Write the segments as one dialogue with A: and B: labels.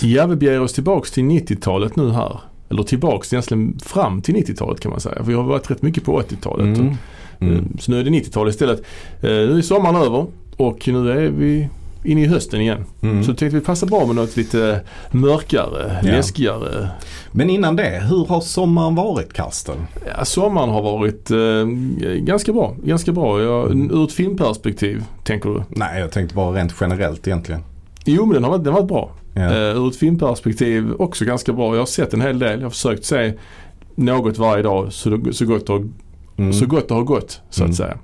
A: Ja, vi beger oss tillbaks till 90-talet nu här. Eller tillbaks egentligen fram till 90-talet kan man säga. För vi har varit rätt mycket på 80-talet.
B: Mm. Mm.
A: Så nu är det 90-talet istället. Eh, Nu är sommaren över och nu är vi inne i hösten igen.
B: Mm.
A: Så tänkte vi passa bra med något lite mörkare,
B: Ja.
A: läskigare.
B: Men innan det, hur har sommaren varit Karsten?
A: Ja, sommaren har varit eh, ganska bra. Ganska bra. Jag,
B: Mm.
A: ur ett filmperspektiv tänker du?
B: Nej, jag tänkte bara rent generellt egentligen.
A: Jo men den har, varit- den har varit bra.
B: Ja.
A: Eh, ur ett filmperspektiv också ganska bra. Jag har sett en hel del. Jag har försökt se något varje dag så, så, gott, det har,
B: Mm.
A: så gott det har gått så
B: Mm.
A: att säga.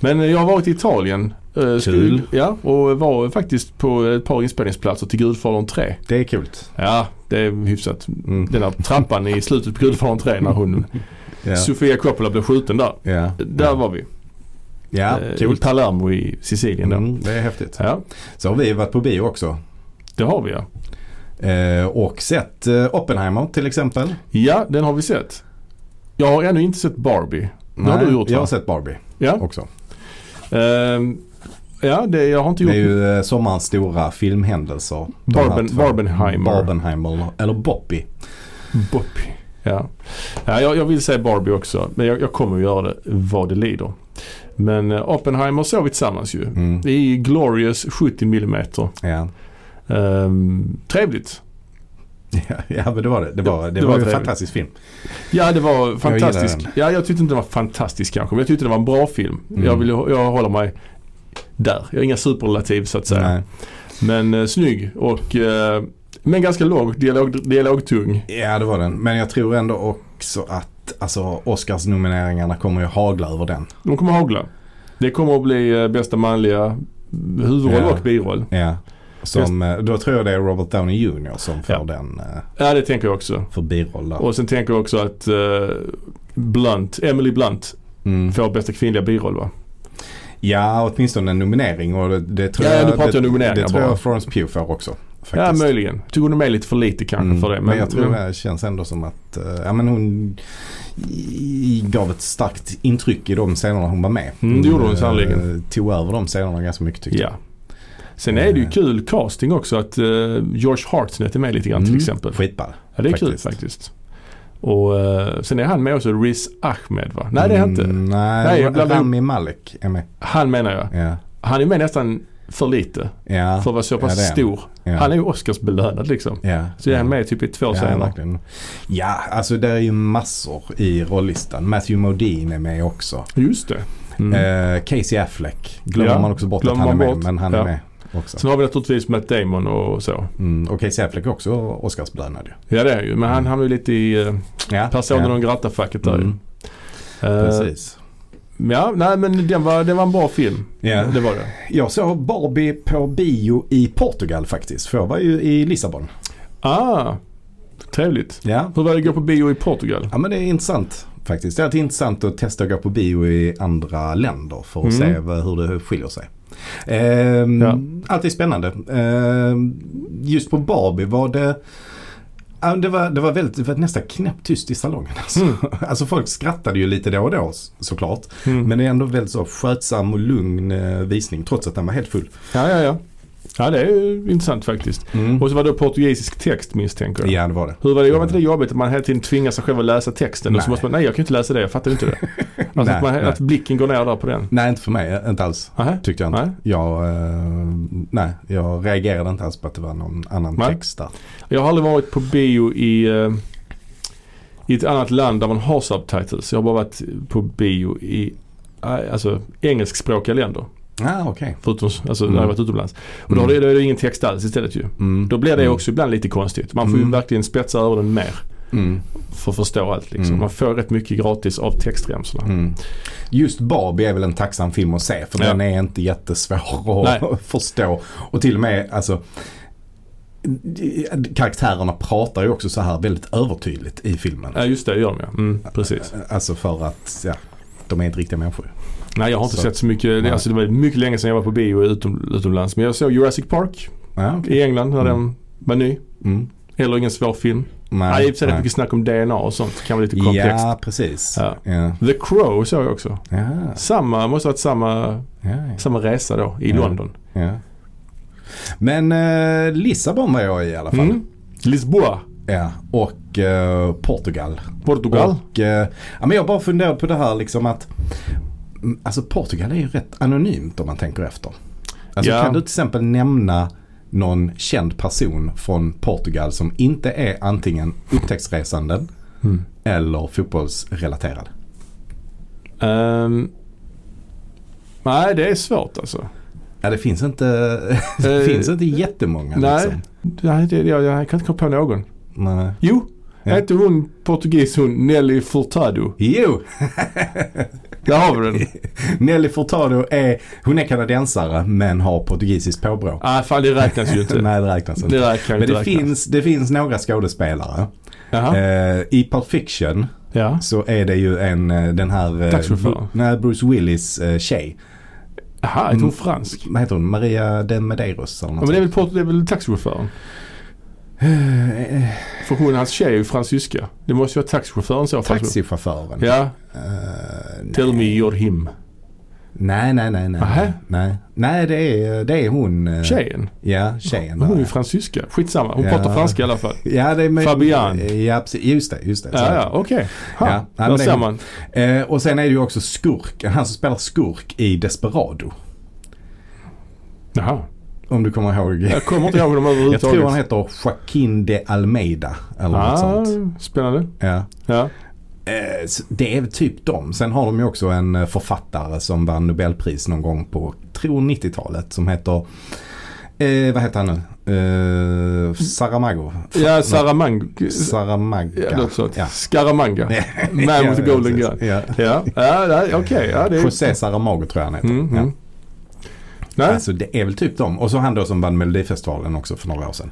A: Men eh, jag har varit i Italien. eh, skulle- Ja, och var faktiskt på ett par inspelningsplatser till Gudfadern 3.
B: Det är kul.
A: Ja, det är hyfsat.
B: Mm.
A: Den här trappan i slutet på Gudfadern 3 när hon,
B: Ja.
A: Sofia Coppola blev skjuten där.
B: Ja.
A: Där var vi.
B: Ja,
A: Eh, I
B: kul.
A: Palermo i Sicilien då.
B: Mm, det är häftigt.
A: Ja,
B: Så har vi varit på bio också.
A: det har vi ja.
B: Eh, och sett eh, Oppenheimer till exempel.
A: Ja, den har vi sett. Jag har ännu inte sett Barbie. Det har du gjort,
B: Jag
A: va?
B: har sett Barbie
A: Ja,
B: också.
A: Ehm, ja det, jag har inte
B: Det
A: gjort...
B: är ju eh, sommarens stora filmhändelser. De här
A: Barben,
B: två.
A: Barbenheimer.
B: Barbenheimer, eller Boppy.
A: Barbie. Ja. Ja, jag, jag vill säga Barbie också, men jag, jag kommer att göra det vad det lider. Men eh, Oppenheimer såg vi tillsammans ju.
B: Mm.
A: Det är ju Glorious 70 mm.
B: Ja.
A: Ehm, trevligt.
B: ja, men det var det. Det var, det
A: Det var
B: var, ju en
A: trevligt.
B: fantastisk film.
A: Ja, det var fantastisk.
B: gillar
A: ja, jag tyckte inte den var fantastisk kanske, men jag tyckte det var en bra film.
B: Mm.
A: Jag, vill, jag håller mig där. Jag har inga superlativ så att säga.
B: Nej.
A: Men eh, snygg och eh, men ganska låg, dialog, dialogtung.
B: Ja, det var den. Men jag tror ändå också att alltså, Oscars-nomineringarna kommer ju hagla över den.
A: De kommer hagla. Det kommer att bli eh, bästa manliga huvudroll
B: Ja.
A: och biroll.
B: Ja. Som, eh, då tror jag det är Robert Downey Jr som får
A: Ja.
B: den eh,
A: Ja, det tänker jag också.
B: för biroll där.
A: Och sen tänker jag också att eh, Blunt, Emily Blunt
B: Mm.
A: får bästa kvinnliga biroll va?
B: Ja, åtminstone en nominering. Och det, det tror
A: Ja,
B: jag,
A: nu pratar jag
B: det,
A: nomineringar
B: det tror
A: bara.
B: jag Florence Pugh får också. Faktiskt.
A: Ja, möjligen. Jag Tycker hon är med lite för lite kanske
B: Mm,
A: för det.
B: Men jag tror
A: men-
B: det känns ändå som att eh, ja, men hon i- gav ett starkt intryck i de scenerna hon var med.
A: Mm, det gjorde hon
B: Eh,
A: sannerligen.
B: Tog över de scenerna ganska mycket tyckte Eh.
A: ja. Sen är det ju kul casting också att eh, George Hartnett är med lite grann till
B: Mm.
A: exempel.
B: jag. Skitball.
A: Ja, det är
B: Faktiskt.
A: kul faktiskt. Och eh, sen är han med också, Riz Ahmed va? Nej det är han inte.
B: Mm, nej,
A: Nej, jag blandar
B: Rami Malek är med.
A: Han menar jag.
B: Ja.
A: Han är med nästan för lite
B: Ja.
A: för att vara så pass
B: det är han.
A: stor.
B: ja.
A: Han är ju Oscarsbelönad liksom.
B: Ja.
A: Så är han med typ i två
B: Ja,
A: scener.
B: verkligen. ja, alltså det är ju massor i rollistan. Matthew Modine är med också.
A: Just det. Mm.
B: Eh, Casey Affleck glömmer
A: Ja,
B: man också bort att
A: glömmer
B: han är
A: man
B: med.
A: bort.
B: Men han är
A: Ja.
B: med också.
A: Sen har vi naturligtvis Matt Damon och så.
B: Mm, och Casey Affleck är också Oscarsbelönad ju.
A: Ja det är ju, men han
B: Mm.
A: hamnar ju lite i eh,
B: Ja,
A: personen
B: ja.
A: om grattafacket där
B: Mm,
A: ju. Eh,
B: Precis.
A: Ja, nej men den var, den var en bra film.
B: Ja.
A: Det var det.
B: Jag såg Barbie på bio i Portugal faktiskt. För jag var ju i Lissabon.
A: Ah, trevligt.
B: Ja.
A: Hur var det att gå på bio i Portugal?
B: ja, men det är intressant faktiskt. Det är alltid intressant att testa att gå på bio i andra länder för att
A: Mm.
B: se vad- hur det skiljer sig. Ehm,
A: Ja.
B: Alltid spännande. Ehm, just på Barbie var det Ja, det, var, det, var väldigt, det var nästan knäpptyst i salongen. Alltså.
A: Mm.
B: alltså folk skrattade ju lite då och då såklart.
A: Mm.
B: Men det är ändå väldigt så skötsam och lugn eh, visning trots att den var helt full.
A: Ja, ja, ja. Ja, det är ju intressant faktiskt.
B: Mm.
A: Och så var det portugisisk text misstänker jag.
B: Ja, det var det.
A: Hur var det? Jag var inte det jobbigt att man hela tiden tvingar sig själv att läsa texten och
B: Nej.
A: så måste man, nej jag kan inte läsa det, jag fattar inte det. Alltså
B: Nej,
A: att, man,
B: nej.
A: att blicken går ner där på den.
B: Nej, inte för mig. eh, Inte alls.
A: Aha.
B: Tyckte jag inte.
A: Nej.
B: Jag, eh, nej, jag reagerade inte alls på att det var någon annan
A: Nej.
B: text där.
A: Jag har aldrig varit på bio i, eh, i ett annat land där man har subtitles. Jag har bara varit på bio i eh, alltså, engelskspråkiga länder.
B: Ja, ah, okej.
A: Förutom alltså, när jag
B: Mm.
A: varit utomlands. Och då, har det, då är det ingen text alls istället ju.
B: Mm.
A: Då blir det
B: Mm.
A: också ibland lite konstigt. Man får ju
B: Mm.
A: verkligen spetsa öronen mer
B: Mm.
A: för att förstå allt. Liksom.
B: Mm.
A: Man får rätt mycket gratis av textremsorna.
B: Mm. Just Barbie är väl en tacksam film att se för
A: Ja.
B: den är inte jättesvår att
A: Nej.
B: förstå. Och till och med alltså karaktärerna pratar ju också så här väldigt övertydligt i filmen.
A: Ja just det, det gör de ja. Mm, precis.
B: Alltså för att ja, de är inte riktiga människor.
A: Nej jag har inte
B: Så-
A: sett så mycket. Det,
B: Nej.
A: alltså, det var mycket länge sedan jag var på bio utom, utomlands. Men jag såg Jurassic Park
B: Ja, okej.
A: i England när
B: Mm.
A: den var ny.
B: Mm.
A: Heller ingen svår film.
B: Nej,
A: Nej, i och för sig är det
B: nej.
A: mycket snack om DNA och sånt. Det kan vara lite komplext.
B: Ja, precis.
A: Ja.
B: Ja.
A: The Crow såg jag också.
B: Ja.
A: Samma, måste ha varit samma,
B: Ja.
A: samma resa då i
B: Ja.
A: London.
B: Ja. Men eh, Lissabon var jag i i alla fall.
A: Mm. Lisboa,
B: Ja, och eh, Portugal.
A: Portugal.
B: Och, eh, ja, men jag bara funderar på det här liksom att mm, Alltså Portugal är ju rätt anonymt om man tänker efter. Alltså
A: Ja.
B: kan du till exempel nämna någon känd person från Portugal som inte är antingen upptäcktsresanden
A: Mm.
B: eller fotbollsrelaterad?
A: Ehm, nej, det är svårt alltså.
B: Ja det finns inte, det
A: Eh,
B: finns inte jättemånga
A: nej.
B: liksom.
A: Nej, det, jag, jag kan inte komma på någon.
B: Nej.
A: Jo,
B: Ja.
A: hette hon portugis hon Nelly Furtado?
B: Jo,
A: Där har vi den.
B: Nelly Furtado är, hon är kanadensare men har portugisiskt påbrå.
A: ah, fan det räknas ju inte.
B: Nej det räknas inte.
A: det där kan ju
B: Men
A: inte
B: det
A: räknas.
B: finns, det finns några skådespelare.
A: Jaha.
B: Eh, I Pulp Fiction
A: Ja.
B: så är det ju en, eh, den här eh,
A: Taxichaufför.
B: Bru- nej, Bruce Willis eh, tjej.
A: Jaha, är hon fransk?
B: Vad heter hon? Maria de Medeiros eller
A: Ja,
B: något
A: men det är
B: sånt.
A: väl, port, det är väl taxichauffören?
B: Eh,
A: För hon, hans tjej är ju fransyska. Det måste ju vara taxichauffören så. fast-
B: Taxichauffören.
A: Ja,
B: Eh,
A: tell me you're him.
B: nej, nej, nej, nej.
A: Nähä?
B: Nej, nej det, är, det är hon. eh,
A: Tjejen?
B: Ja, tjejen.
A: Hon är ju
B: där.
A: fransyska. Skitsamma, hon
B: Ja.
A: pratar franska i alla fall.
B: Ja, det är med,
A: Fabian.
B: Ja, precis. Just det, just det.
A: Ja, ja, okej. Ha,
B: Ja, nej,
A: Där
B: men det-
A: ser man.
B: Eh, och sen är det ju också skurken, han som spelar skurk i Desperado.
A: Jaha.
B: Om du kommer ihåg.
A: Jag kommer inte ihåg dem
B: Jag tror han
A: överhuvudtaget.
B: heter Joaquin de Almeida eller något
A: Ah,
B: sånt.
A: spännande.
B: Ja.
A: Ja.
B: Eh, så Det är väl typ dem. Sen har de ju också en eh, författare som vann Nobelpris någon gång på, tror 90-talet, som heter, eh, vad heter han nu? Eh, Saramago.
A: Ja, Saramanga.
B: Saramaga.
A: Ja, något sånt.
B: Ja.
A: Scaramanga. Man
B: Ja,
A: with the golden
B: precis.
A: gun.
B: Ja.
A: Ja, ja nej, okej. ja, det är...
B: José Saramago tror jag han heter.
A: Mm,
B: Ja.
A: mm. Nej,
B: Alltså det är väl typ dem. Och så han då som vann Melodifestivalen också för några år sedan.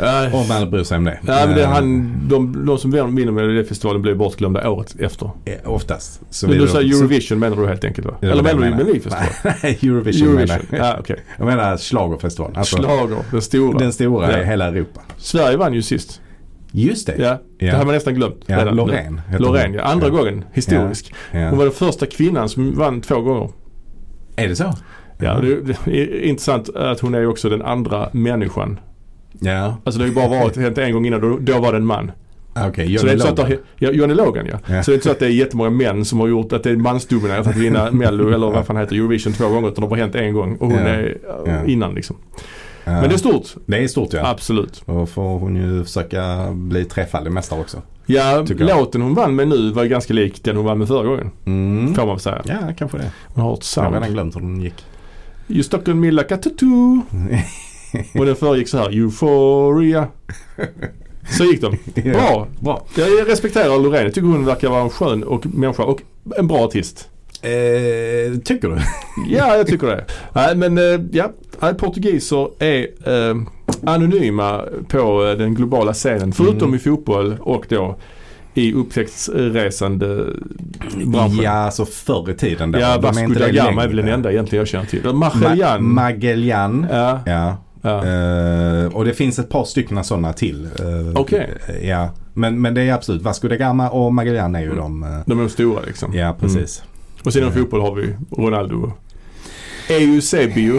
A: nej.
B: Om man bryr sig om det.
A: nej men det är
B: Eh,
A: han, de, de som vinner Melodifestivalen blir bortglömda året efter.
B: eh, Oftast. Så
A: Men
B: blir
A: du
B: det-
A: säger
B: så-
A: Eurovision menar du helt enkelt va?
B: Ja,
A: Eller
B: det
A: menar du
B: menar jag.
A: Melodifestivalen?
B: Nej, Eurovision,
A: Eurovision,
B: menar jag.
A: ja okej.
B: Jag menar schlagerfestivalen. Alltså,
A: Schlager, den stora.
B: Den stora
A: Ja.
B: i hela Europa.
A: Sverige vann ju sist.
B: Just det.
A: Ja, det hade man nästan glömt.
B: Ja,
A: redan.
B: Loreen heter hon.
A: Loreen, ja. Andra gången, historisk.
B: Ja.
A: Hon var den första kvinnan som vann två gånger.
B: Är det så?
A: Ja, det är, det är intressant att hon är ju också den andra människan.
B: Ja,
A: Alltså det har ju bara varit hänt en gång innan, då, då var det en man.
B: okej.
A: så det är
B: Johnny
A: inte så att
B: Logan.
A: det, ja, Johnny Logan ja.
B: Ja.
A: Så det är inte så att det är jättemånga män som har gjort att det är mansdominerat att vinna Mello eller vad fan heter Eurovision två gånger utan det har bara hänt en gång och hon
B: Ja.
A: är äh,
B: Ja.
A: innan liksom.
B: Ja.
A: Men det är stort,
B: det är stort ja.
A: absolut.
B: Då får hon ju försöka bli trefaldig mästare också.
A: Ja,
B: Tycker jag.
A: låten hon vann med nu var ganska lik den hon vann med förra gången.
B: Mm.
A: Får man väl säga.
B: Ja, kanske det.
A: Hon har ett
B: Jag har redan
A: sound.
B: glömt hur den gick.
A: You stuck on me like a tattoo. och den föregick så här Euphoria. Så gick de. Bra!
B: Bra.
A: Jag respekterar Loreen. Jag tycker hon verkar vara en skön och människa och en bra artist.
B: Eh, tycker du?
A: Ja, jag tycker det. Nej, men eh, ja, Nej, portugiser är eh, anonyma på eh, den globala scenen. Förutom
B: Mm.
A: i fotboll och då i upptäcktsresande branschen.
B: Ja, så förr i tiden. Då.
A: ja
B: De är
A: Vasco
B: inte
A: da
B: det
A: Gama
B: längre.
A: är väl den enda egentligen jag känner till.
B: Ma-
A: Magellan.
B: Magellan.
A: ja,
B: Ja.
A: ja.
B: Eh, och det finns ett par stycken sådana till. Eh,
A: Okej.
B: eh, Ja, men, men det är absolut Vasco da Gama och
A: Mm.
B: Magellan är ju de. eh,
A: De är de stora liksom.
B: ja, precis.
A: Och sen i fotboll har vi Ronaldo. Eusebio.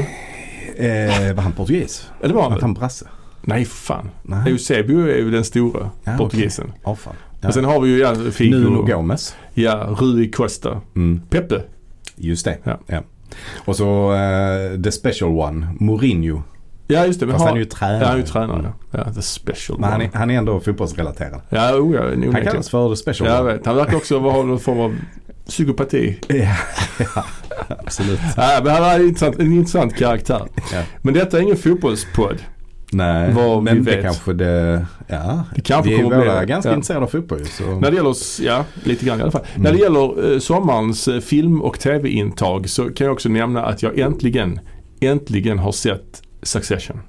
B: Eh, var han portugis?
A: Mm. Ja, det var
B: Var
A: han
B: inte
A: väl?
B: han brasse?
A: Nej, fan.
B: Nej.
A: Eusebio är ju den stora
B: Ja,
A: portugisen.
B: Ja, fan.
A: Och sen har vi ju ja, Figo.
B: Nuno Gomes.
A: Ja, Rui Costa.
B: Mm,
A: Pepe.
B: just det.
A: Ja.
B: Och så eh, the special one, Mourinho.
A: Ja just det. Men
B: Fast
A: har-
B: han är ju tränare.
A: Ja, han är ju tränare. Ja, Ja, the special
B: Men han
A: one.
B: är, han är ändå fotbollsrelaterad.
A: Ja, oh, ja, onekligen.
B: Han kallas för the special
A: Ja, jag
B: one.
A: vet. Han verkar också ha någon form av psykopati.
B: Ja, ja, absolut.
A: Ja, men han är en intressant, en intressant karaktär.
B: Ja.
A: Men detta är ingen fotbollspodd.
B: Nej,
A: Vad vi
B: men det
A: vet.
B: kanske det... Ja,
A: Det kanske
B: vi är
A: kommer bli
B: båda
A: det.
B: ganska
A: Ja.
B: intresserade av fotboll ju. Så.
A: När det gäller, s- ja, lite grann i alla fall. När det
B: Mm.
A: gäller eh, sommarens eh, film och tv-intag så kan jag också nämna att jag äntligen, äntligen har sett Succession.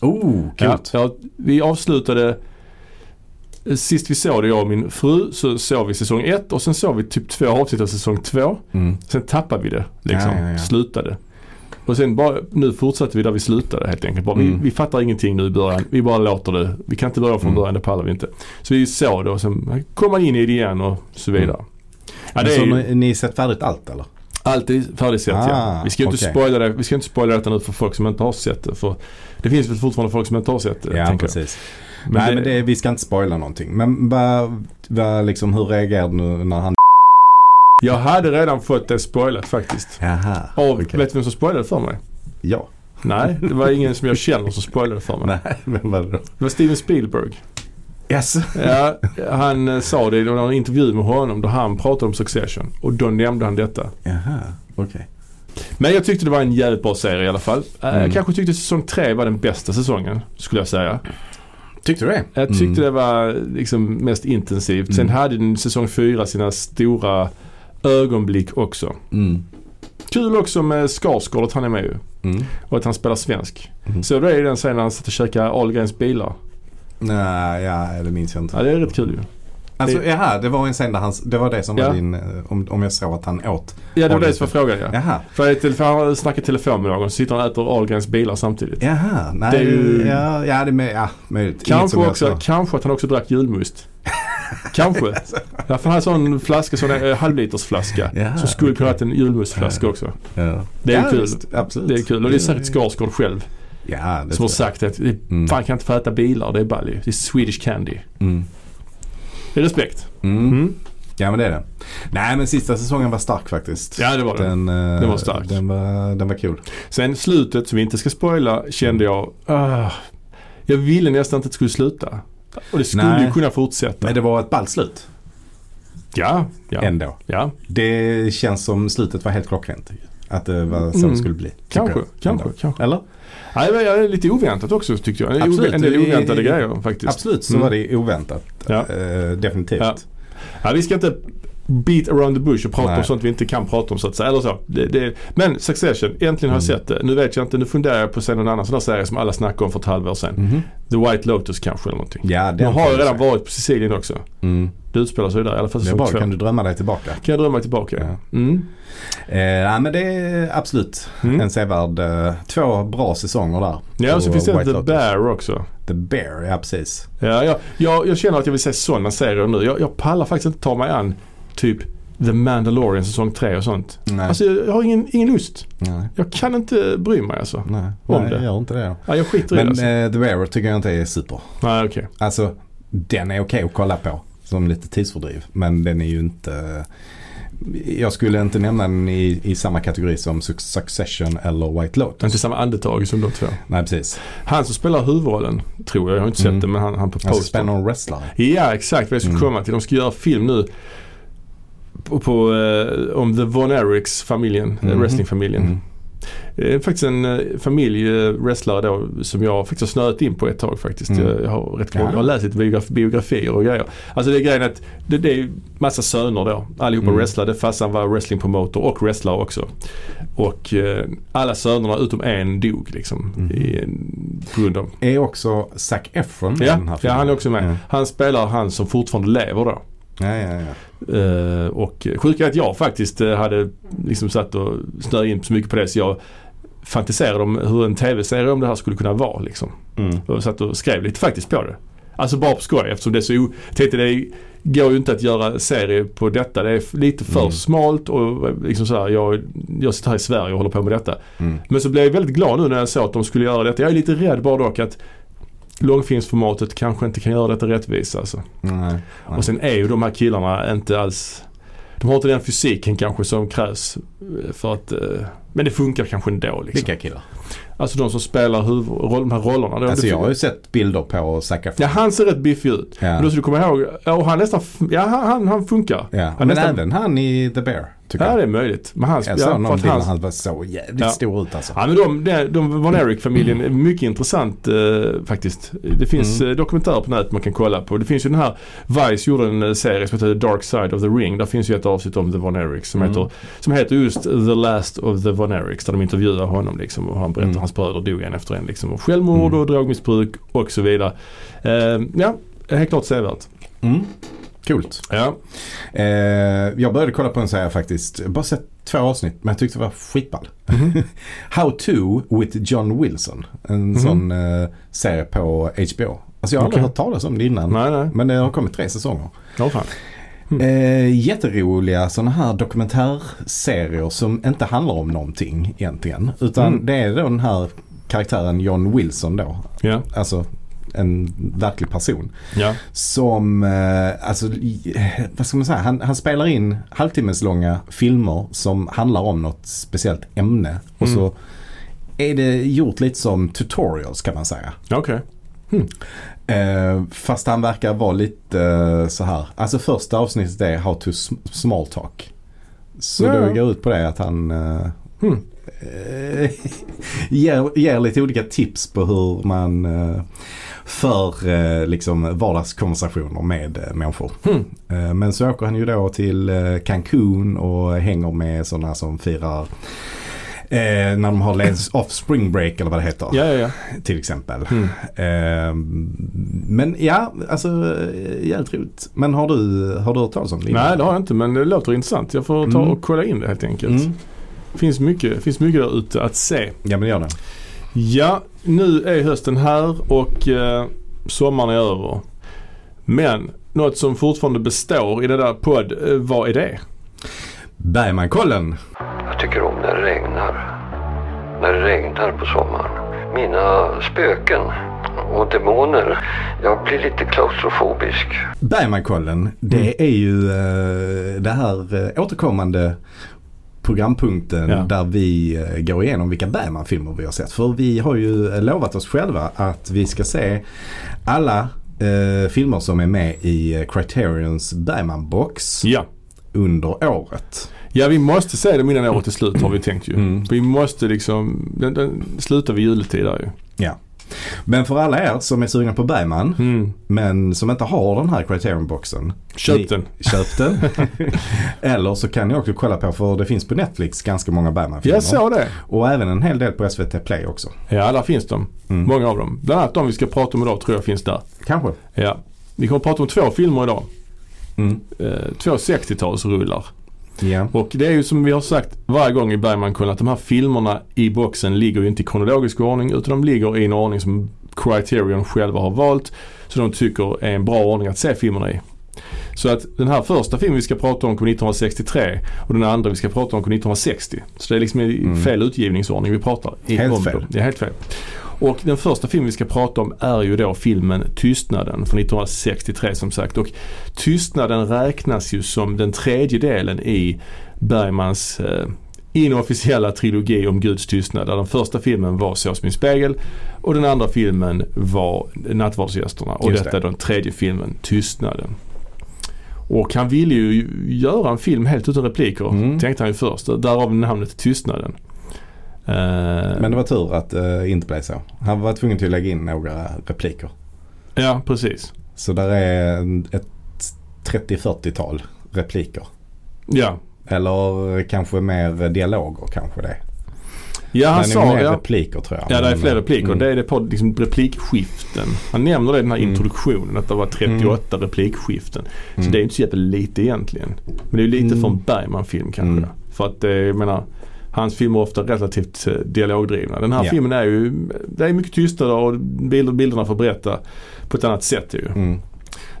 B: Oh,
A: Ja,
B: coolt.
A: ja, vi avslutade eh, Sist vi såg det, jag och min fru, så såg vi säsong 1 och sen såg vi typ två avsnitt av säsong 2.
B: Mm.
A: Sen tappade vi det liksom,
B: Ja, ja, ja.
A: slutade. Och sen bara, nu fortsatte vi där vi slutade helt enkelt. Bara,
B: Mm.
A: vi, vi fattar ingenting nu i början, vi bara låter det. Vi kan inte börja från
B: Mm.
A: början, det pallar vi inte. Så vi såg det och sen kom man in i det igen och så vidare. Ja,
B: Mm. Men
A: det är
B: så
A: ju,
B: ni- ni sett färdigt allt eller?
A: Allt är färdigsett ja.
B: Ah,
A: Vi ska ju inte
B: okej.
A: spoila det. Vi ska ju inte spoila detta nu för folk som inte har sett det. För det finns väl fortfarande folk som inte har sett det.
B: Ja,
A: tänker jag.
B: precis.
A: Men
B: Nej,
A: det-
B: men det, vi ska inte spoila någonting. Men vad, vad, liksom, hur reagerade du nu när han...
A: Jag hade redan fått det spoilat faktiskt.
B: Jaha.
A: Av,
B: okej.
A: Vet du vem som spoilade för mig?
B: Ja.
A: Nej, det var ingen som jag känner som spoilade för mig.
B: Nej, men vadå?
A: Det var Steven Spielberg.
B: Yes.
A: Ja, han eh, sa det i en intervju med honom då han pratade om Succession. Och då nämnde han detta.
B: Jaha, okej.
A: Men jag tyckte det var en jävligt bra serie i alla fall. Eh,
B: Mm.
A: Jag kanske tyckte säsong tre var den bästa säsongen, skulle jag säga.
B: Tyckte du det?
A: Jag tyckte det var liksom mest intensivt. Sen
B: Mm.
A: hade den säsong fyra sina stora ögonblick också.
B: Mm.
A: Kul också med Skarsgård att han är med ju.
B: Mm.
A: Och att han spelar svensk.
B: Mm.
A: Så det är ju den scenen när han satt och käkade Ahlgrens bilar.
B: Nej, ja, det minns jag inte.
A: Ja, det är rätt kul ju.
B: Alltså, jaha, det var en scen där han... Det var det som
A: Ja.
B: var din... eh, Om, om jag såg att han åt.
A: Ja, det var
B: Ahlgrens-
A: det som var frågan ja.
B: Jaha.
A: För jag telefon, han snackar i telefon med någon, så sitter han och äter Ahlgrens bilar samtidigt.
B: Jaha, nej.
A: Det är ju-
B: ja, ja, det är med, ja, möjligt. Inget
A: Kanske,
B: som jag
A: också,
B: sa.
A: kanske att han också drack julmust. Kanske. Därför han har en sån flaska, sån eh, halvlitersflaska.
B: Jaha,
A: som skulle kunna ha haft en julmustflaska också.
B: Ja.
A: Det är
B: ja,
A: kul.
B: Visst, absolut.
A: Det är kul. Och det är säkert Skarsgård själv
B: Ja, det
A: som har
B: tror jag.
A: sagt att det-
B: Mm.
A: fan kan inte få äta bilar, det är ball ju. Det är Swedish candy.
B: Mm.
A: Det är respekt.
B: Mm.
A: Mm.
B: Ja, men det är det. Nej, men sista säsongen var stark faktiskt.
A: Ja, det var det.
B: Den, eh,
A: Den var stark.
B: Den var, den var kul.
A: Sen slutet, som vi inte ska spoila, kände jag... ah, jag ville nästan inte att det skulle sluta. Och det skulle
B: Nej.
A: ju kunna fortsätta.
B: Men det var ett ball slut
A: Ja, ja,
B: ändå.
A: ja.
B: Det känns som slutet var helt klockrent. Att det var så
A: Mm.
B: det skulle bli. tycker
A: Kanske,
B: jag.
A: kanske,
B: Ändå.
A: kanske.
B: Eller?
A: Nej, det var lite oväntat också tyckte jag. En del
B: Absolut,
A: ove- En del
B: det är-
A: oväntade grejer faktiskt.
B: Absolut, så
A: Mm.
B: var det oväntat.
A: Ja.
B: Eh, definitivt.
A: Ja. Ja, vi ska inte beat around the bush och prata
B: Nej.
A: om sånt vi inte kan prata om så att säga. Eller så. Det, det, men Succession, äntligen har jag
B: Mm.
A: sett det. Nu vet jag inte, nu funderar jag på att se någon annan sån där serie som alla snackade om för ett halvår sedan.
B: Mhm.
A: The White Lotus kanske eller någonting.
B: Ja, den
A: De har
B: kan
A: ju
B: du
A: redan Alltså,
B: säga.
A: varit på Sicilien också.
B: Mm.
A: Det utspelar sig ju där i alla fall
B: Det är
A: säsong
B: bra,
A: två.
B: kan du drömma dig tillbaka.
A: Kan jag drömma tillbaka?
B: Ja.
A: Mm.
B: Eh, nej, men det är absolut
A: Mm.
B: en sevärd. Eh, två bra säsonger där.
A: Ja, och så
B: på
A: finns det
B: White
A: The
B: Lotus.
A: Bear också.
B: The Bear, ja precis.
A: Ja, jag, jag, jag känner att jag vill se sådana serier nu. Jag, jag pallar faktiskt inte ta mig an typ The Mandalorian säsong 3 och sånt.
B: Nej,
A: Alltså jag, jag har ingen, ingen lust.
B: nej,
A: Jag kan inte bry mig alltså.
B: nej.
A: Om
B: nej
A: det.
B: gör inte det då.
A: Ja, jag skiter i det
B: Men
A: alltså.
B: eh, The Bear tycker jag inte är super.
A: Nej, okej.
B: Alltså, den är okej att kolla på som lite tidsfördriv. Men den är ju inte... Jag skulle inte nämna den i, i samma kategori som Suc- Succession eller White Lotus.
A: Inte samma andetag som de två.
B: Nej, precis.
A: Han som spelar huvudrollen, tror jag, jag har inte sett
B: Mm.
A: det, men han, han på
B: Alltså,
A: poster.
B: spelar någon wrestlare.
A: ja, exakt vad jag skulle
B: Mm.
A: komma till. De ska göra film nu på, på, eh, om The Von Erichs-familjen, eh,
B: Mhm.
A: wrestlingfamiljen.
B: Mm.
A: Det är faktiskt en eh, familj eh, wrestlare då som jag faktiskt har snöat in på ett tag faktiskt.
B: Mm.
A: Jag, jag har rätt många,
B: Ja.
A: jag har läst lite biograf, biografier och grejer. Alltså det är grejen att det, det är ju massa söner då. Allihopa
B: Mm.
A: wrestlade. Farsan var wrestlingpromotor och wrestlare också. Och eh, alla sönerna utom en dog liksom.
B: Mm.
A: I, en- på grund av.
B: Är också Zac Efron med i
A: Ja,
B: den här
A: ja,
B: filmen?
A: han är också med.
B: Ja.
A: Han spelar han som fortfarande lever då.
B: Ja, ja, ja.
A: Eh, och sjuka är att jag faktiskt eh, hade liksom satt och snöat in så mycket på det så jag fantiserade om hur en tv-serie om det här skulle kunna vara. Liksom.
B: Mm.
A: Och satt och skrev lite faktiskt på det. Alltså bara på skoj eftersom det är så o- jag tänkte det går ju inte att göra serie på detta. Det är f- lite för
B: Mm.
A: smalt och eh, liksom så här, jag, jag sitter här i Sverige och håller på med detta.
B: Mm.
A: Men så blev jag väldigt glad nu när jag såg att de skulle göra detta. Jag är lite rädd bara dock att långfilmsformatet kanske inte kan göra detta rättvisa. Alltså.
B: Nej.
A: Och sen är ju de här killarna inte alls... De har inte den fysiken kanske som krävs eh, för att... eh, Men det funkar kanske ändå liksom.
B: Vilka killar?
A: Alltså de som spelar huvudroll, de här rollerna. Det-
B: Alltså
A: det-
B: jag har ju sett bilder på Zac Efron.
A: Ja, han ser rätt biffig ut.
B: Ja.
A: Men då ska du komma ihåg, ja, och han nästan... f- Ja, han, han, han funkar.
B: Ja,
A: Han
B: men
A: nästan-
B: även han i The Bear tycker
A: Ja,
B: jag.
A: det är möjligt. Men han...
B: Jag såg
A: ja,
B: någon
A: för att
B: bild när
A: han,
B: han var så jävligt
A: Ja.
B: stor ut alltså.
A: Ja men de, de, de Von Erich-familjen är mycket intressant eh, faktiskt. Det finns
B: Mm.
A: eh, dokumentärer på nätet man kan kolla på. Det finns ju den här, Vice gjorde en eh, serie som heter The Dark Side of the Ring. Där finns ju ett avsnitt om The Von Erich som,
B: Mm.
A: heter, som heter just The Last of the Von Erichs. Där de intervjuar honom liksom, och han berättar
B: Mm.
A: hans bröder dog en efter en. Liksom, och självmord
B: Mm.
A: och drogmissbruk och så vidare. Eh, ja, helt klart sevärt.
B: Mm. Coolt.
A: Ja.
B: Eh, jag började kolla på en serie faktiskt. Jag har Bara sett två avsnitt men jag tyckte det var skitball.
A: Mm-hmm.
B: How to with John Wilson. En sån eh, serie på HBO. Alltså jag har aldrig
A: Okej.
B: hört talas om det innan.
A: Nej, nej.
B: Men det har kommit tre säsonger.
A: Ja, fan. Mm.
B: Eh, jätteroliga sådana här dokumentärserier som inte handlar om någonting egentligen. Utan
A: Mm.
B: det är då den här karaktären John Wilson då.
A: Ja,
B: Alltså en verklig person.
A: ja.
B: Som, eh, alltså, i- vad ska man säga, han, han spelar in halvtimmeslånga filmer som handlar om något speciellt ämne. Och
A: Mm.
B: så är det gjort lite som tutorials kan man säga.
A: Ja, Okej.
B: Eh, fast han verkar vara lite eh, så här. Alltså första avsnittet är How to sm- small talk. Så
A: Ja,
B: det
A: ja.
B: går ut på det att han eh,
A: Hmm.
B: eh, ger, ger lite olika tips på hur man eh, för eh, liksom vardagskonversationer med eh, människor.
A: Hmm.
B: Eh, men så åker han ju då till eh, Cancun och hänger med sådana som firar eh, när de har leds off spring break eller vad det heter.
A: Ja, ja, ja.
B: Till exempel.
A: Mm.
B: Ehm, men ja, alltså eh, jävligt roligt. Men har du, har du hört talas om det?
A: Nej, det har jag inte men det låter intressant. Jag får ta
B: Mm.
A: och kolla in det helt enkelt.
B: Mm.
A: Finns, mycket, finns mycket där ute att se.
B: Ja, men gör det.
A: Ja, nu är hösten här och eh, sommaren är över. Men något som fortfarande består i det där podd, eh, vad är det?
B: Bergmankollen.
C: Jag tycker om när det regnar. När det regnar på sommaren. Mina spöken och demoner. Jag blir lite klaustrofobisk.
B: Bergmankollen,
A: Mm.
B: det är ju eh, det här eh, återkommande programpunkten
A: Ja.
B: där vi eh, går igenom vilka Bergman-filmer vi har sett. För vi har ju eh, lovat oss själva att vi ska se alla eh, filmer som är med i eh, Criterions Bergman-box
A: Ja.
B: under året.
A: Ja, vi måste se dem innan året är slut har vi tänkt ju.
B: Mm.
A: Vi måste liksom, den, den slutar vid juletid där ju.
B: Ja. Men för alla er som är sugna på Bergman
A: Mm.
B: men som inte har den här Criterion-boxen.
A: Köp
B: ni-
A: den.
B: Köp den. Eller så kan ni också kolla på för det finns på Netflix ganska många Bergman-filmer.
A: Jag såg det.
B: Och även en hel del på SVT Play också.
A: Ja, där finns de.
B: Mm.
A: Många av dem. Bland annat de vi ska prata om idag tror jag finns där.
B: Kanske.
A: Ja. Vi kommer att prata om två filmer idag.
B: Mm.
A: Eh, två 60-talsrullar.
B: Ja.
A: Och det är ju som vi har sagt varje gång i Bergmankollen att de här filmerna i boxen ligger ju inte i kronologisk ordning utan de ligger i en ordning som Criterion själva har valt. Så de tycker är en bra ordning att se filmerna i. Så att den här första filmen vi ska prata om kom 1963 och den andra vi ska prata om kom 1960. Så det är liksom i
B: Mm.
A: fel utgivningsordning vi pratar i
B: Helt
A: om
B: fel.
A: dem. Det är helt fel. Och den första filmen vi ska prata om är ju då filmen Tystnaden från 1963 som sagt. Och Tystnaden räknas ju som den tredje delen i Bergmans eh, inofficiella trilogi om Guds tystnad. Där den första filmen var Sås min spegel och den andra filmen var Nattvardsgästerna. Och
B: Just
A: detta är
B: det.
A: den tredje filmen, Tystnaden. Och han ville ju göra en film helt utan repliker,
B: Mm.
A: tänkte han ju först. Därav namnet Tystnaden. Eh,
B: Men det var tur att det inte blev så. Han var tvungen till att lägga in några repliker.
A: Ja, precis.
B: Så där är en- ett 30-40-tal repliker.
A: Ja,
B: Eller kanske mer dialoger kanske det.
A: ja han
B: Men det är
A: sa...
B: mer
A: Ja,
B: repliker tror jag.
A: ja, det är
B: Men-
A: fler repliker.
B: Mm.
A: Det är det på liksom, replikskiften. Han nämner det i den här
B: Mm.
A: introduktionen att det var 38 replikskiften. Så det är inte så jättelite egentligen. Men det är ju lite
B: Mm.
A: för en Bergman-film kanske.
B: Mm.
A: För att eh, jag menar, hans filmer är ofta relativt eh, dialogdrivna. Den här
B: Ja.
A: filmen är ju, det är mycket tystare och bilder, bilderna får berätta på ett annat sätt ju.
B: Mm.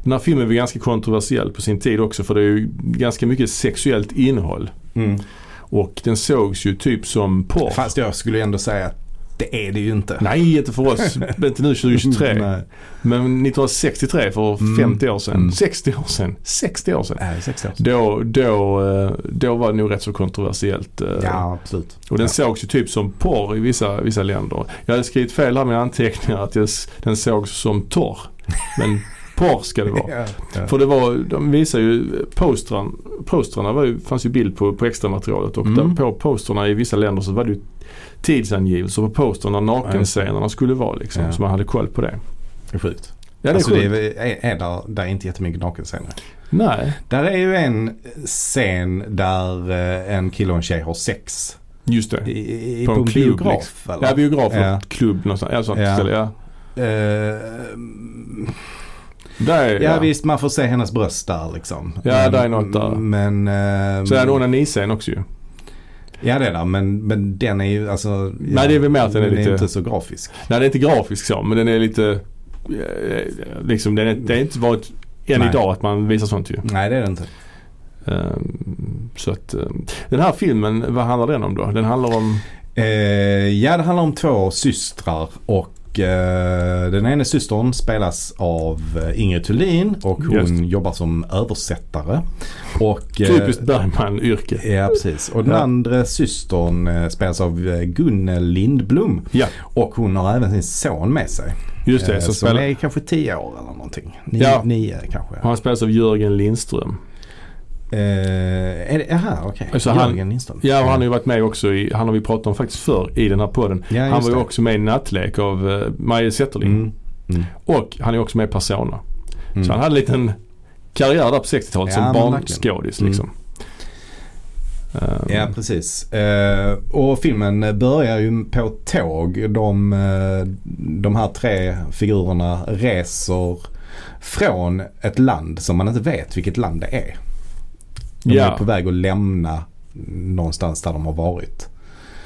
A: Den här filmen var ganska kontroversiell på sin tid också för det är ju ganska mycket sexuellt innehåll.
B: Mm.
A: Och den sågs ju typ som porr.
B: Fast jag skulle ju ändå säga att det är det ju inte.
A: Nej, inte för oss. inte nu 2023.
B: Nej.
A: Men 1963, för
B: Mm.
A: 50 år sedan.
B: Mm.
A: 60 år sedan. 60 år sedan.
B: Äh, sex år sedan.
A: Då, då, eh, då var det nog rätt så kontroversiellt. eh,
B: Ja, absolut.
A: Och den
B: ja.
A: sågs ju typ som porr i vissa, vissa länder. Jag hade skrivit fel här med anteckningar att jag, s- den sågs som torr. Men porr ska det vara.
B: Ja. Ja.
A: För det var, de visar ju postran, postrarna var ju, fanns ju bild på, på extra materialet och
B: Mm.
A: där på postrarna i vissa länder så var det ju tidsangivelser på postrarna nakenscenerna skulle vara liksom.
B: Ja.
A: Så man hade koll på det.
B: Det är sjukt.
A: Ja det är
B: alltså,
A: sjukt.
B: Det är, är, är där, där är inte jättemycket nakenscener.
A: Nej.
B: Där är ju en scen där eh, en kille och en tjej har sex.
A: Just det.
B: I, i,
A: På
B: på,
A: en
B: en
A: klubb, liksom.
B: biograf eller?
A: Ja biograf,
B: Ja.
A: ja. klubb någonstans. Ja, sånt
B: Ja.
A: ställe. Ja.
B: Eh,
A: Där är,
B: ja, visst man får se hennes bröst där liksom.
A: Ja,
B: Men-
A: där är något där.
B: Men... eh,
A: Så är det onaniscen också ju.
B: Ja det är där men, men den är ju alltså... Ja,
A: Nej, det är väl mer att den är lite-
B: inte så grafisk.
A: Nej det är inte grafisk så men den är lite eh, liksom den är, det är inte varit än
B: Nej.
A: idag att man visar sånt ju.
B: Nej det är det inte.
A: Ehm, Så att, ehm, den här filmen, vad handlar den om då? Den handlar om,
B: Eh, ja, det handlar om två systrar och eh, den ena systern spelas av eh, Ingrid Thulin och hon
A: Just.
B: jobbar som översättare. Och, eh,
A: typiskt Bergman-yrke.
B: Ja, precis. Och den
A: Ja.
B: andra systern eh, spelas av eh, Gunnel Lindblom.
A: Ja,
B: Och hon har även sin son med sig.
A: just det.
B: eh,
A: Så
B: som
A: spelar,
B: är kanske tio år eller någonting. Nio,
A: Ja.
B: nio kanske.
A: han spelas av Jörgen Lindström.
B: Eh, är det, aha, okej.
A: Alltså han-
B: Jörgen Lindström.
A: Ja, och han har ju varit med också i, han har vi pratat om faktiskt förr i den här podden.
B: Ja,
A: han
B: just
A: var ju
B: det.
A: också med i Nattlek av uh, Maja Zetterling.
B: Mm. Mm.
A: Och han är också med i Persona.
B: Mm.
A: Så han hade en liten karriär där på 60-talet
B: Ja,
A: som
B: men
A: barnskådis
B: verkligen. Mm.
A: liksom. Ehm,
B: Ja precis. Eh, och filmen börjar ju på tåg. De, eh, de här tre figurerna reser från ett land som man inte vet vilket land det är. De
A: Ja.
B: är på väg att lämna någonstans där de har varit.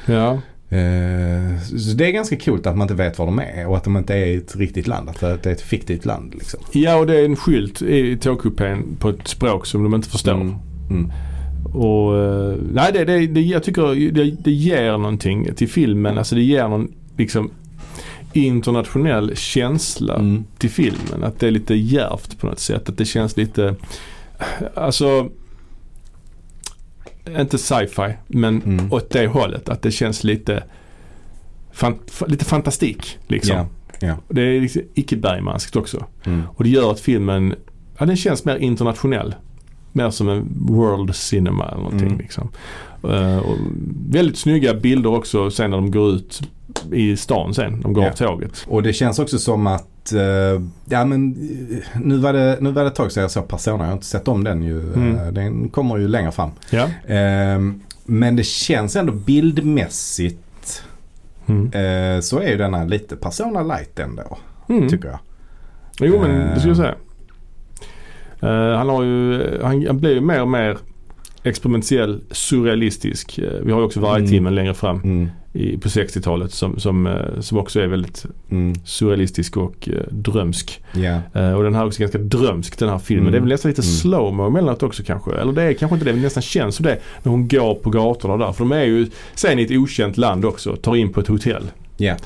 A: ja.
B: Eh, så det är ganska coolt att man inte vet var de är och att de inte är i ett riktigt land. Att det är ett fiktivt land liksom.
A: ja, och det är en skylt i tågkupén på ett språk som de inte förstår.
B: Mm. Mm.
A: Och, eh, nej, det, det, det, jag tycker det, det ger någonting till filmen. Alltså det ger någon liksom internationell känsla
B: Mm.
A: till filmen. Att det är lite djärvt på något sätt. Att det känns lite, alltså, inte sci-fi men
B: Mm.
A: åt det hållet. Att det känns lite, fan, fa- lite fantastik liksom.
B: Ja, ja.
A: Och Det är liksom icke-Bergmanskt också.
B: Mm.
A: Och det gör att filmen, ja den känns mer internationell. Mer som en world cinema eller någonting
B: Mm.
A: liksom. Eh, och väldigt snygga bilder också sen när de går ut i stan sen, de går
B: Ja.
A: av tåget.
B: Och det känns också som att, eh, ja men eh, nu var, det, nu var det ett tag sedan jag såg Persona. Jag har inte sett om den ju.
A: Mm.
B: Eh, Den kommer ju längre fram.
A: Ja.
B: Eh, men det känns ändå bildmässigt
A: Mm.
B: eh, så är ju denna lite Persona light ändå.
A: Mm.
B: Tycker jag.
A: Jo men det skulle jag
B: Eh.
A: säga. Eh, han, har ju, han, han blir ju mer och mer experimentell, surrealistisk. Eh, vi har ju också varje
B: Mm.
A: timmen längre fram
B: Mm.
A: i, på 60-talet som, som, eh, som också är väldigt
B: Mm.
A: surrealistisk och eh, drömsk.
B: Ja.
A: Eh, Och den här är också ganska drömsk den här filmen.
B: Mm.
A: Det är väl nästan lite
B: Mm.
A: slowmo emellanåt också kanske. Eller det är kanske inte det, men det nästan känns som det när hon går på gatorna där. För de är ju sen i ett okänt land också, tar in på ett hotell.
B: Ja.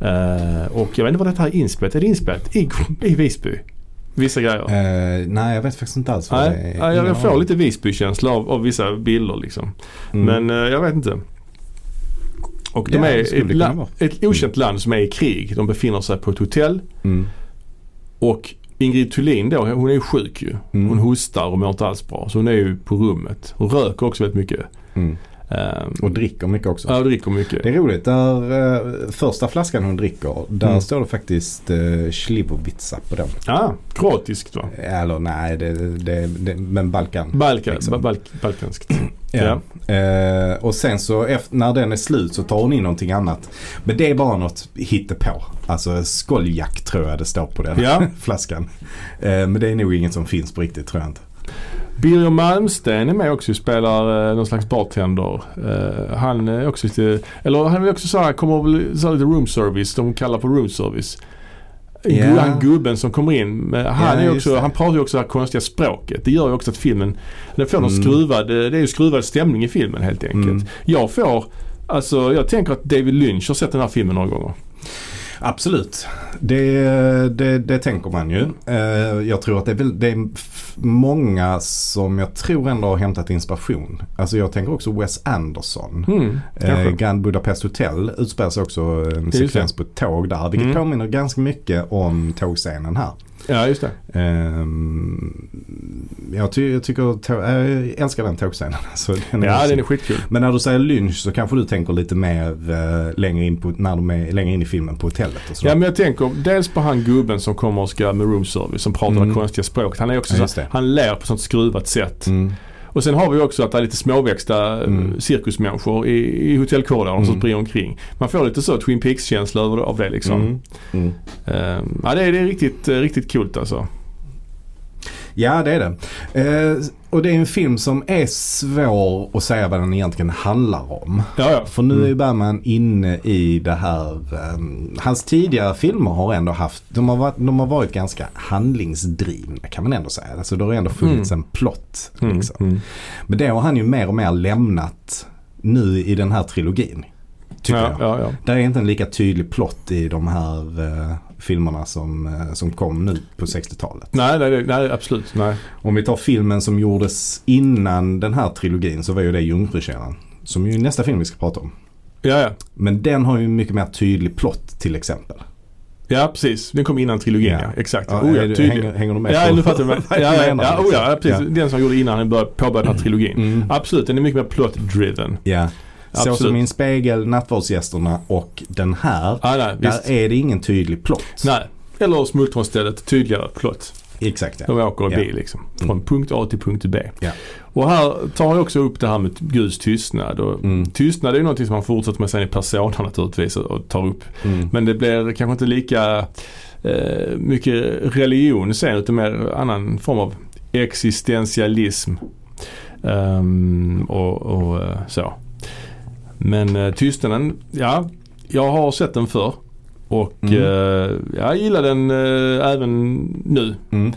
A: Eh, och jag vet inte var det här är inspelat. Är det inspelat i, i Visby? Vissa grejer.
B: Eh, nej jag vet faktiskt inte alls vad det
A: Nej,
B: är.
A: nej, jag,
B: Ingen
A: jag får
B: aning.
A: lite Visby-känsla av, av vissa bilder liksom.
B: Mm.
A: Men eh, jag vet inte. Och de
B: Ja,
A: är
B: det skulle
A: ett,
B: det kunna
A: la-
B: vara.
A: ett okänt land som är i krig. De befinner sig på ett hotell.
B: Mm.
A: Och Ingrid Thulin då, hon är ju sjuk ju.
B: Mm.
A: Hon hostar och mår inte alls bra. Så hon är ju på rummet. Hon röker också väldigt mycket.
B: Mm.
A: Ehm,
B: Och dricker mycket också.
A: Ja, och dricker mycket.
B: Det är roligt. Där, eh, första flaskan hon dricker, där
A: Mm.
B: står det faktiskt eh, Slivovica på den.
A: Ja, kroatiskt va?
B: Eller nej, det, det, det, men Balkan.
A: Balka,
B: Liksom.
A: ba- balk, balkanskt.
B: Ja.
A: ja.
B: Eh, och sen så efter, när den är slut så tar hon in någonting annat. Men det är bara något hittepå. Alltså skoljak tror jag det står på den
A: Ja.
B: flaskan. Eh, men det är nog inget som finns på riktigt tror jag inte.
A: Birger Malmsten är med också och spelar eh, någon slags bartender. Eh, han är också lite, eller han är också så här, kommer väl så här lite room service, de kallar på room service.
B: Ja.
A: Yeah. Han gubben som kommer in, men han,
B: Ja,
A: är
B: just
A: också,
B: det.
A: han pratar ju också det här konstiga språket. Det gör ju också att filmen, den får någon
B: Mm.
A: skruvad, eh, det är ju skruvad stämning i filmen helt enkelt.
B: Mm.
A: Jag får, alltså jag tänker att David Lynch har sett den här filmen några gånger.
B: Absolut, det, det, det tänker man ju. Eh, jag tror att det är, väl, det är f- många som jag tror ändå har hämtat inspiration. Alltså jag tänker också Wes Anderson.
A: Mm, kanske.
B: Eh, Grand Budapest Hotel utspelar sig också eh, en
A: det.
B: sekvens på ett tåg där. Vilket
A: Mm.
B: påminner ganska mycket om tågscenen här.
A: Ja, just det.
B: Ehm, jag, ty- jag, tycker, tå- eh, jag älskar den tågscenen. Alltså, den är
A: Ja,
B: awesome.
A: den är skitkul.
B: Men när du säger lynch så kanske du tänker lite mer eh, längre, in på, när de är, längre in i filmen på hotellet och sådär.
A: Ja men jag tänker dels på han gubben som kommer och ska med room service som pratar
B: Mm.
A: det konstiga språket. Han är också
B: Ja,
A: så
B: just
A: så,
B: det.
A: han ler på sånt skruvat sätt.
B: Mm.
A: Och sen har vi också att det är lite småväxta eh,
B: Mm.
A: cirkusmänniskor i, i hotellkorridoren som
B: Mm.
A: springer omkring. Man får lite så Twin Peaks-känsla över- av det liksom. Ehm,
B: Mm. Mm.
A: Eh, ja det är, det är riktigt, eh, riktigt coolt alltså.
B: Ja det är det. Eh, och det är en film som är svår att säga vad den egentligen handlar om.
A: Ja, ja.
B: För nu är ju Bergman inne i det här. eh, hans tidigare filmer har ändå haft, de har varit, de har varit ganska handlingsdrivna kan man ändå säga. Alltså det har ändå
A: Mm.
B: funnits en plott. Liksom. Men det har han ju mer och mer lämnat nu i den här trilogin. Tycker
A: ja,
B: jag.
A: ja, ja.
B: Där är inte en lika tydlig plott i de här eh, filmerna som, eh, som kom nu på 60-talet.
A: Nej, nej, nej, nej, absolut. Nej.
B: Om vi tar filmen som gjordes innan den här trilogin så var ju det Jungfrukärran. Som ju är nästa film vi ska prata om.
A: Ja, ja.
B: Men den har ju en mycket mer tydlig plott till exempel.
A: Ja precis, den kom innan trilogin ja.
B: Ja.
A: Exakt.
B: Ja,
A: Oh, ja,
B: är du-
A: tydligt.
B: hänger- hänger du med
A: Ja,
B: på-
A: nu fattar jag. Med. Ja,
B: vad jag
A: ja,
B: menar,
A: ja, oh, ja,
B: liksom? Mm.
A: precis. Den som gjorde innan han började påbörjade den här trilogin. Absolut, den är mycket mer plot-driven.
B: Ja. Så
A: Absolut.
B: som Min spegel, Nattvardsgästerna och den här.
A: Ja, nej, visst.
B: där är det ingen tydlig plott.
A: Nej. Eller Smultronstället, tydligare plott.
B: Exakt ja.
A: De åker i
B: Ja. Mm.
A: bil liksom. Från punkt A till punkt B.
B: Ja.
A: Och här tar jag också upp det här med Guds tystnad. Och
B: Mm.
A: Tystnad är ju någonting som man fortsätter med sen i Persona naturligtvis och- och tar upp.
B: Mm.
A: Men det blir kanske inte lika eh, mycket religion sen utan mer annan form av existentialism. Ehm, och, och eh, så. Men eh, Tystnaden, ja. Jag har sett den förr. Och
B: Mm.
A: eh, jag gillar den eh, även nu.
B: Mm.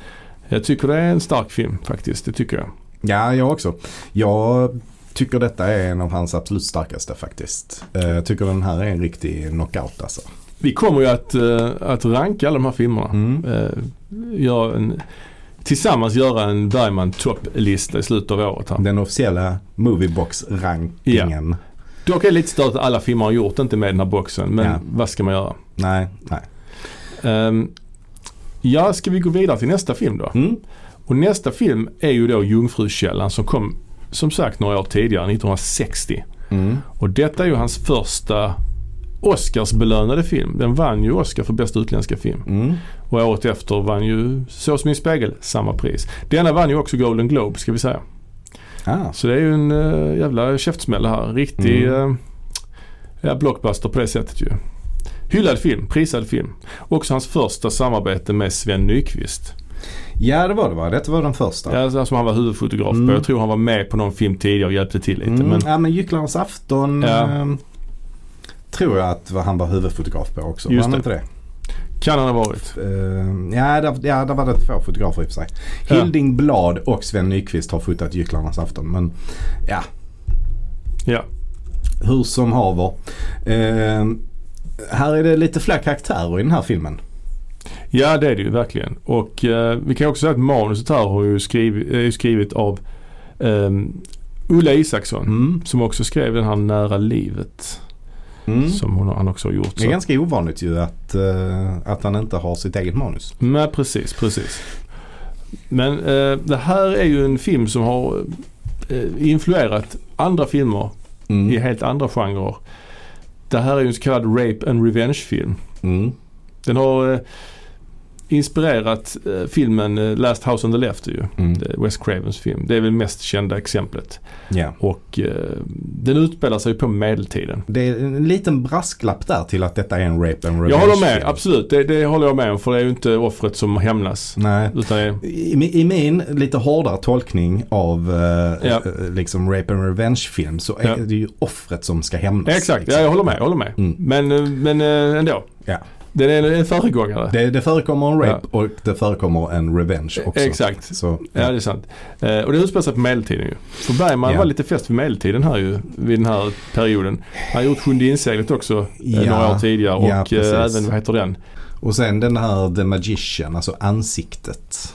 A: Jag tycker det är en stark film faktiskt. Det tycker jag.
B: ja, jag också. Jag tycker detta är en av hans absolut starkaste faktiskt. Eh, Jag tycker den här är en riktig knockout alltså.
A: Vi kommer ju att, eh, att ranka alla de här filmerna.
B: Mm.
A: Eh, gör en, tillsammans göra en Bergman topplista i slutet av året. Här.
B: Den officiella Moviebox-rankingen.
A: Dock är det lite stört att alla filmer har gjort inte med i den här boxen. Men
B: Ja.
A: vad ska man göra?
B: Nej, nej.
A: Ehm, ja, ska vi gå vidare till nästa film då?
B: Mm.
A: Och nästa film är ju då Jungfrukällan som kom som sagt några år tidigare, 1960.
B: Mm.
A: Och detta är ju hans första Oscarsbelönade film. Den vann ju Oscar för bästa utländska film.
B: Mm.
A: Och året efter vann ju Så som i en spegel samma pris. Denna vann ju också Golden Globe ska vi säga.
B: Ah.
A: Så det är ju en eh, jävla käftsmäll här. En Riktig
B: Mm.
A: eh, ja, blockbuster på det sättet ju. Hyllad film, prisad film. Också hans första samarbete med Sven Nykvist.
B: Ja det var det va? Detta var den första.
A: Ja, alltså, som han var huvudfotograf på.
B: Mm.
A: Jag tror han var med på någon film tidigare och hjälpte till lite.
B: mm.
A: Men,
B: Ja men Gycklarnas afton
A: Ja.
B: ehm, tror jag att han var huvudfotograf på också.
A: Just
B: var han
A: det.
B: inte det?
A: kan han ha varit.
B: Ehm, ja, där, ja, där var det två fotografer i och för sig.
A: Ja.
B: Hilding Blad och Sven Nykvist har fotat Gycklarnas afton. Men ja,
A: Ja.
B: hur som haver. Ehm, här är det lite fler karaktärer i den här filmen.
A: Ja det är det ju verkligen. Och eh, vi kan också säga att manuset här har ju skrivit, är ju skrivet av ehm, Ulla Isaksson.
B: Mm.
A: Som också skrev den här Nära livet.
B: Mm.
A: Som hon, han också har gjort.
B: Det är
A: Så.
B: ganska ovanligt ju att, eh, att han inte har sitt eget manus.
A: Men precis, precis. Men eh, det här är ju en film som har eh, influerat andra filmer
B: Mm.
A: i helt andra genrer. Det här är ju en så kallad Rape and Revenge film.
B: Mm.
A: Den har eh, inspirerat eh, filmen eh, Last House on the Left ju.
B: Mm.
A: Det är Wes Cravens film. Det är väl mest kända exemplet.
B: Ja.
A: Och eh, den utspelar sig på medeltiden.
B: Det är en liten brasklapp där till att detta är en rape and revenge
A: Jag håller med,
B: film.
A: absolut. Det, det håller jag med om. För det är ju inte offret som hämnas.
B: Nej.
A: Utan det är,
B: I, mi- I min lite hårdare tolkning av eh,
A: Ja.
B: eh, liksom rape and revenge film så är
A: Ja.
B: det ju offret som ska hämnas.
A: exakt, ja,
B: liksom.
A: jag håller med. Jag håller med.
B: Mm.
A: Men, eh, men eh, ändå.
B: Ja.
A: Den är en föregångare.
B: Det, det förekommer en rape och det förekommer en revenge också.
A: Exakt.
B: Så,
A: Ja, det är sant. Eh, och det utspelar sig på medeltiden ju. För Bergman
B: Ja.
A: var lite fäst vid medeltiden här ju, vid den här perioden. Han har gjort Sjunde inseglet också eh,
B: Ja.
A: några år tidigare
B: Ja,
A: och
B: precis.
A: eh, även, vad heter den?
B: Och sen den här The Magician, alltså ansiktet.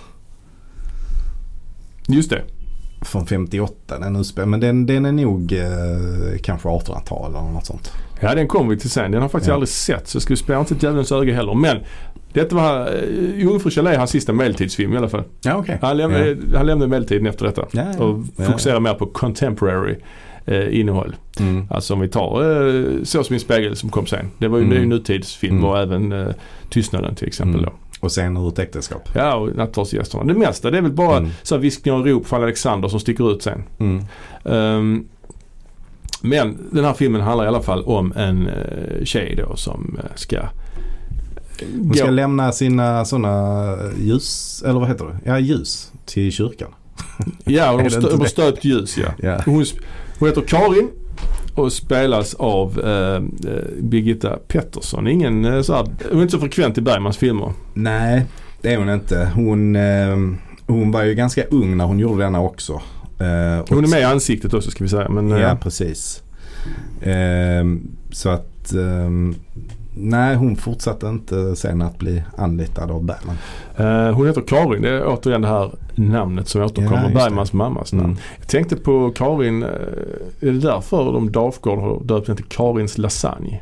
A: Just det.
B: Från 58, den utspelar, men den, den är nog eh, kanske 1800-tal eller något sånt.
A: Ja, den kommer vi till sen. Den har jag faktiskt
B: Ja.
A: aldrig sett så jag skulle spela inte ett djävulens öga heller. Men detta var, eh, Jungfrukälla är hans sista medeltidsfilm i alla fall.
B: Ja, okej.
A: Han lämnade, han lämnade medeltiden efter detta
B: Ja, ja.
A: och
B: Ja.
A: fokuserar mer på contemporary eh, innehåll.
B: Ja. Mm.
A: Alltså om vi tar eh, Så som min spegel som kom sen. Det var ju,
B: Mm.
A: det är ju nutidsfilm
B: Mm.
A: och även eh, Tystnaden till exempel
B: Mm.
A: då.
B: Och sen ur ett äktenskap.
A: Ja, och Nattvardsgästerna. Det mesta det är väl bara
B: Mm.
A: så här viskningar och rop från Alexander som sticker ut sen.
B: Mm.
A: Ehm, men den här filmen handlar i alla fall om en eh, tjej då som eh, ska
B: Hon ska
A: gå-
B: eh, lämna sina sådana ljus, eller vad heter det? Ja, ljus till kyrkan.
A: Ja, och
B: Är
A: de
B: det inte
A: stö- de
B: det?
A: stöpt ljus ja.
B: Ja.
A: Hon, sp- hon heter Karin och spelas av eh, eh, Birgitta Pettersson. Ingen eh, så här, hon är inte så frekvent i Bergmans filmer.
B: Nej, det är hon inte. Hon, eh, hon var ju ganska ung när hon gjorde denna också. Eh, och-
A: Hon är med i ansiktet också ska vi säga. Men, eh,
B: Ja, precis. Ehm, så att ehm, nej, hon fortsatte inte sen att bli anlitad av Bergman.
A: eh, hon heter Karin. Det är återigen det här namnet som
B: Ja,
A: återkommer.
B: just det.
A: Bergmans mammas namn.
B: Mm.
A: Jag tänkte på Karin. eh, Är det därför de Dafgård har döpt henne till Karins lasagne?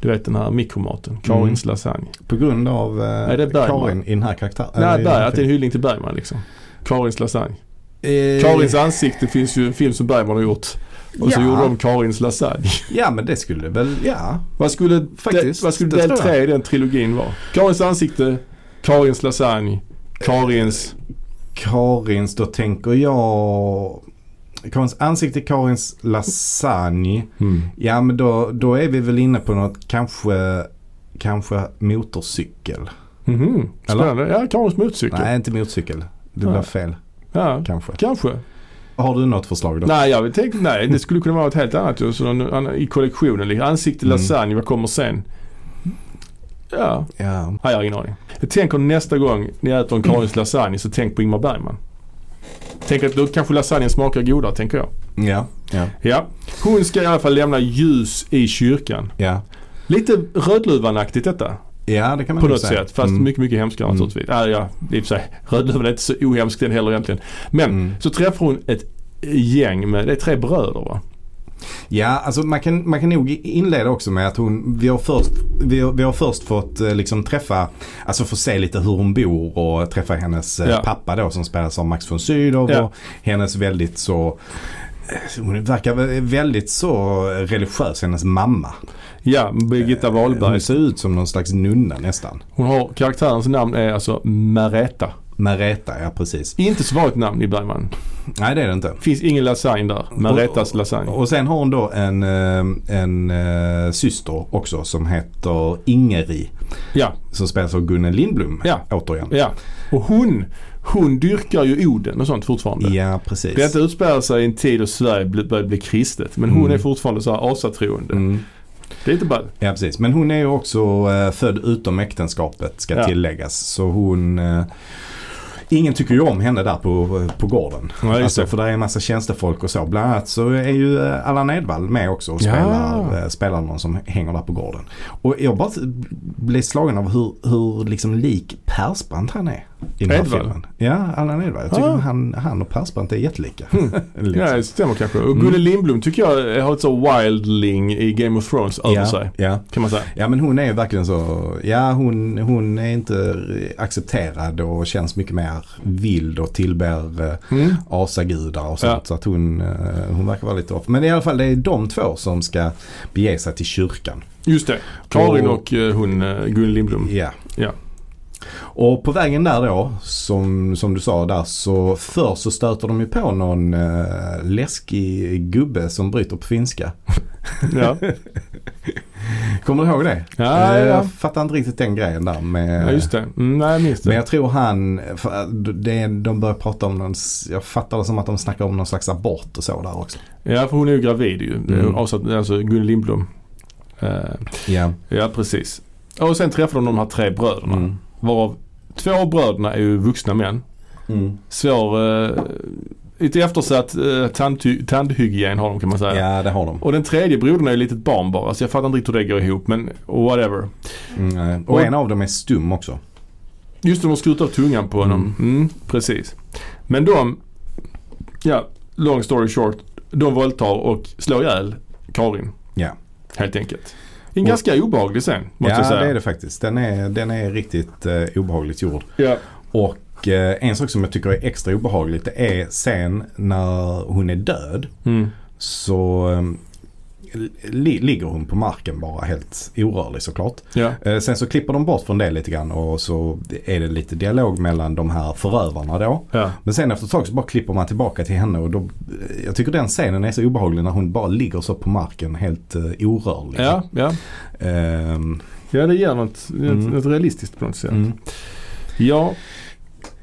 A: Du vet den här mikromaten.
B: Mm.
A: Karins lasagne.
B: På grund av eh,
A: Nej, det är Bergman.
B: Karin i den här karaktären.
A: Nej, Berg, att det är en hyllning till Bergman liksom. Karins lasagne.
B: Eh,
A: Karins ansikte finns ju en film som Bergman har gjort. Och så
B: Ja.
A: gjorde de Karins lasagne.
B: Ja, men det skulle väl, ja.
A: Vad skulle,
B: Faktiskt,
A: de, vad skulle
B: det
A: del
B: tror jag.
A: tre i den trilogin vara? Karins ansikte, Karins lasagne, Karins...
B: Karins, då tänker jag Karins ansikte, Karins lasagne. Ja, men då, då är vi väl inne på något, kanske, kanske motorcykel.
A: Mhm.
B: Eller?
A: Spännande. Ja, Karins motorcykel.
B: Nej, inte motorcykel. Det
A: Nej.
B: blir fel,
A: Ja,
B: kanske.
A: kanske.
B: Har du något förslag då?
A: Nej, jag tänkte nej. Det skulle kunna vara ett helt annat. ju, Så någon, annan, I kollektionen. liksom. Ansikte,
B: Mm.
A: lasagne, vad kommer sen? Ja,
B: Ja.
A: nej, jag har ingen aning. Jag tänker nästa gång ni äter en Karins lasagne så tänk på Ingmar Bergman. Tänk att då kanske lasagnen smakar godare, tänker jag.
B: Ja. Ja.
A: Ja. Hon ska i alla fall lämna ljus i kyrkan.
B: Ja.
A: Lite Rödluvan-aktigt detta.
B: Ja, det kan man
A: På
B: nog
A: något
B: säga.
A: sätt. Fast mycket, mycket hemskare naturligtvis. Äh, ja, i och för sig. Rödluvan är inte så ohemsk den heller egentligen. Men
B: Mm.
A: så träffar hon ett gäng med, det är tre bröder va?
B: Ja, alltså man kan, man kan nog inleda också med att hon, vi har först, vi har, vi har först fått eh, liksom träffa, alltså få se lite hur hon bor och träffa hennes eh,
A: Ja.
B: pappa då som spelas av Max von Sydow
A: Ja.
B: och hennes väldigt så, eh, hon verkar vä- väldigt så religiös, hennes mamma.
A: Ja, Birgitta Wahlberg.
B: Hon ser ut som någon slags nunna nästan.
A: Eh, Hon har, karaktärens namn är alltså Mareta.
B: Mareta, ja precis.
A: Inte så vanligt namn i Bergman.
B: Nej det är det inte.
A: Finns ingen lasagne där. Maretas lasagne.
B: Och sen har hon då en, eh, en eh, syster också som heter Ingeri.
A: Ja,
B: Som spelas av Gunnel Lindblom
A: Ja.
B: återigen.
A: ja. Och hon, hon dyrkar ju Oden och sånt fortfarande.
B: Ja, precis.
A: Detta utspelar sig i en tid då Sverige bli- börjar bli kristet. Men hon
B: Mm.
A: är fortfarande så här asatroende.
B: Mm.
A: Det är inte bara...
B: Ja, precis. Men hon är ju också eh, född utom äktenskapet ska
A: Ja.
B: tilläggas. Så hon... Eh, ingen tycker ju om henne där på, på gården.
A: Ja, just
B: alltså,
A: det.
B: för där är en massa tjänstefolk och så. Bland annat så är ju eh, Allan Edwall med också och
A: Ja.
B: spelar, eh, spelar någon som hänger där på gården. Och jag bara blev slagen av hur, hur liksom lik Persbrandt han är. I den här
A: Edwall?
B: filmen. Ja, Allan Edwall. Jag tycker
A: Ah. Hmm.
B: han, han och Persbrandt är jättelika. Liksom.
A: Ja, det stämmer kanske. Och Gunnel Lindblom tycker jag har ett så wildling i Game of Thrones över sig.
B: ja.
A: Kan man säga.
B: Ja men hon är ju verkligen så, ja hon, hon är inte accepterad och känns mycket mer vild och tillber eh, asagudar och sånt.
A: Mm. Ja.
B: Så att hon, eh, hon verkar vara lite off. Men i alla fall det är de två som ska bege sig till kyrkan.
A: Just det. Karin
B: Och-
A: och eh, hon eh, Gunnel Lindblom.
B: Ja.
A: Ja.
B: Och på vägen där då, som, som du sa där, så först så stöter de ju på någon eh, läskig gubbe som bryter på finska.
A: Ja.
B: Kommer du ihåg det?
A: Ja,
B: Eh,
A: ja.
B: Jag fattar inte riktigt den grejen där med...
A: ja, just det. Mm, nej, jag minns
B: Men
A: det.
B: jag tror han, för äh, det, är- de börjar prata om någon, jag fattar det som att de snackar om någon slags abort och så där också.
A: Ja, för hon är ju gravid ju.
B: Mm.
A: Avsatt, alltså Gunnel Lindblom. Eh,
B: Ja.
A: ja, precis. Och sen träffar de de här tre bröderna.
B: Mm.
A: Varav två av bröderna är ju vuxna män.
B: Mm.
A: Svår... Eh, lite eftersatt eh, tandhy- tandhygien har de kan man säga.
B: Ja, det har de.
A: Och den tredje brodern är ju ett litet barn bara. Så jag fattar inte riktigt hur det går ihop. Men whatever.
B: Mm, eh, och en av dem är stum också.
A: Just det, de skrutar tungan på honom. Mm. precis. Men de, ja, long story short. De våldtar och slår ihjäl Karin.
B: Ja,
A: Helt enkelt. En
B: Och-
A: ganska obehaglig scen, måste jag
B: ja
A: säga.
B: det är det faktiskt. Den är, den är riktigt eh, obehagligt gjord.
A: Ja.
B: Och eh, en sak som jag tycker är extra obehagligt det är sen när hon är död
A: Mm.
B: så eh, li- ligger hon på marken bara helt orörlig såklart.
A: ja.
B: Eh, Sen så klipper de bort från det lite grann och så är det lite dialog mellan de här förövarna då.
A: Ja.
B: Men sen efter ett tag så bara klipper man tillbaka till henne och då, eh, jag tycker den scenen är så obehaglig när hon bara ligger så på marken helt eh, orörlig.
A: Ja, ja.
B: Ehm,
A: ja, det ger något, något,
B: Mm.
A: något realistiskt på något sätt.
B: mm.
A: Ja,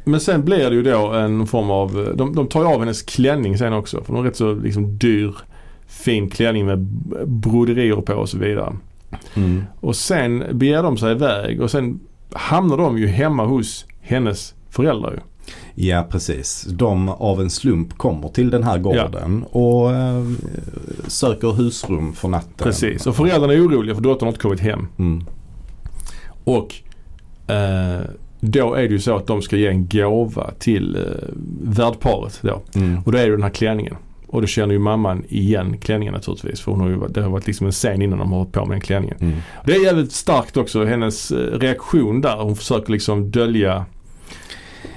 A: Men sen blir det ju då en form av, de, de tar ju av hennes klänning sen också. För de har rätt så liksom dyr, fin klänning med broderier på och så vidare.
B: Mm.
A: Och sen beger de sig iväg och sen hamnar de ju hemma hos hennes föräldrar ju.
B: Ja precis. De av en slump kommer till den här gården och eh, söker husrum för natten.
A: Precis. Och föräldrarna är oroliga för dottern har inte kommit hem.
B: Mm.
A: Och eh, då är det ju så att de ska ge en gåva till eh, värdparet då.
B: Mm.
A: Och då är det ju den här klänningen. Och då känner ju mamman igen klänningen naturligtvis. För hon har ju, varit- det har varit liksom en scen innan de har hållit på med den klänningen.
B: Mm.
A: Det är jävligt starkt också hennes eh, reaktion där. Hon försöker liksom dölja.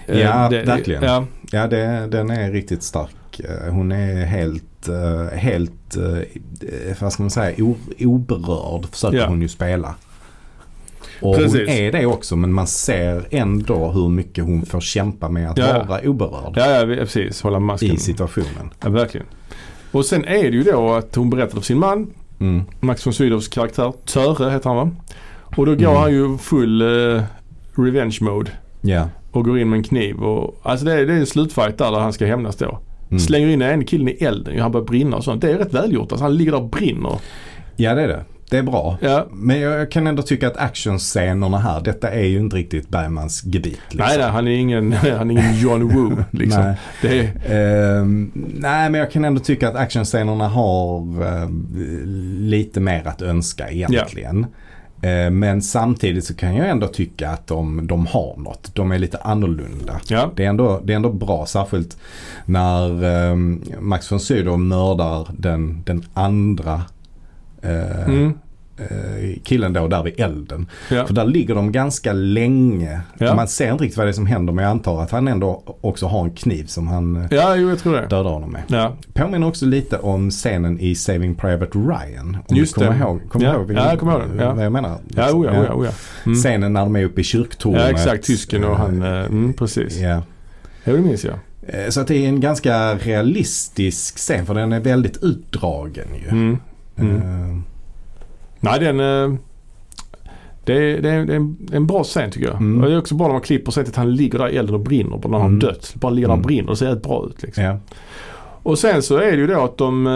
A: eh,
B: Ja, verkligen.
A: Ja,
B: Ja, det, den är riktigt stark. Eh, Hon är helt, eh, helt eh, vad ska man säga, o, oberörd försöker
A: Ja.
B: hon ju spela. Och
A: Precis.
B: hon är det också men man ser ändå hur mycket hon får kämpa med att
A: Ja.
B: vara oberörd
A: ja, ja, vi- ja, precis. Hålla masken.
B: i situationen.
A: Ja, verkligen. Och sen är det ju då att hon berättar för sin man
B: Mm.
A: Max von Sydows karaktär. Töre heter han va? Och då går
B: Mm.
A: han ju full eh, revenge mode
B: Ja.
A: och går in med en kniv. Och, alltså det är, det är en slutfight där, där han ska hämnas då.
B: Mm.
A: Slänger in en killen i elden, han börjar brinna och sånt. Det är rätt välgjort. Alltså han ligger där och brinner.
B: ja, det är det. Det är bra.
A: Ja.
B: Men jag, jag kan ändå tycka att actionscenerna här, detta är ju inte riktigt Bergmans gebit. liksom.
A: Nej, nej, han är ingen, han är ingen John Woo liksom.
B: Nej.
A: Det är,
B: Ehm, nej men jag kan ändå tycka att actionscenerna har eh, lite mer att önska egentligen. Eh, men samtidigt så kan jag ändå tycka att de, de har något. De är lite annorlunda.
A: ja.
B: Det är, ändå, det är ändå bra, särskilt när ehm, Max von Sydow mördar den, den andra eh,
A: Mm,
B: eh, killen då där vid elden.
A: ja.
B: För där ligger de ganska länge.
A: Ja.
B: Man ser inte riktigt vad det är som händer men jag antar att han ändå också har en kniv som han eh,
A: ja, jo jag tror det.
B: dödar honom med.
A: Ja,
B: Påminner också lite om scenen i Saving Private Ryan. Om
A: Just
B: du kommer
A: det.
B: ihåg, kommer
A: Ja.
B: du ihåg
A: Ja, jag kommer ihåg den. Ja.
B: vad jag menar.
A: ja, oja, oja, oja. Mm.
B: Scenen när de är uppe i kyrktornet.
A: Ja, exakt. Tysken och han.
B: Eh,
A: eh, Mm, precis.
B: Ja.
A: Jo, det minns jag.
B: Eh, Så att det är en ganska realistisk scen för den är väldigt utdragen ju.
A: Mm. Mm.
B: Eh,
A: Nej, den... eh, Det är, det, är, det är en- en bra scen tycker jag.
B: Mm.
A: Och det är också bra när man klipper och ser att han ligger där i elden och brinner. Bara när han
B: Mm.
A: dött. Bara ligger där och
B: Mm.
A: brinner. Det ser helt bra ut. Liksom.
B: Eh, Ja.
A: Och sen så är det ju då att de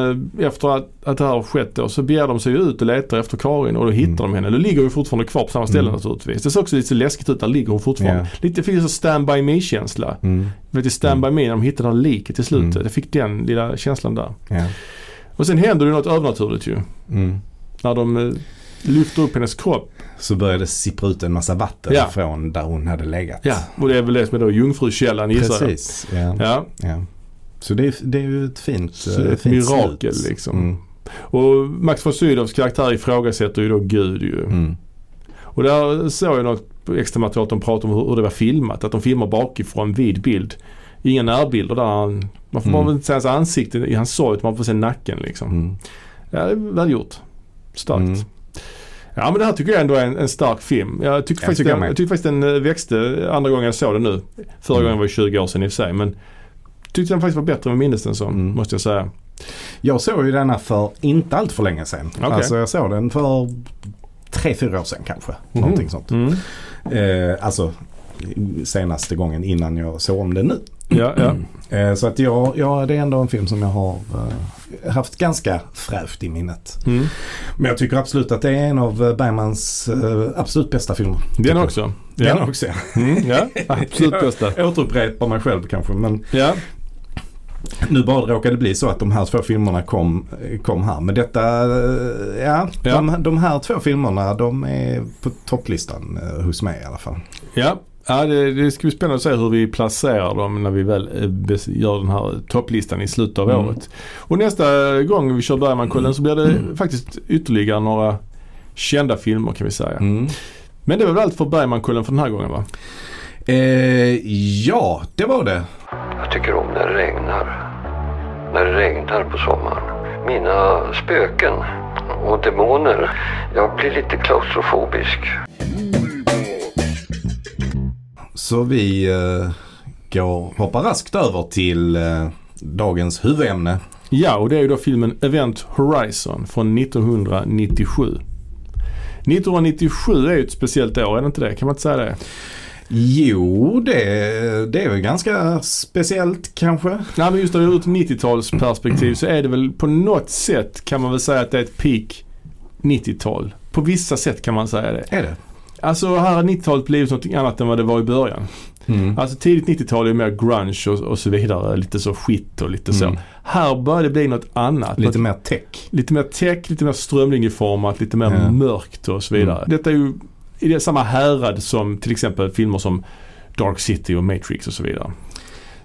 A: eh, efter att, att det här har skett då, så begär de sig ut och letar efter Karin och då hittar de henne. Då ligger hon fortfarande kvar på samma ställe
B: Mm.
A: naturligtvis. Det ser också lite så läskigt ut. Där ligger hon fortfarande.
B: Ja.
A: Lite finns en stand by me känsla.
B: Mm.
A: Du vet i stand by me när de hittade det här liket i slutet.
B: Mm.
A: Jag fick den lilla känslan där.
B: Ja.
A: Och sen händer det något övernaturligt ju.
B: Mm.
A: När de eh, lyfter upp hennes kropp
B: Så började det sippra ut en massa vatten
A: Ja.
B: från där hon hade legat.
A: Ja, och det är väl det som är då jungfrukällan gissar jag.
B: Precis. Ja.
A: Ja,
B: Ja. Så det är, det är ju ett fint,
A: så det
B: eh,
A: är ett
B: fint
A: mirakel
B: slut. Mm,
A: liksom. Och Max von Sydows karaktär ifrågasätter ju då Gud ju.
B: Mm. Mm.
A: Och där såg jag något på extra material att de pratade om hur, hur det var filmat. Att de filmar bakifrån vid bild. Inga närbilder där han, man får
B: Mm.
A: bara inte se hans ansikte i hans sorg utan man får se nacken liksom.
B: Mm.
A: Ja, det är väl gjort. Starkt.
B: Mm.
A: Ja men det här tycker jag ändå är en, en stark film. Jag tycker,
B: Jag
A: faktiskt,
B: tycker jag
A: den,
B: med.
A: jag tycker faktiskt den eh, växte andra gången jag såg den nu. Förra
B: Mm.
A: gången var det 20 år sedan i och för sig men tyckte den faktiskt var bättre än vad jag minns den som
B: Mm.
A: måste jag säga.
B: Jag såg ju denna för inte allt för länge sedan.
A: Okej.
B: Alltså jag såg den för tre, fyra år sedan kanske. Någonting sånt.
A: Mm.
B: Eh, alltså senaste gången innan jag såg om den nu.
A: Ja, ja.
B: Eh, så att jag, ja, det är ändå en film som jag har eh, haft ganska fräscht i minnet.
A: Mm.
B: Men jag tycker absolut att det är en av eh, Bergmans eh, absolut bästa filmer.
A: Den också.
B: Den
A: ja.
B: också.
A: Mm. ja, absolut bästa.
B: Jag återupprepar mig själv kanske men
A: Ja.
B: Nu bara det råkade bli så att de här två filmerna kom, kom här. Men detta, eh, ja,
A: Ja.
B: De, de här två filmerna de är på topplistan eh, hos mig i alla fall.
A: Ja, ja det, det ska bli spännande att se hur vi placerar dem när vi väl eh, bes- gör den här topplistan i slutet av
B: Mm.
A: året. Och nästa gång vi kör Bergmankollen så blir det faktiskt ytterligare några kända filmer kan vi säga. Men det var väl allt för Bergmankollen för den här gången va?
B: Eh, ja, det var det.
C: Jag tycker om när det regnar. När det regnar på sommaren. Mina spöken och demoner. Jag blir lite klaustrofobisk.
B: Så vi eh, går, hoppar raskt över till eh, dagens huvudämne.
A: Ja, och det är ju då filmen Event Horizon från 1997. 1997 är ju ett speciellt år, är det inte det? Kan man inte säga det?
B: Jo, det, det är väl ganska speciellt kanske.
A: Nej men just när det är ur ett 90-talsperspektiv så är det väl på något sätt kan man väl säga att det är ett peak 90-tal. På vissa sätt kan man säga det.
B: Är det?
A: Alltså här har 90-talet blivit något annat än vad det var i början.
B: Mm.
A: Alltså tidigt 90-tal är ju mer grunge och, och så vidare. Lite så skit och lite
B: Mm.
A: så. Här börjar det bli något annat.
B: Lite
A: Lite,
B: mer tech.
A: lite mer tech, lite mer strömlinjeformat, lite mer
B: Ja.
A: mörkt och så vidare.
B: Mm.
A: Detta är ju i det samma härad som till exempel filmer som Dark City och Matrix och så vidare.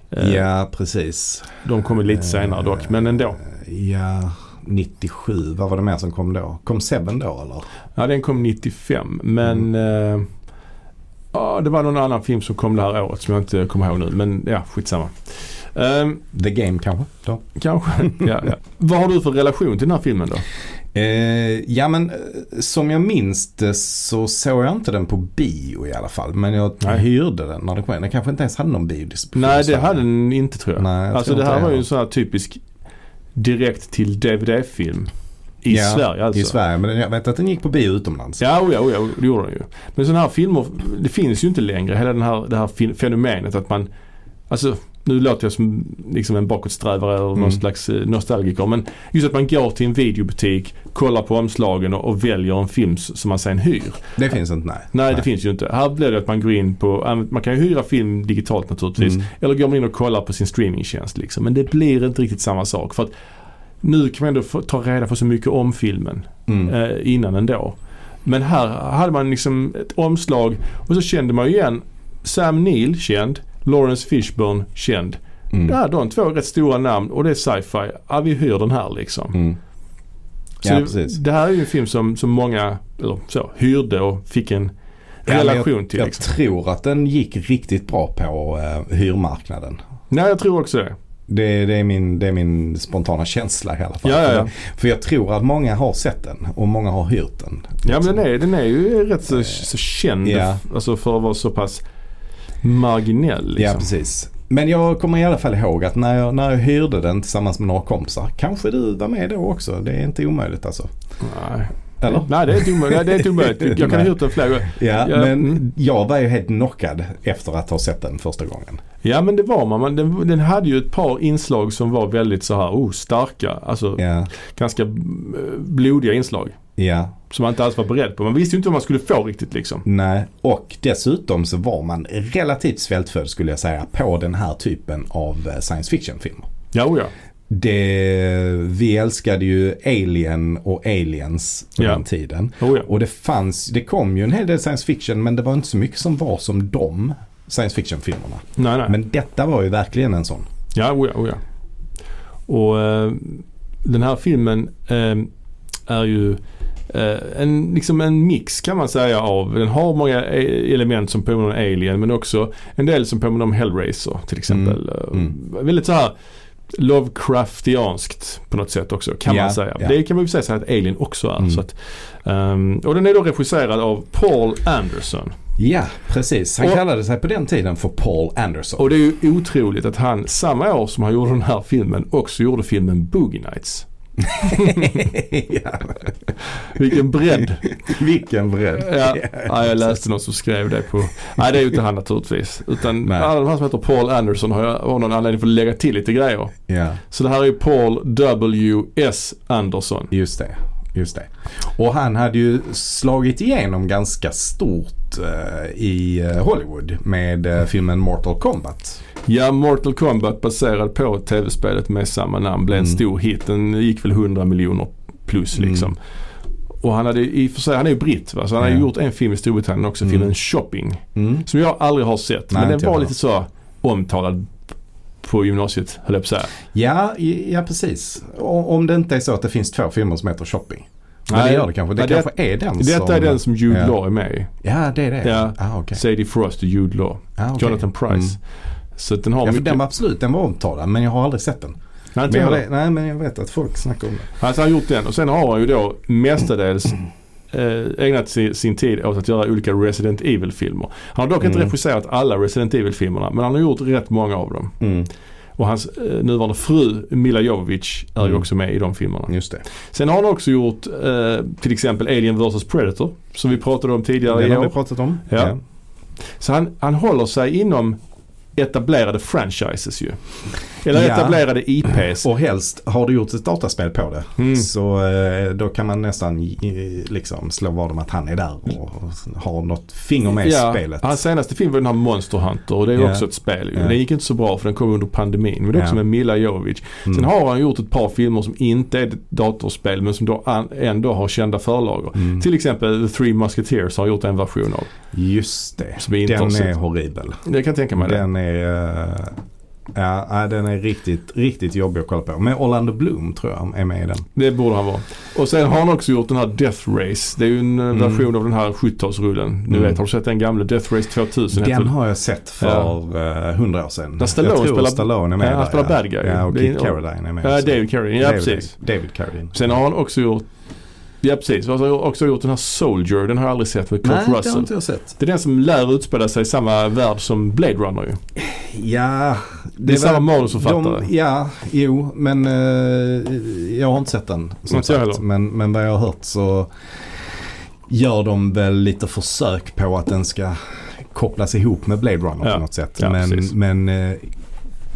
A: Eh,
B: Ja, Eh, precis.
A: De kommer lite senare dock, men ändå.
B: Ja, 97. Vad var det mer som kom då? Kom Seven då eller?
A: Ja, den kom 95 men eh,
B: Mm.
A: ja, det var någon annan film som kom det här året som jag inte kommer ihåg nu. Men ja, skitsamma. Ehm,
B: The Game kanske? Då.
A: Kanske. Ja, ja. Vad har du för relation till den här filmen då?
B: Eh, ja men eh, som jag minns det så såg jag inte den på bio i alla fall. Men jag
A: Nej.
B: hyrde den när den kom. Den kanske inte ens hade någon biodistribution.
A: Nej,
B: i
A: det
B: Sverige.
A: hade den inte tror jag.
B: Nej, jag
A: alltså
B: tror
A: det
B: inte
A: här var ju
B: heller.
A: en sån här typisk direkt till DVD-film. I
B: Ja,
A: Sverige alltså.
B: I Sverige, men jag vet att den gick på bio utomlands.
A: Ja, oh ja, oh ja, det gjorde den ju. Men sådana här filmer, det finns ju inte längre. Hela den här, det här fin- fenomenet att man, alltså nu låter jag som liksom en bakåtsträvare eller
B: Mm.
A: någon slags eh, nostalgiker. Men just att man går till en videobutik, kollar på omslagen och, och väljer en film s- som man sen hyr.
B: Det finns inte, nej.
A: Nej, det finns ju inte. Här blir det att man går in på, äh, man kan ju hyra film digitalt naturligtvis.
B: Mm.
A: Eller går man in och kollar på sin streamingtjänst liksom. Men det blir inte riktigt samma sak. För att nu kan man ändå få, ta reda på så mycket om filmen
B: Mm.
A: eh, innan ändå. Men här hade man liksom ett omslag och så kände man ju igen Sam Neill känd, Lawrence Fishburne känd.
B: Mm.
A: Ja, de två är rätt stora namn och det är sci-fi. Ja, vi hyr den här liksom.
B: Mm.
A: Så
B: Ja,
A: det,
B: precis.
A: det här är ju en film som, som många eller så, hyrde och fick en
B: Ja, men
A: relation till.
B: Jag
A: liksom.
B: tror att den gick riktigt bra på eh, hyrmarknaden.
A: Nej, jag tror också det.
B: Det, det, är min, det är min spontana känsla i alla fall.
A: Ja, ja, ja.
B: För, jag, för jag tror att många har sett den och många har hyrt den. liksom.
A: Ja, men den är, den är ju rätt så, så känd
B: Ja.
A: alltså för att vara så pass marginell.
B: Ja,
A: Liksom.
B: precis. Men jag kommer i alla fall ihåg att när jag, när jag hyrde den tillsammans med några kompisar, kanske du var med då också. Det är inte omöjligt alltså.
A: Nej.
B: Eller?
A: Nej, det är dumt. Nej, det är dumt. Jag kan ha
B: Nej.
A: hyrt den flera gånger.
B: Ja,
A: Ja, mm.
B: men jag var ju helt knockad efter att ha sett den första gången.
A: Ja, men det var man. man den, den hade ju ett par inslag som var väldigt så här oh, starka. Alltså
B: Ja,
A: ganska eh, blodiga inslag.
B: ja,
A: Som man inte alls var beredd på. Man visste ju inte vad man skulle få riktigt liksom.
B: nej. Och dessutom så var man relativt svältfödd skulle jag säga på den här typen av eh, science fiction-filmer.
A: Ja, oh ja.
B: Det, vi älskade ju Alien och Aliens på
A: Ja.
B: den tiden.
A: Oh, ja.
B: Och det fanns, det kom ju en hel del science fiction men det var inte så mycket som var som de science fiction-filmerna.
A: Nej, nej.
B: Men detta var ju verkligen en sån.
A: Ja, oja, oja. Och eh, den här filmen eh, är ju eh, en, liksom en mix kan man säga av, den har många e- element som påminner om Alien men också en del som påminner om Hellraiser till exempel.
B: mm.
A: Eh, Väldigt så här Lovecraftianskt på något sätt också kan
B: Ja,
A: man säga.
B: ja.
A: Det kan man ju säga så här att Alien också är.
B: Mm.
A: Så att, ehm, och den är då regisserad av Paul Anderson.
B: Ja, precis. Han
A: Och-
B: kallade sig på den tiden för Paul Anderson.
A: Och det är ju otroligt att han samma år som han gjorde den här filmen också gjorde filmen Boogie Nights.
B: ja,
A: Vilken bredd.
B: vilken bredd.
A: Ja, ja, jag läste någon som skrev det på... Nej, det är ju inte han naturligtvis. Utan
B: Nej.
A: alla de här som heter Paul Anderson har jag har någon anledning för att lägga till lite grejer.
B: Ja,
A: Så det här är ju Paul W.S. Anderson.
B: just det. Just det. Och han hade ju slagit igenom ganska stort eh, i eh, Hollywood med eh, filmen Mortal Kombat.
A: Ja, Mortal Kombat baserad på tv-spelet med samma namn blev en
B: Mm.
A: stor hit. Den gick väl 100 miljoner plus
B: Mm.
A: liksom. Och han hade i och för sig, han är ju britt va, så han har
B: Ja.
A: ju gjort en film i Storbritannien också,
B: Mm.
A: filmen Shopping.
B: Mm.
A: Som jag aldrig har sett,
B: Nej,
A: men
B: inte
A: den
B: jag
A: var
B: heller.
A: lite så omtalad på gymnasiet, höll jag på att säga.
B: Ja, i- ja, precis. O- Om det inte är så att det finns två filmer som heter Shopping. Men det gör det kanske. Det
A: Nej,
B: kanske är den som...
A: Detta är den som Jude
B: Ja.
A: Law är med i.
B: Ja, det är det.
A: Ja.
B: Ah, okej.
A: Sadie Frost och Jude Law.
B: Ah, okej.
A: Jonathan Price. Så att den har
B: Ja, för
A: mycket...
B: den var absolut, den var omtalad men jag har aldrig sett den.
A: Nej, inte
B: Men jag,
A: jag
B: vet- nej, men jag vet att folk snackar om den.
A: Alltså han har gjort den och sen har han ju då mestadels eh, ägnat sin, sin tid åt att göra olika Resident Evil-filmer. Han har dock inte
B: Mm.
A: regisserat alla Resident Evil-filmerna men han har gjort rätt många av dem.
B: Mm.
A: Och hans eh, nuvarande fru Mila Jovovich är ju
B: Mm.
A: också med i de filmerna.
B: Just det.
A: Sen har han också gjort eh, till exempel Alien vs Predator som vi pratade om tidigare
B: Den
A: i
B: har vi
A: år.
B: pratat om.
A: Ja. Så han, han håller sig inom etablerade franchises ju. Eller
B: Ja.
A: etablerade IPs.
B: Och helst har du gjort ett dataspel på det.
A: Mm.
B: Så eh, då kan man nästan eh, liksom slå vad om att han är där och och har något finger med i spelet.
A: Hans senaste film var den här Monster Hunter och det är
B: Ja.
A: också ett spel. ju.
B: Ja.
A: Den gick inte så bra för den kom under pandemin. Men det är också
B: Ja.
A: med Mila Jovovich. Sen
B: Mm.
A: har han gjort ett par filmer som inte är datorspel men som då an- ändå har kända förlagor.
B: Mm.
A: Till exempel The Three Musketeers har gjort en version av.
B: Just det.
A: Som är
B: den
A: intressant.
B: är horribel.
A: Jag kan tänka mig det.
B: Den är, eh, ja, nej, den är riktigt, riktigt jobbig att kolla på. Men Orlando Bloom tror jag är med i den.
A: Det borde han vara. Och sen har han också gjort den här Death Race. Det är ju en eh, version av den här 70-talsrullen. Nu
B: Mm.
A: vet, har du sett den gamla Death Race 2000? heter
B: Den
A: den?
B: har jag sett för eh, hundra år sedan.
A: Där Stallone
B: jag tror
A: spelar-
B: Stallone är med
A: Ja, han
B: där,
A: spelar bad guy.
B: Ja, och
A: Det är-
B: Kid Carradine är med.
A: Ja,
B: också.
A: David Carradine. Ja,
B: David-
A: precis.
B: David Carradine.
A: Sen har han också gjort Ja precis. Och så har han också gjort den här Soldier. Den har jag aldrig sett med Kurt
B: Nej, det har
A: Russell.
B: inte jag sett.
A: Det är den som lär utspela sig i samma värld som Blade Runner ju. Det,
B: Ja, det,
A: är samma
B: de,
A: manusförfattare.
B: Ja, jo, men eh, jag har inte sett den.
A: Inte
B: Som
A: jag
B: sagt.
A: heller.
B: Men, men vad jag har hört så gör de väl lite försök på att den ska kopplas ihop med Blade Runner
A: Ja,
B: på något sätt.
A: ja,
B: men
A: precis.
B: men eh,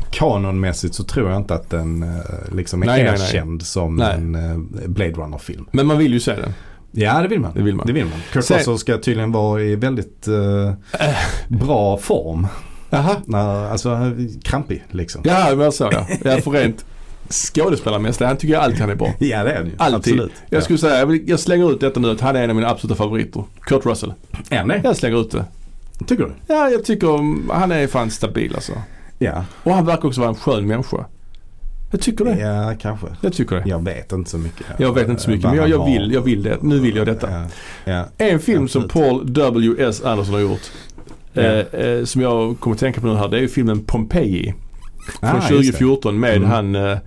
B: kanonmässigt så tror jag inte att den eh, liksom är
A: Nej, nej, nej.
B: erkänd som
A: Nej.
B: en eh, Blade Runner-film.
A: Men man vill ju se den.
B: Ja, det vill man.
A: Det vill man.
B: Det vill man. Kurt
A: Sen-
B: Russell ska tydligen vara i väldigt eh, bra form.
A: Jaha.
B: När, alltså krampig liksom.
A: Ja, men så ja. Jag får rent skådespelarmässigt. Han tycker jag alltid han är bra.
B: Ja det är det ju.
A: Alltid.
B: Absolut.
A: Jag skulle säga, jag, vill, jag slänger ut detta nu att han är en av mina absoluta favoriter. Kurt Russell.
B: ja. Än det?
A: Jag slänger ut det.
B: Tycker du?
A: Ja, jag tycker mm, han är fan stabil alltså.
B: Ja.
A: Och han verkar också vara en skön människa. Jag tycker det.
B: Ja kanske.
A: Jag tycker det.
B: Jag vet inte så mycket.
A: Jag vet inte så mycket
B: Vad
A: men jag,
B: han
A: jag,
B: har.
A: vill, jag vill det. Nu vill jag detta.
B: Ja. ja.
A: En film som
B: Absolut.
A: Paul W.S. Anderson har gjort.
B: Ja.
A: Eh, eh, som jag kommer att tänka på nu här. Det är ju filmen Pompeji. Från
B: Ah, just det.
A: 2014 med
B: Mm.
A: han eh,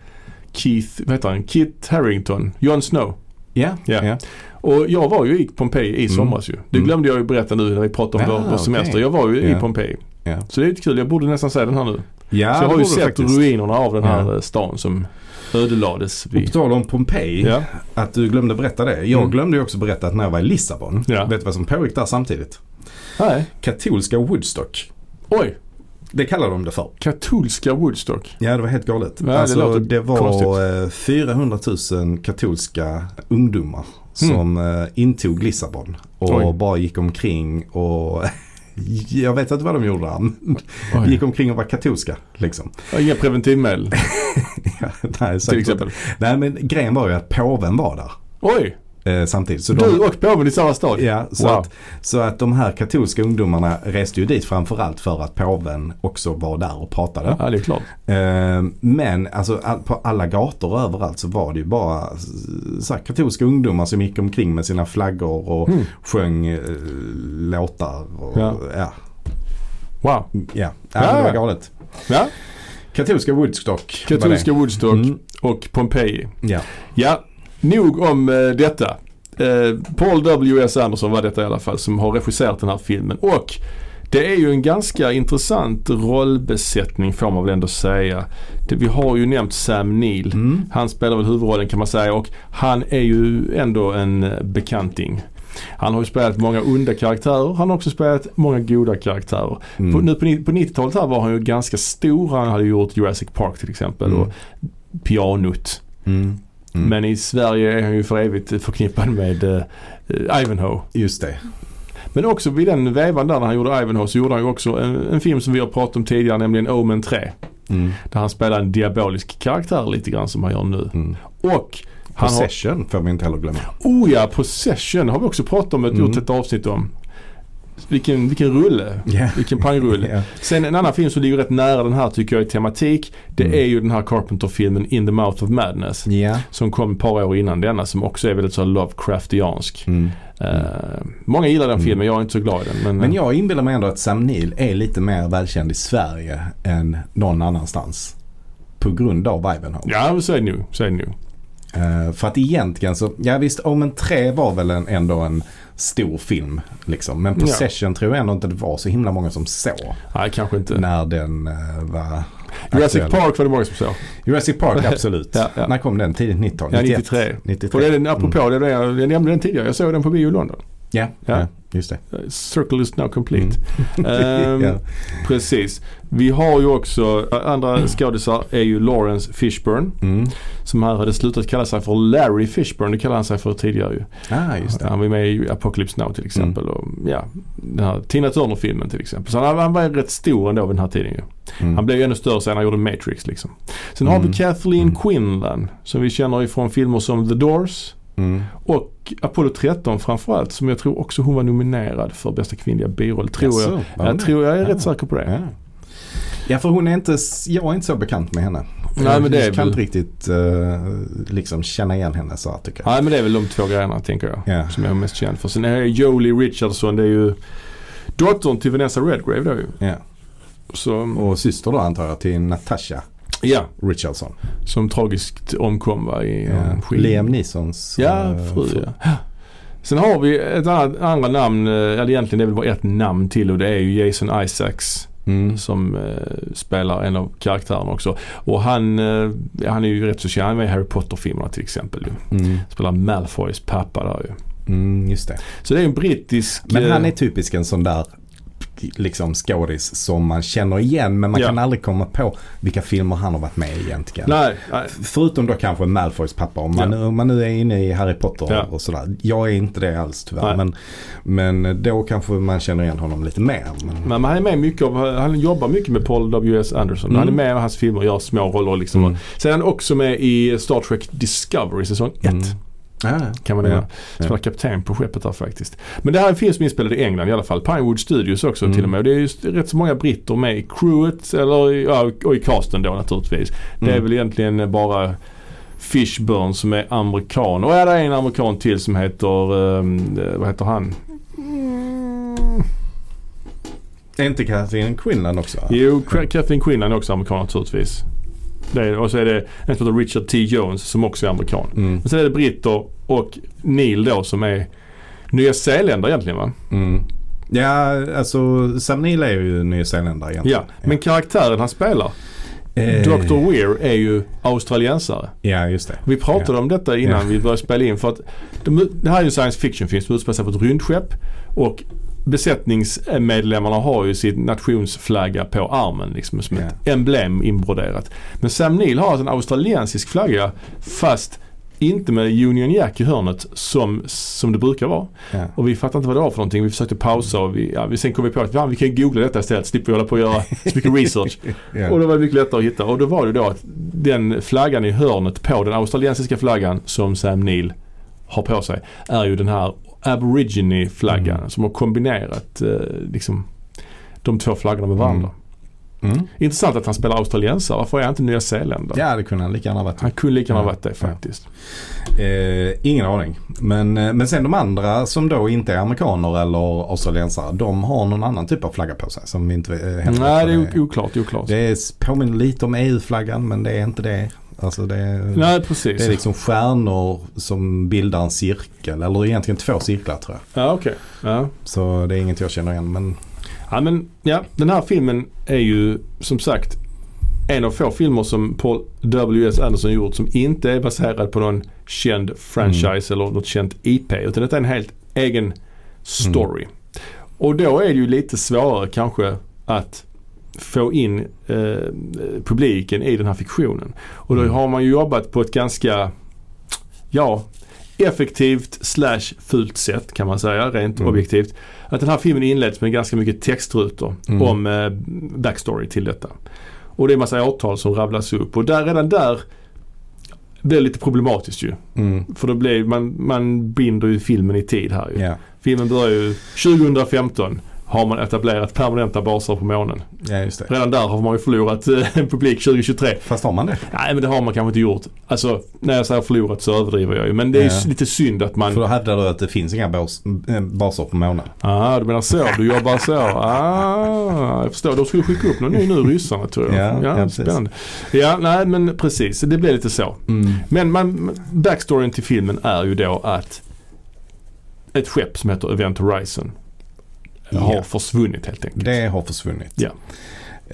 A: Keith, vad heter han? Kit Harington. Jon Snow.
B: Ja.
A: Ja.
B: ja.
A: Och jag var ju i Pompeji i somras ju. Det
B: Mm.
A: glömde jag ju berätta nu när vi pratade om
B: Ah,
A: vår, vår semester.
B: okej.
A: Jag var ju i
B: Ja.
A: Pompeji.
B: Ja.
A: Så det är lite kul. Jag borde nästan säga den här nu.
B: Ja,
A: Så jag
B: det
A: har ju
B: borde
A: sett
B: faktiskt.
A: ruinerna av den här
B: Ja.
A: eh, stan som ödelades
B: Och på
A: vid...
B: tal om Pompeji,
A: Ja.
B: att du glömde berätta det. Jag
A: Mm.
B: glömde ju också berätta att när jag var i Lissabon,
A: Ja.
B: vet du vad som pågick där samtidigt?
A: Nej.
B: Katolska Woodstock.
A: Oj!
B: Det kallar de det för.
A: Katolska Woodstock.
B: Ja det var helt galet.
A: Ja, det
B: alltså,
A: låter
B: det, var
A: konstigt.
B: eh, 400 000 katolska ungdomar som eh, intog Lissabon och
A: Hmm. Oj.
B: bara gick omkring och jag vet inte vad de gjorde där. men
A: Oj.
B: gick omkring och var katolska liksom.
A: Inga preventivmedel
B: Ja, nej,
A: till
B: säkert inte.
A: exempel.
B: nej men grejen var ju att påven var
A: Oj!
B: där eh, samtidigt. Så de,
A: Du och påven i samma stad?
B: Ja, så,
A: Wow.
B: att, så att de här katolska ungdomarna reste ju dit framförallt för att påven också var där och pratade.
A: Ja, det är klart.
B: Eh, Men alltså, all- på alla gator och överallt så var det ju bara s- så här, katolska ungdomar som gick omkring med sina flaggor och
A: Mm.
B: sjöng eh, låtar. Och,
A: Ja.
B: ja. Ja,
A: Wow.
B: ja.
A: Ja,
B: men det
A: ja.
B: var galet.
A: Ja,
B: Katolska Woodstock var
A: katolska Woodstock
B: Mm.
A: och Pompeji.
B: det. Ja.
A: Ja, nog om eh, detta. Eh, Paul W.S. Anderson var detta i alla fall som har regisserat den här filmen. Och det är ju en ganska intressant rollbesättning får man väl ändå säga. Det, vi har ju nämnt Sam Neill.
B: Mm.
A: Han spelar väl huvudrollen kan man säga och han är ju ändå en eh, bekanting. Han har ju spelat många onda karaktärer. Han har också spelat många goda karaktärer.
B: Mm.
A: På, nu på, ni- på 90-talet här var han ju ganska stor. Han hade gjort Jurassic Park till exempel
B: Mm.
A: och Pianot.
B: Mm. Mm.
A: Men i Sverige är han ju för evigt förknippad med eh, eh, Ivanhoe.
B: Just det.
A: Men också vid den vävan där när han gjorde Ivanhoe så gjorde han ju också en, en film som vi har pratat om tidigare nämligen Omen 3.
B: Mm.
A: Där han spelar en diabolisk karaktär lite grann som han gör nu.
B: Mm.
A: Och han har
B: Possession får vi inte heller glömma.
A: Oh ja, Possession har vi också pratat om, ett,
B: Mm.
A: gjort ett avsnitt om. Vilken, vilken rulle.
B: Ja.
A: Vilken pangrulle.
B: Ja.
A: Sen en annan film som ligger rätt nära den här tycker jag i tematik. Det
B: Mm.
A: är ju den här Carpenter-filmen In the Mouth of Madness.
B: Ja.
A: Som kom ett par år innan denna som också är väldigt så här Lovecraftiansk.
B: Mm.
A: Eh, många gillar den filmen, jag är inte så glad i den. Men, eh,
B: Men jag inbillar mig ändå att Sam Neill är lite mer välkänd i Sverige än någon annanstans. På grund av Ivanhoe.
A: Ja, men så är det nu. Så är det nu.
B: Eh, för att egentligen så, ja visst Omen 3 var väl en, ändå en stor film. Liksom. Men Possession tror jag ändå inte det var så himla många som såg
A: Nej, kanske inte.
B: när den eh, var
A: Jurassic
B: aktuell.
A: Park var det många som såg.
B: Jurassic Park, absolut.
A: Ja, ja.
B: När kom den? Tidigt 90-tal?
A: Ja,
B: 91.
A: 93.
B: 93.
A: Och det är den, apropå det, är det jag, jag nämnde den tidigare. Jag såg den på bio i London.
B: Mm. Ja,
A: Ja.
B: ja. just det.
A: Circle is now complete.
B: Mm.
A: Ehm,
B: Ja.
A: Precis. Vi har ju också, ä, andra skådisar är ju Lawrence Fishburne
B: Mm.
A: som här hade slutat kalla sig för Larry Fishburne. Det kallade han sig för tidigare ju.
B: Ah, just det. Mm.
A: Han var ju med i Apocalypse Now till exempel och ja, den här Tina Turner-filmen till exempel. Så han, han var ju rätt stor ändå vid den här tiden ju.
B: Mm.
A: Han blev ju ännu större sen när han gjorde Matrix liksom. Sen har
B: Mm.
A: vi Kathleen
B: Mm.
A: Quinlan som vi känner ifrån filmer som The Doors
B: Mm.
A: och Apollo 13 framförallt som jag tror också hon var nominerad för bästa kvinnliga biroll. Tror
B: Jaså,
A: jag.
B: var hon
A: Jag,
B: det?
A: tror, jag är
B: Ja.
A: rätt säker på det.
B: Ja. ja, för hon är inte, s- jag är inte så bekant med henne.
A: Nej, men det är
B: jag kan
A: väl-
B: inte riktigt eh, liksom känna igen henne så här tycker jag.
A: Nej men det är väl de två grejerna tänker jag.
B: Ja.
A: Som jag är mest känd för. Sen är Jolie Richardson, det är ju dottern till Vanessa Redgrave då ju.
B: Ja.
A: Så,
B: Och syster då antar jag till Natasha
A: ja,
B: Richardson.
A: som tragiskt omkom va, i
B: Ja.
A: en skil-
B: Liam Neesons
A: Ja,
B: eh,
A: fru ja. Sen har vi ett annat, andra namn, eh, eller egentligen det är väl bara ett namn till och det är ju Jason Isaacs
B: Mm.
A: som eh, spelar en av karaktärerna också. Och han, eh, han är ju rätt så känd, han är med i Harry Potter-filmerna till exempel. ju.
B: Mm.
A: Spelar Malfoys pappa där ju.
B: Mm, just det.
A: Så det är en brittisk...
B: Men
A: eh,
B: han är typisk en sån där liksom skådis som man känner igen men man
A: Ja.
B: kan aldrig komma på vilka filmer han har varit med i egentligen.
A: Nej, nej.
B: Förutom då kanske Malfoys pappa om man,
A: Ja.
B: om man nu är inne i Harry Potter
A: Ja.
B: och sådär. Jag är inte det alls tyvärr.
A: Nej.
B: Men, men då kanske man känner igen honom lite mer. Men,
A: Men han är med mycket av, han jobbar mycket med Paul W.S. Anderson. Han är med i hans filmer och gör små roller liksom.
B: Mm.
A: Sen är han också med i Star Trek Discovery säsong 1.
B: Mm. Ah,
A: Kan man
B: Ja.
A: nämna. Spelar kapten på skeppet där faktiskt. Men det här är en film som är inspelad i England i alla fall. Pinewood Studios också
B: Mm.
A: till och med. Och det är just rätt så många britter med i crewet eller, i- ja, och i casten då naturligtvis. Det är
B: Mm.
A: väl egentligen bara Fishburne som är amerikan. Och ja, det är en amerikan till som heter, ehm, eh, vad heter han?
B: Är inte Katrin Quinlan också?
A: Jo, Qu- Kathleen Quinlan är också amerikan naturligtvis. Det är, och så är det en som heter Richard T. Jones som också är amerikan.
B: Mm.
A: Men sen är det britter och Neil då som är Nya Zeeländare egentligen va?
B: Mm. Ja, alltså Sam Neill är ju nyzeeländare egentligen.
A: Ja, men karaktären han spelar,
B: Eh,
A: Dr. Weir, är ju australiensare.
B: Ja, just det.
A: Vi pratade
B: Ja.
A: om detta innan
B: Ja.
A: vi började spela in för att de, det här är ju en science fiction-film som utspelar sig på ett rymdskepp och besättningsmedlemmarna har ju sin nationsflagga på armen liksom som ett emblem inbroderat. Men Sam Neill har alltså en australiensisk flagga fast inte med Union Jack i hörnet som, som det brukar vara.
B: Ja.
A: Och vi fattade inte vad det var för någonting. Vi försökte pausa och vi, ja, vi sen kom vi på att ja, vi kan googla detta istället. Slipper vi hålla på och göra så mycket research.
B: Ja.
A: Och då var det mycket lättare att hitta. Och då var det då att den flaggan i hörnet på den australiensiska flaggan som Sam Neill har på sig är ju den här Aborigine-flaggan
B: Mm.
A: som har kombinerat eh, liksom, de två flaggorna med varandra.
B: Mm.
A: Intressant att han spelar australiensare. Varför är han inte Nya Zeeländare?
B: ja, det kunde han lika gärna varit.
A: Han kunde lika gärna
B: Ja.
A: varit det
B: Ja.
A: faktiskt.
B: Eh, ingen aning. Men, eh, men sen de andra som då inte är amerikaner eller australiensare. De har någon annan typ av flagga på sig som vi inte eh, heller
A: Nej, det
B: vet
A: är
B: vad
A: ok- oklart. oklart.
B: Det är, påminner lite om EU-flaggan men det är inte det. Alltså det, är-
A: Nej, precis.
B: det är liksom stjärnor som bildar en cirkel. Eller egentligen två cirklar tror jag.
A: Ja, okej. Ja.
B: Så det är inget jag känner igen. Men
A: Ja men ja, den här filmen är ju som sagt en av få filmer som Paul W.S. Anderson gjort som inte är baserad på någon känd franchise eller något känt IP. Utan detta är en helt egen story. Och då är det ju lite svårare kanske att få in eh, publiken i den här fiktionen. Och då
B: Mm.
A: har man ju jobbat på ett ganska, ja, effektivt slash fult sätt kan man säga rent
B: Mm.
A: objektivt. Att den här filmen inleds med ganska mycket textrutor
B: Mm.
A: om eh, backstory till detta. Och det är massa årtal som rabblas upp och där, redan där blir det lite problematiskt ju.
B: mm,
A: För då blir man, man binder ju filmen i tid här ju.
B: ja.
A: Filmen börjar ju 2015 har man etablerat permanenta baser på månen.
B: ja, just det.
A: Redan där har man ju förlorat eh, en publik 2023.
B: Fast har man det?
A: Nej men det har man kanske inte gjort. Alltså när jag säger förlorat så överdriver jag ju. Men det är ju
B: Ja.
A: s- lite synd att man...
B: För då hävdar du att det finns inga bas, eh, baser på månen.
A: Ah, du menar så. Du jobbar så. Ah, jag förstår. De skulle skicka upp någon ny nu, ryssarna tror jag.
B: Ja, ja, precis.
A: spännande. Ja, nej men precis. Det blir lite så.
B: Mm.
A: Men man, backstoryn till filmen är ju då att ett skepp som heter Event Horizon har
B: Ja.
A: försvunnit helt enkelt.
B: Det har försvunnit.
A: Ja.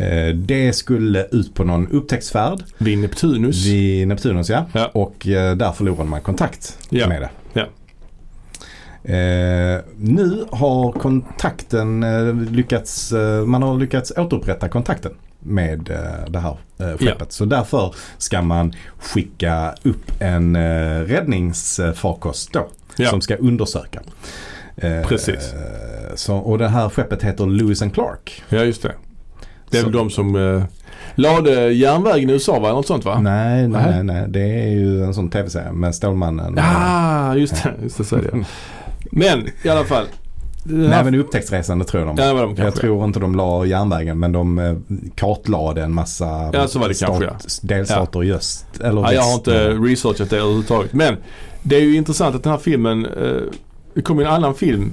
B: Eh, Det skulle ut på någon upptäcktsfärd
A: Vid Neptunus.
B: vid Neptunus ja.
A: Ja.
B: Och eh, där förlorade man kontakt
A: Ja.
B: med det.
A: Ja.
B: Eh, nu har kontakten eh, lyckats, eh, man har lyckats återupprätta kontakten med eh, det här eh, skeppet. Så därför ska man skicka upp en eh, räddningsfarkost då.
A: Ja.
B: Som ska undersöka. Eh,
A: Precis.
B: eh, Så, och det här skeppet heter Lewis and Clark.
A: Ja, just det. Det är
B: Så-
A: väl de som eh, lade järnvägen i USA, va? Något sånt, va?
B: Nej, nej,
A: Nähä.
B: nej, nej. Det är ju en sån tv-serie med Stålmannen.
A: Ah, just det. Just det så är det. Men i alla fall. Den här-
B: Nej, men upptäcktsresande tror jag de
A: Ja, det var de kanske.
B: Jag tror inte de la järnvägen men de eh, kartlade en massa
A: Ja, så var det kanske, ja.
B: delstater i öst. Eller
A: ja, jag har
B: väst.
A: inte researchat det överhuvudtaget. Men det är ju intressant att den här filmen, eh, det kom ju en annan film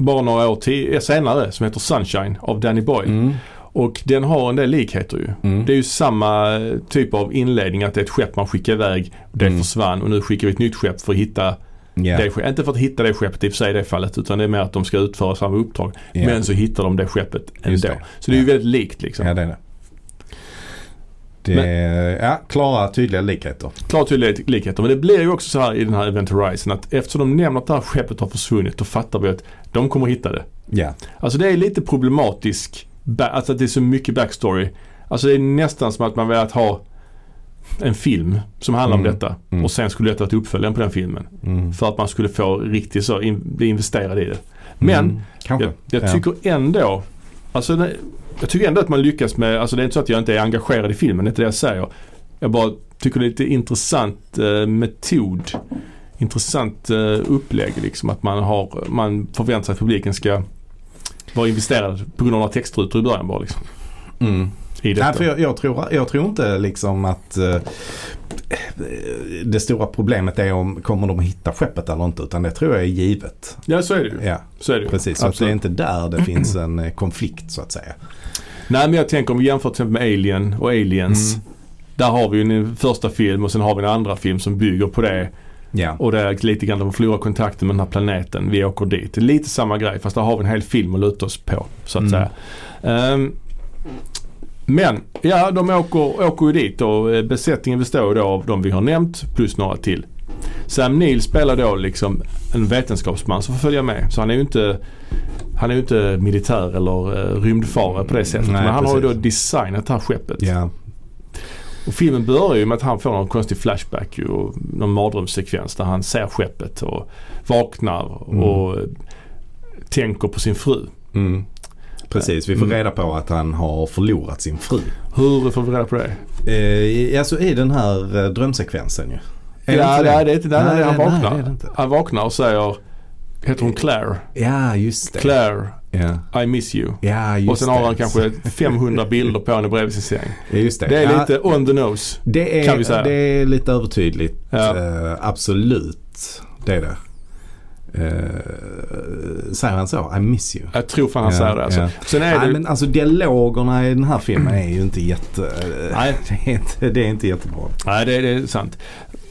A: bara några år ti- senare som heter Sunshine av Danny Boyle.
B: Mm.
A: Och den har en del likheter ju.
B: Mm.
A: Det är ju samma typ av inledning att det är ett skepp man skickar iväg. Det
B: Mm.
A: försvann och nu skickar vi ett nytt skepp för att hitta
B: Ja.
A: det skeppet. Inte för att hitta det skeppet i och för sig i det fallet utan det är mer att de ska utföra samma uppdrag.
B: Ja.
A: Men så hittar de det skeppet ändå.
B: Just det.
A: Så det är ju väldigt likt liksom.
B: Ja, det är det. Det är ja, klara tydliga likheter.
A: Klart tydliga likheter. Men det blir ju också så här i den här Event Horizon att eftersom de nämner att det här skeppet har försvunnit då fattar vi att de kommer hitta det.
B: Ja,
A: Alltså det är lite problematisk, ba- alltså att det är så mycket backstory. Alltså det är nästan som att man velat ha en film som handlar
B: Mm.
A: om detta
B: Mm.
A: och sen skulle detta varit uppföljaren på den filmen.
B: mm.
A: För att man skulle få riktigt så, in, bli investerad i det. Men
B: Mm. kanske.
A: jag, jag
B: Ja.
A: tycker ändå Alltså det- jag tycker ändå att man lyckas med, alltså det är inte så att jag inte är engagerad i filmen, det är inte det jag säger. Jag bara tycker det är lite intressant eh, metod. Intressant eh, upplägg liksom att man har, man förväntar sig att publiken ska vara investerad på grund av några textrutor i början bara liksom.
B: Mm.
A: I
B: Nej,
A: detta.
B: för jag, jag, tror, jag tror inte liksom att eh, det stora problemet är om kommer de att hitta skeppet eller inte utan det tror jag är givet.
A: Ja så är det ju.
B: Ja,
A: Så är det ju.
B: precis. Så att det
A: Absolut.
B: är inte där det finns en eh, konflikt så att säga.
A: Nej men jag tänker om vi jämför till exempel med Alien och Aliens.
B: Mm.
A: Där har vi ju en första film och sen har vi en andra film som bygger på det.
B: Ja.
A: Och det är lite grann, de förlorar kontakten med den här planeten. Vi åker dit. Det är lite samma grej fast där har vi en hel film att luta oss på så att
B: Mm.
A: säga. Ehm, men ja, de åker, åker ju dit och eh, besättningen består då av de vi har nämnt plus några till. Sam Neill spelar då liksom en vetenskapsman som får följa med. Så han är ju inte, han är ju inte militär eller eh, rymdfarare på det sättet.
B: Nej,
A: Men han har ju då
B: precis.
A: designat det här skeppet.
B: Ja,
A: Och filmen börjar ju med att han får någon konstig flashback ju, och någon mardrömssekvens där han ser skeppet och vaknar
B: Mm.
A: och tänker på sin fru.
B: mm. precis. Vi
A: Mm.
B: får reda på att han har förlorat sin fru.
A: Hur får vi reda på det?
B: Eh, alltså i den här eh, drömsekvensen ju. Är
A: ja,
B: inte
A: nej, det är inte nej, nej, han vaknar.
B: Nej, det är det inte.
A: han vaknar och säger, heter hon Claire?
B: Ja, just det.
A: Claire,
B: Ja.
A: I miss you.
B: ja, just
A: och sen har
B: det.
A: han kanske 500 bilder på henne bredvid sin säng.
B: Ja, just det.
A: Det är
B: ja,
A: lite on the nose.
B: Det är,
A: kan vi säga.
B: det är lite övertydligt.
A: Ja.
B: Eh, absolut. Det är det. Eh, säger han så? I miss you.
A: Jag tror fan han
B: Ja,
A: säger det alltså.
B: ja.
A: Sen är
B: Nej
A: det,
B: men alltså dialogerna i den här filmen är ju inte jätte...
A: Nej.
B: Det är inte, det är inte jättebra.
A: Nej, det, det är sant.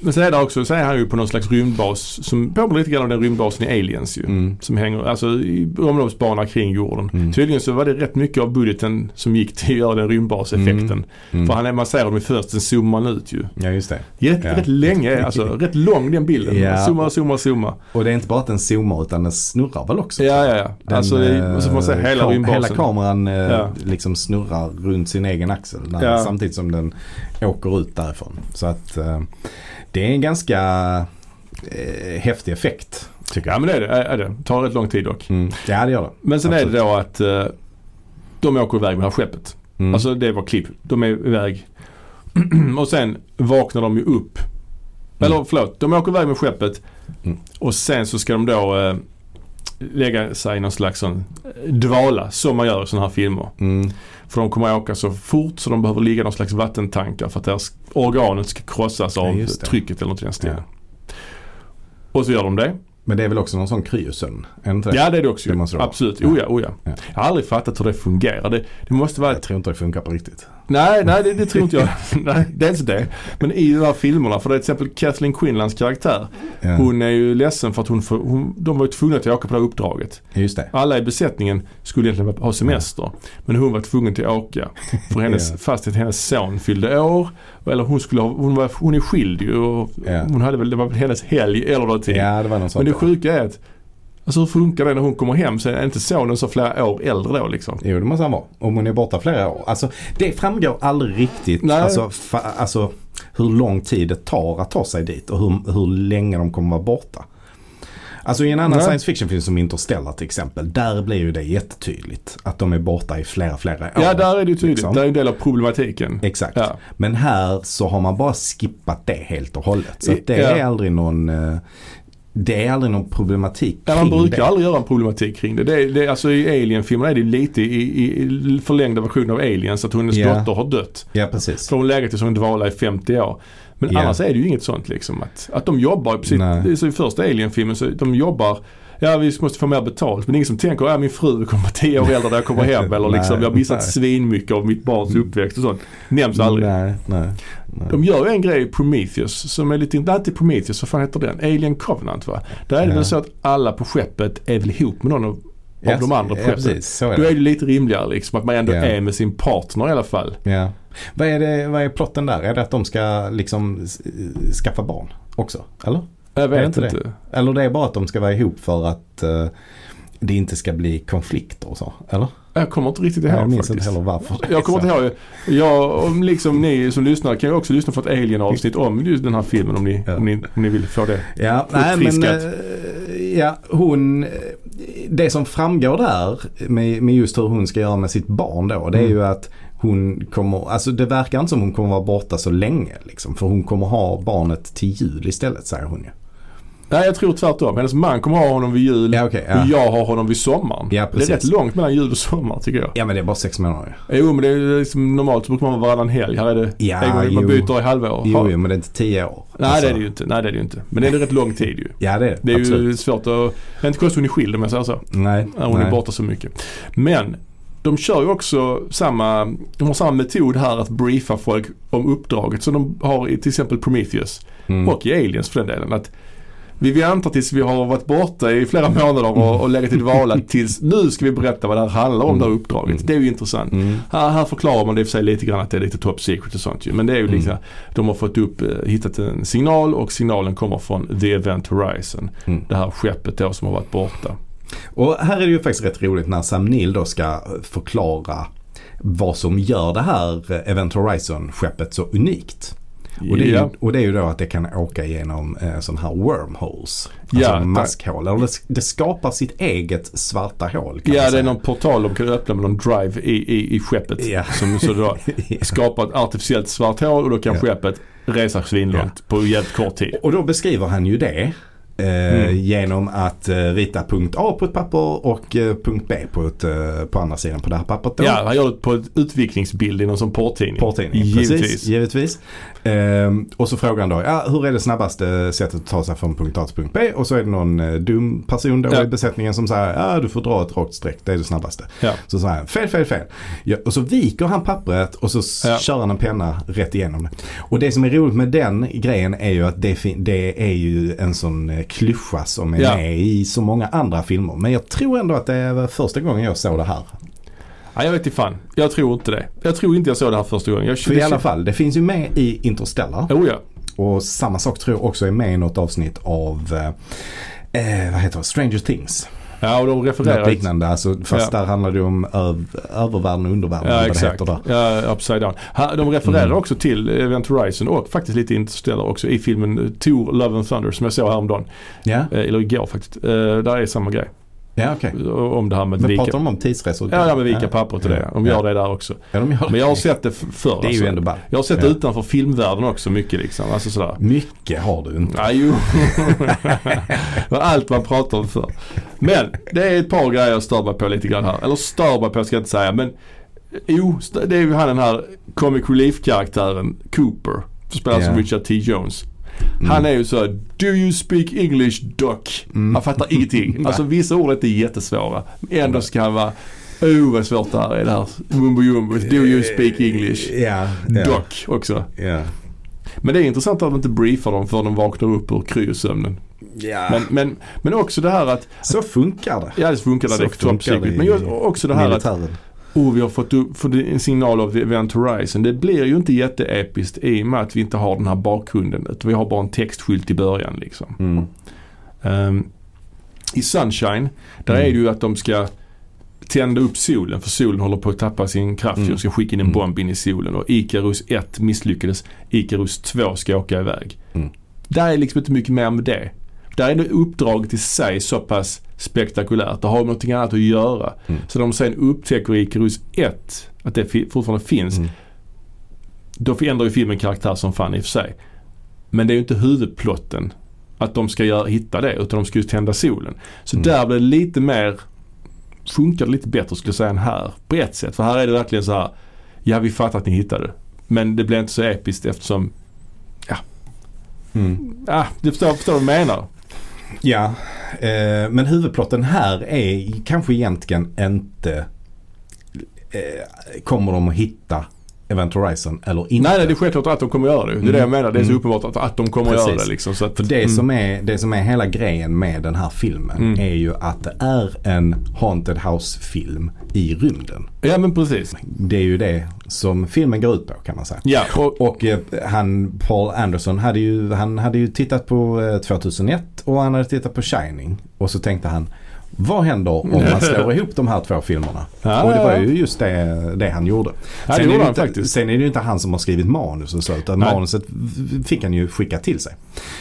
A: Men så är det också, så är han ju på någon slags rymdbas som påminner lite grann om den rymdbasen i Aliens ju.
B: Mm.
A: Som hänger, alltså i omloppsbana kring jorden.
B: Mm.
A: Tydligen så var det rätt mycket av budgeten som gick till att göra den rymdbaseffekten.
B: Mm. Mm.
A: För han, man ser dem i försten zoomar man ut ju.
B: Ja just det.
A: Rätt,
B: Ja.
A: rätt länge, alltså rätt lång den bilden.
B: Ja.
A: Man Zoomar, zoomar, zoomar.
B: Och det är inte bara att den zoomar utan den snurrar väl också?
A: Ja, ja, ja.
B: Den,
A: alltså, det, och så får man se
B: eh,
A: hela
B: kam-
A: rymdbasen.
B: Hela kameran eh,
A: Ja.
B: liksom snurrar runt sin egen axel när,
A: Ja.
B: samtidigt som den åker ut därifrån. Så att eh, det är en ganska eh, häftig effekt. Tycker
A: Ja
B: jag.
A: men det är det. Är är det. Tar rätt lång tid dock.
B: Mm. Ja det gör det.
A: Men sen
B: Absolut.
A: är det då att eh, de åker iväg med det här skeppet.
B: Mm.
A: Alltså det var klipp. De är iväg. och sen vaknar de ju upp. Eller förlåt, de åker iväg med skeppet.
B: Mm.
A: Och sen så ska de då eh, lägga sig i någon slags sån eh, dvala som man gör i sådana här filmer.
B: mm.
A: För de kommer åka så fort så de behöver ligga i någon slags vattentankar för att deras organet ska krossas
B: Ja,
A: av
B: just det.
A: trycket eller något i den stilen. Och så gör de det.
B: Men det är väl också någon sån kryosömn? Är det inte det?
A: Ja det är det också.
B: Det
A: ju.
B: måste det vara.
A: Absolut.
B: Ja.
A: Oh ja, oh ja.
B: Ja.
A: Jag har aldrig fattat hur det fungerar. Det, det måste vara
B: Jag tror inte det funkar på riktigt.
A: Nej, nej det, det tror inte jag. nej, dels det. Men i de här filmerna, för det är till exempel Kathleen Quinlans karaktär.
B: Ja.
A: Hon är ju ledsen för att hon, får, hon de var ju tvungna att åka på det här uppdraget.
B: Just det.
A: Alla i besättningen skulle egentligen ha semester. Men hon var tvungen till att åka. För hennes,
B: Ja.
A: fastän hennes son fyllde år. Eller hon skulle ha, hon, var, hon är skild ju och
B: Ja.
A: hon hade väl, det var väl hennes helg eller någonting.
B: Ja det var någon sån.
A: Men det sjuka är att Alltså hur funkar det när hon kommer hem? Så är inte sonen så flera år äldre då liksom?
B: Jo, det måste han vara. Om hon är borta flera år. Alltså, det framgår aldrig riktigt
A: Nej.
B: alltså, fa- alltså, hur lång tid det tar att ta sig dit och hur, hur länge de kommer vara borta. Alltså i en annan
A: Nej.
B: science fiction-film som Interstellar till exempel. Där blir ju det jättetydligt. Att de är borta i flera, flera år.
A: Ja, där är det ju tydligt.
B: liksom.
A: Där är en del av problematiken.
B: Exakt.
A: Ja.
B: Men här så har man bara skippat det helt och hållet. Så att det
A: Ja.
B: är aldrig någon eh, det är aldrig någon problematik
A: Ja, man
B: kring
A: brukar
B: det.
A: aldrig göra en problematik kring det. det, är- det är- alltså I Alien-filmerna är det lite i, i, i förlängda versionen av Aliens att hennes
B: Ja.
A: dotter har dött.
B: Ja, precis.
A: Från läget till som en dvala i 50 år. Men
B: Ja.
A: annars är det ju inget sånt liksom. Att, att de jobbar, precis,
B: Nej.
A: det är så i första Alien-filmen så de jobbar Ja vi måste få mer betalt men ingen som tänker att min fru kommer vara 10 år äldre när jag kommer hem eller liksom
B: Nej,
A: jag har missat
B: nej.
A: svinmycket av mitt barns uppväxt och sånt. Nämns aldrig.
B: Nej, nej, nej.
A: De gör ju en grej i Prometheus som är lite, nej inte Prometheus, vad fan heter den? Alien Covenant va? Där är det
B: Ja.
A: väl så att alla på skeppet är väl ihop med någon av, av de andra på
B: ja,
A: skeppet.
B: precis, så är
A: Då
B: det.
A: är det lite rimligare liksom att man ändå
B: Ja.
A: är med sin partner i alla fall.
B: Ja. Vad, är det, vad är plotten där? Är det att de ska liksom s- skaffa barn också? Eller?
A: Jag
B: Är
A: vet
B: det
A: inte.
B: inte Eller det är bara att de ska vara ihop för att eh, det inte ska bli konflikter och så? Eller?
A: Jag kommer inte riktigt ihåg
B: jag minns
A: faktiskt.
B: inte heller varför. det är
A: Jag kommer
B: så.
A: inte ihåg. Jag, om liksom ni som lyssnar kan ju också lyssna på ett Alien-avsnitt om just den här filmen om ni,
B: Ja.
A: om, ni, om ni vill få det.
B: Ja, nej, men,
A: Uppfriskat.
B: eh, ja, hon, eh, det som framgår där med, med just hur hon ska göra med sitt barn då. Det är
A: Mm.
B: ju att hon kommer, alltså det verkar inte som hon kommer vara borta så länge. Liksom, för hon kommer ha barnet till jul istället säger hon ju.
A: Nej, jag tror tvärtom. Hennes man kommer ha honom vid jul
B: Ja, okej, ja.
A: och jag har honom vid sommaren.
B: Ja,
A: det är
B: precis.
A: rätt långt mellan jul och sommar tycker jag.
B: Ja men det är bara sex månader.
A: Jo men det är liksom normalt så brukar man vara varannan helg. Här är det
B: Ja,
A: en gång man
B: jo.
A: byter i halvår.
B: Jo,
A: Ha-
B: jo men det är inte tio år.
A: Nej
B: Alltså,
A: det är det ju inte. Nej det är det ju inte. Men det är rätt lång tid ju.
B: Ja det är det.
A: Det är
B: absolut.
A: ju svårt att... Det är inte konstigt hon är skild om jag säger så.
B: Nej.
A: När hon
B: nej.
A: är borta så mycket. Men de kör ju också samma, de har samma metod här att briefa folk om uppdraget som de har i till exempel Prometheus
B: Mm.
A: och i Aliens för den delen. Att vi väntar tills vi har varit borta i flera månader och, och legat i dvala tills nu ska vi berätta vad det här handlar om det här uppdraget. Det är ju intressant.
B: Mm.
A: Här, här förklarar man det i och för sig lite grann att det är lite top secret och sånt ju. Men det är ju
B: Mm.
A: liksom, de har fått upp, eh, hittat en signal och signalen kommer från The Event Horizon.
B: Mm.
A: Det här skeppet då som har varit borta.
B: Och här är det ju faktiskt rätt roligt när Sam Neill då ska förklara vad som gör det här Event Horizon-skeppet så unikt. Och det, är ju,
A: Ja.
B: och det är ju då att det kan åka genom eh, sån här wormholes. Alltså
A: Ja,
B: maskhål. Eller det, det skapar sitt eget svarta hål. Kan
A: Ja,
B: man
A: det är
B: säga.
A: någon portal de kan öppna med någon drive i, i, i skeppet.
B: Ja.
A: Som så då
B: Ja.
A: skapar ett artificiellt svart hål och då kan
B: Ja.
A: skeppet resa svinlångt på jävligt kort tid.
B: Och då beskriver han ju det. Eh,
A: Mm.
B: Genom att eh, rita punkt A på ett papper och eh, punkt B på, ett, eh, på andra sidan på det här pappret. Då.
A: Ja, han gör det på ett utvikningsbild i någon sån porrtidning.
B: Porrtidning,
A: Givetvis.
B: precis. Givetvis. Ehm, och så frågar han då, ja, hur är det snabbaste sättet att ta sig från punkt A till punkt B? Och så är det någon eh, dum person då
A: Ja.
B: i besättningen som säger, ja du får dra ett rakt streck, det är det snabbaste.
A: Ja.
B: Så säger han, fel, fel, fel. Ja, och så viker han pappret och så s-
A: Ja.
B: kör han en penna rätt igenom det. Och det som är roligt med den grejen är ju att det, fin- det är ju en sån eh, klyscha som är
A: Ja.
B: med i så många andra filmer. Men jag tror ändå att det var första gången jag såg det här.
A: Ja, jag vet inte fan. Jag tror inte det. Jag tror inte jag såg det här första gången. Jag,
B: För i alla fall, det finns ju med i Interstellar.
A: Oh, ja.
B: Och samma sak tror jag också är med i något avsnitt av eh, eh, vad heter det? Stranger Things.
A: ja, och de
B: Något
A: refererar
B: liknande. Alltså, fast där handlar det om öv, övervärlden och undervärlden.
A: Ja,
B: vad det
A: exakt.
B: heter där.
A: Ja, upside down. Ha- De refererar
B: Mm.
A: också till Event Horizon och faktiskt lite Interstellar också i filmen Tour Love and Thunder som jag såg häromdagen.
B: Ja,
A: Eh, Eller igår faktiskt. Eh, Där är samma grej.
B: ja okej.
A: Om det här med att
B: Men
A: vika.
B: pratar de om tidsresor?
A: Ja, ja, med vika papper till det. De gör det där också.
B: Ja, de gör
A: Men jag har sett det f- förr.
B: Det är ju
A: alltså.
B: ändå ball.
A: Jag har sett det
B: Ja.
A: utanför filmvärlden också mycket liksom. Alltså sådär.
B: Mycket har du inte.
A: Nej, jo. Det var allt man pratar om förr. Men det är ett par grejer jag stör mig på lite grann här. Eller stör mig på ska jag inte säga. Men eh, jo, st- det är ju han den här comic relief-karaktären Cooper. Som spelas
B: Ja. Mm.
A: av Richard T. Jones. Han är ju så här, Do you speak English doc?
B: Mm.
A: Han fattar ingenting. Alltså vissa ord är inte jättesvåra. Men ändå ska han vara Oh vad svårt det här är det här mumbo jumbo. Do you speak English?
B: Ja, ja,
A: Doc också.
B: ja.
A: Men det är intressant att de inte briefar dem förrän de vaknar upp ur kryosömnen.
B: ja.
A: Men, men, men också det här att,
B: så funkar det.
A: ja det funkar där
B: Så
A: det är top
B: funkar det
A: secret.
B: i
A: Men just också det här att,
B: Militären.
A: oh vi har fått upp fått en signal av Event Horizon. Det blir ju inte jätteepiskt i och med att vi inte har den här bakgrunden. Utan vi har bara en textskylt i början liksom.
B: Mm.
A: Ehm, I Sunshine, där är det ju att de ska tända upp solen för solen håller på att tappa sin kraft.
B: Mm.
A: De ska skicka in en
B: Mm.
A: bomb in i solen och Icarus 1 misslyckades. Icarus 2 ska åka iväg.
B: Mm.
A: Där är liksom inte mycket mer med det. Där är nu uppdraget i sig så pass spektakulärt. Det har någonting annat att göra.
B: Mm.
A: Så de sen upptäcker i Icarus 1 att det fi- fortfarande finns.
B: Mm.
A: Då förändrar ju filmen karaktär som fan i och för sig. Men det är ju inte huvudplotten att de ska göra, hitta det utan de ska ju tända solen. Så
B: Mm.
A: där blir det lite mer, funkar det lite bättre skulle jag säga än här. På ett sätt. För här är det verkligen så här, ja vi fattar att ni hittade. Men det blir inte så episkt eftersom,
B: Mm.
A: ah, du förstår, förstår vad jag menar.
B: Ja, eh, men huvudplotten här är kanske egentligen inte eh, kommer de att hitta Event Horizon eller inte.
A: Nej, nej det är självklart att de kommer göra det. Det är det jag menar. Det är så uppenbart att, att de kommer
B: Mm. Precis.
A: göra det liksom. Så att,
B: För det, som är, det som är hela grejen med den här filmen
A: Mm.
B: är ju att det är en Haunted House-film i rymden.
A: Ja men precis.
B: Det är ju det som filmen går ut på kan man säga.
A: Ja, och,
B: Och eh, han, Paul Anderson hade ju, han hade ju tittat på eh, 2001 och han hade tittat på Shining. Och så tänkte han, vad händer om man slår ihop de här två filmerna?
A: Ja,
B: och det var
A: ja, ja.
B: ju just det, det han gjorde.
A: Ja, det
B: sen, är
A: gjorde
B: det
A: han
B: inte,
A: faktiskt.
B: sen är det ju inte han som har skrivit manus och så utan
A: Nej.
B: manuset f- fick han ju skicka till sig.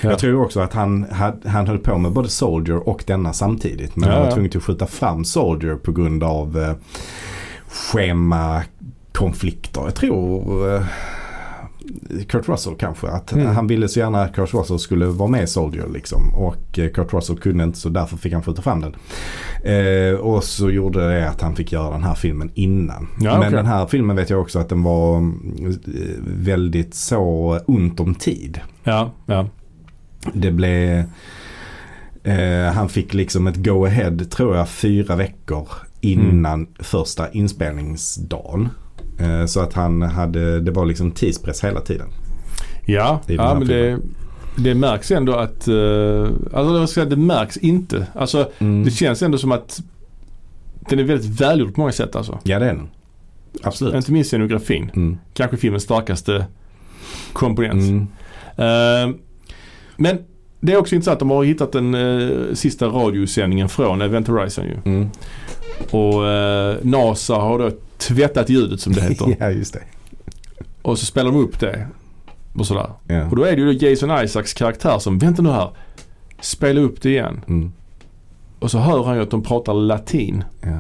A: Ja.
B: Jag tror ju också att han, had- han höll på med både Soldier och denna samtidigt. Men
A: Ja,
B: han var
A: ja.
B: tvungen att skjuta fram Soldier på grund av eh, schemakonflikter. Jag tror eh, Kurt Russell kanske. Att
A: Mm.
B: Han ville så gärna att Kurt Russell skulle vara med i Soldier liksom. Och eh, Kurt Russell kunde inte så därför fick han skjuta fram den. Eh, och så gjorde det att han fick göra den här filmen innan.
A: Ja,
B: Men
A: okej.
B: den här filmen vet jag också att den var mm, eh, väldigt så ont om tid.
A: ja, ja.
B: Det blev... Eh, han fick liksom ett go-ahead tror jag fyra veckor innan första inspelningsdagen. Eh, så att han hade, det var liksom tidspress hela tiden.
A: Ja,
B: Det är den
A: ja
B: här
A: men det, det märks ändå att, eh, alltså jag ska säga, det märks inte. Alltså
B: Mm.
A: det känns ändå som att den är väldigt välgjord på många sätt alltså.
B: Ja det är den. Absolut.
A: Inte minst scenografin.
B: Mm.
A: Kanske filmens starkaste komponent.
B: Mm.
A: Eh, men det är också intressant, de har hittat den eh, sista radiosändningen från Event Horizon ju.
B: Mm.
A: Och eh, NASA har då tvättat ljudet som det heter.
B: ja just det.
A: Och så spelar de upp det. Och sådär.
B: Ja.
A: Och då är det ju då Jason Isaacs karaktär som, vänta nu här, spela upp det igen.
B: Mm.
A: Och så hör han ju att de pratar latin.
B: Ja.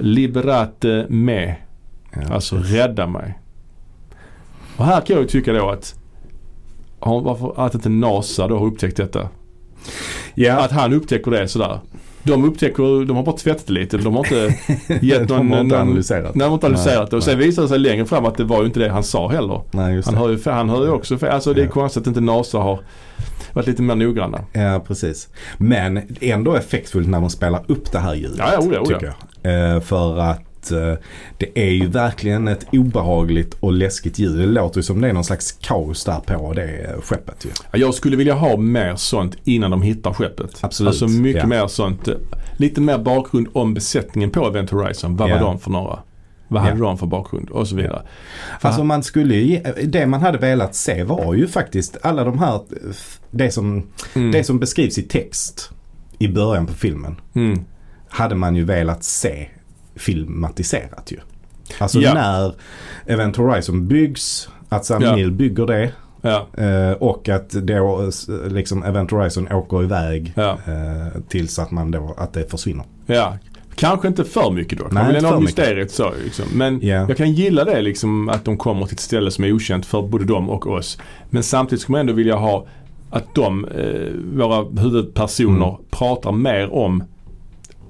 A: Liberate me.
B: Ja.
A: Alltså rädda mig. Och här kan jag ju tycka då att har- varför att inte NASA då har upptäckt detta.
B: ja.
A: Att han upptäcker det sådär. De upptäcker, de har bara tvättat det lite. De har inte, gett
B: De har
A: någon-
B: inte
A: någon-
B: analyserat.
A: nej, de har inte analyserat det. Och sen visade det sig längre fram att det var ju inte det han sa heller.
B: Nej just
A: Han
B: det.
A: hör ju, han hör ju också fel. Alltså det är
B: Ja.
A: konstigt att inte NASA har varit lite mer noggranna.
B: Ja precis. Men ändå effektfullt när de spelar upp det här ljudet.
A: Ja, ja, oja, oja.
B: Tycker jag. Eh, för att eh, det är ju verkligen ett obehagligt och läskigt ljud. Det låter ju som det är någon slags kaos där på det eh, skeppet ju.
A: Ja, Jag skulle vilja ha mer sånt innan de hittar skeppet.
B: Absolut,
A: Alltså mycket
B: ja.
A: mer sånt. eh, Lite mer bakgrund om besättningen på Event Horizon. Vad
B: Ja.
A: var de för några? Vad hade
B: Ja.
A: de för bakgrund? Och så vidare.
B: Alltså man skulle ju, ge- det man hade velat se var ju faktiskt alla de här, eh, f- det som,
A: Mm.
B: det som beskrivs i text i början på filmen.
A: Mm.
B: hade man ju velat se filmatiserat ju. Alltså
A: Ja.
B: när Event Horizon byggs, att Sam
A: Ja.
B: Neill bygger det
A: Ja.
B: eh, och att då eh, s- liksom Event Horizon åker iväg
A: Ja.
B: eh, tills att man då, att det försvinner.
A: ja. Kanske inte för mycket då.
B: Nej,
A: Nej,
B: inte
A: inte
B: för
A: om
B: mycket.
A: mysteriet så liksom. Men
B: Ja.
A: jag kan gilla det liksom att de kommer till ett ställe som är okänt för både dem och oss. Men samtidigt skulle man ändå vilja ha att de, eh, våra huvudpersoner, pratar mer om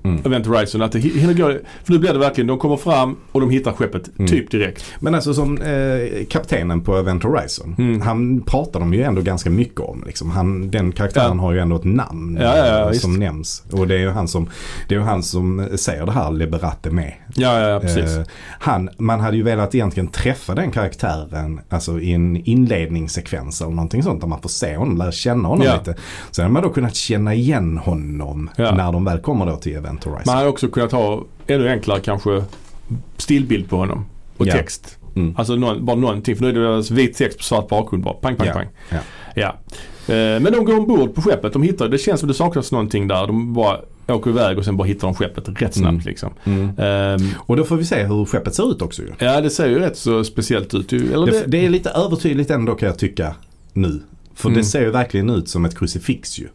B: Mm.
A: Event Horizon. Att det hi- hinner gå, för nu blir det verkligen, de kommer fram och de hittar skeppet
B: Mm.
A: typ direkt.
B: Men alltså som eh, kaptenen på Event Horizon,
A: Mm.
B: han pratar de ju ändå ganska mycket om. Liksom. Han, den karaktären
A: Ja.
B: har ju ändå ett namn
A: Ja, ja, ja,
B: eh,
A: visst.
B: som nämns. Och det är ju han som, det är ju han som säger det här Liberate med.
A: Ja, ja, ja precis.
B: Eh, han, man hade ju velat egentligen träffa den karaktären alltså i en inledningssekvens eller någonting sånt där man får se honom, lära känna honom
A: Ja.
B: lite. Sen hade man då kunnat känna igen honom
A: Ja.
B: när de väl kommer då till Event Horizon.
A: Man hade också kunnat ha ännu enklare kanske stillbild på honom och
B: Ja.
A: text.
B: Mm.
A: Alltså någon, bara någonting. För nu är det alltså vit text på svart bakgrund bara. Pang, pang,
B: ja.
A: pang.
B: Ja.
A: Ja. Eh, Men de går ombord på skeppet. De hittar, det känns som det saknas någonting där. De bara åker iväg och sen bara hittar de skeppet rätt snabbt
B: Mm.
A: liksom.
B: Mm.
A: Ehm,
B: Och då får vi se hur skeppet ser ut också ju.
A: Ja det ser ju rätt så speciellt ut. ju. Eller
B: Det,
A: det,
B: det är lite övertydligt ändå kan jag tycka nu. För
A: Mm.
B: det ser ju verkligen ut som ett krucifix ju.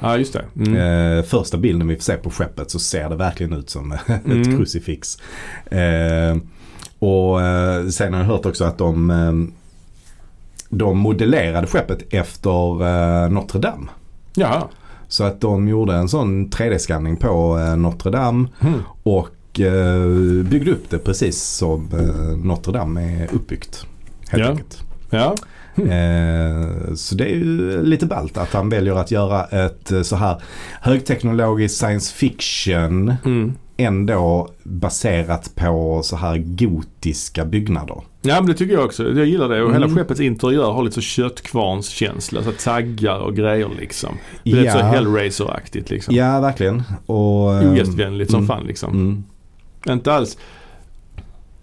A: ja just det. Mm.
B: Eh, första bilden vi får se på skeppet så ser det verkligen ut som ett
A: Mm.
B: krucifix. Eh, och eh, sen har jag hört också att de, eh, de modellerade skeppet efter eh, Notre Dame.
A: Ja.
B: Så att de gjorde en sån 3D-skanning på eh, Notre Dame
A: Mm.
B: och eh, byggde upp det precis som eh, Notre Dame är uppbyggt. Helt
A: Ja.
B: enkelt.
A: Ja.
B: Eh, Så det är ju lite ballt att han väljer att göra ett eh, så här högteknologiskt science fiction
A: Mm.
B: ändå baserat på så här gotiska byggnader.
A: Ja men det tycker jag också. Jag gillar det. Och hela
B: Mm.
A: skeppets interiör har lite så köttkvarnskänsla. Så taggar och grejer liksom. Det är rätt så Hellraiser-aktigt liksom.
B: ja, verkligen. Och, eh,
A: Ogästvänligt som
B: mm.
A: fan liksom.
B: Mm.
A: Inte alls.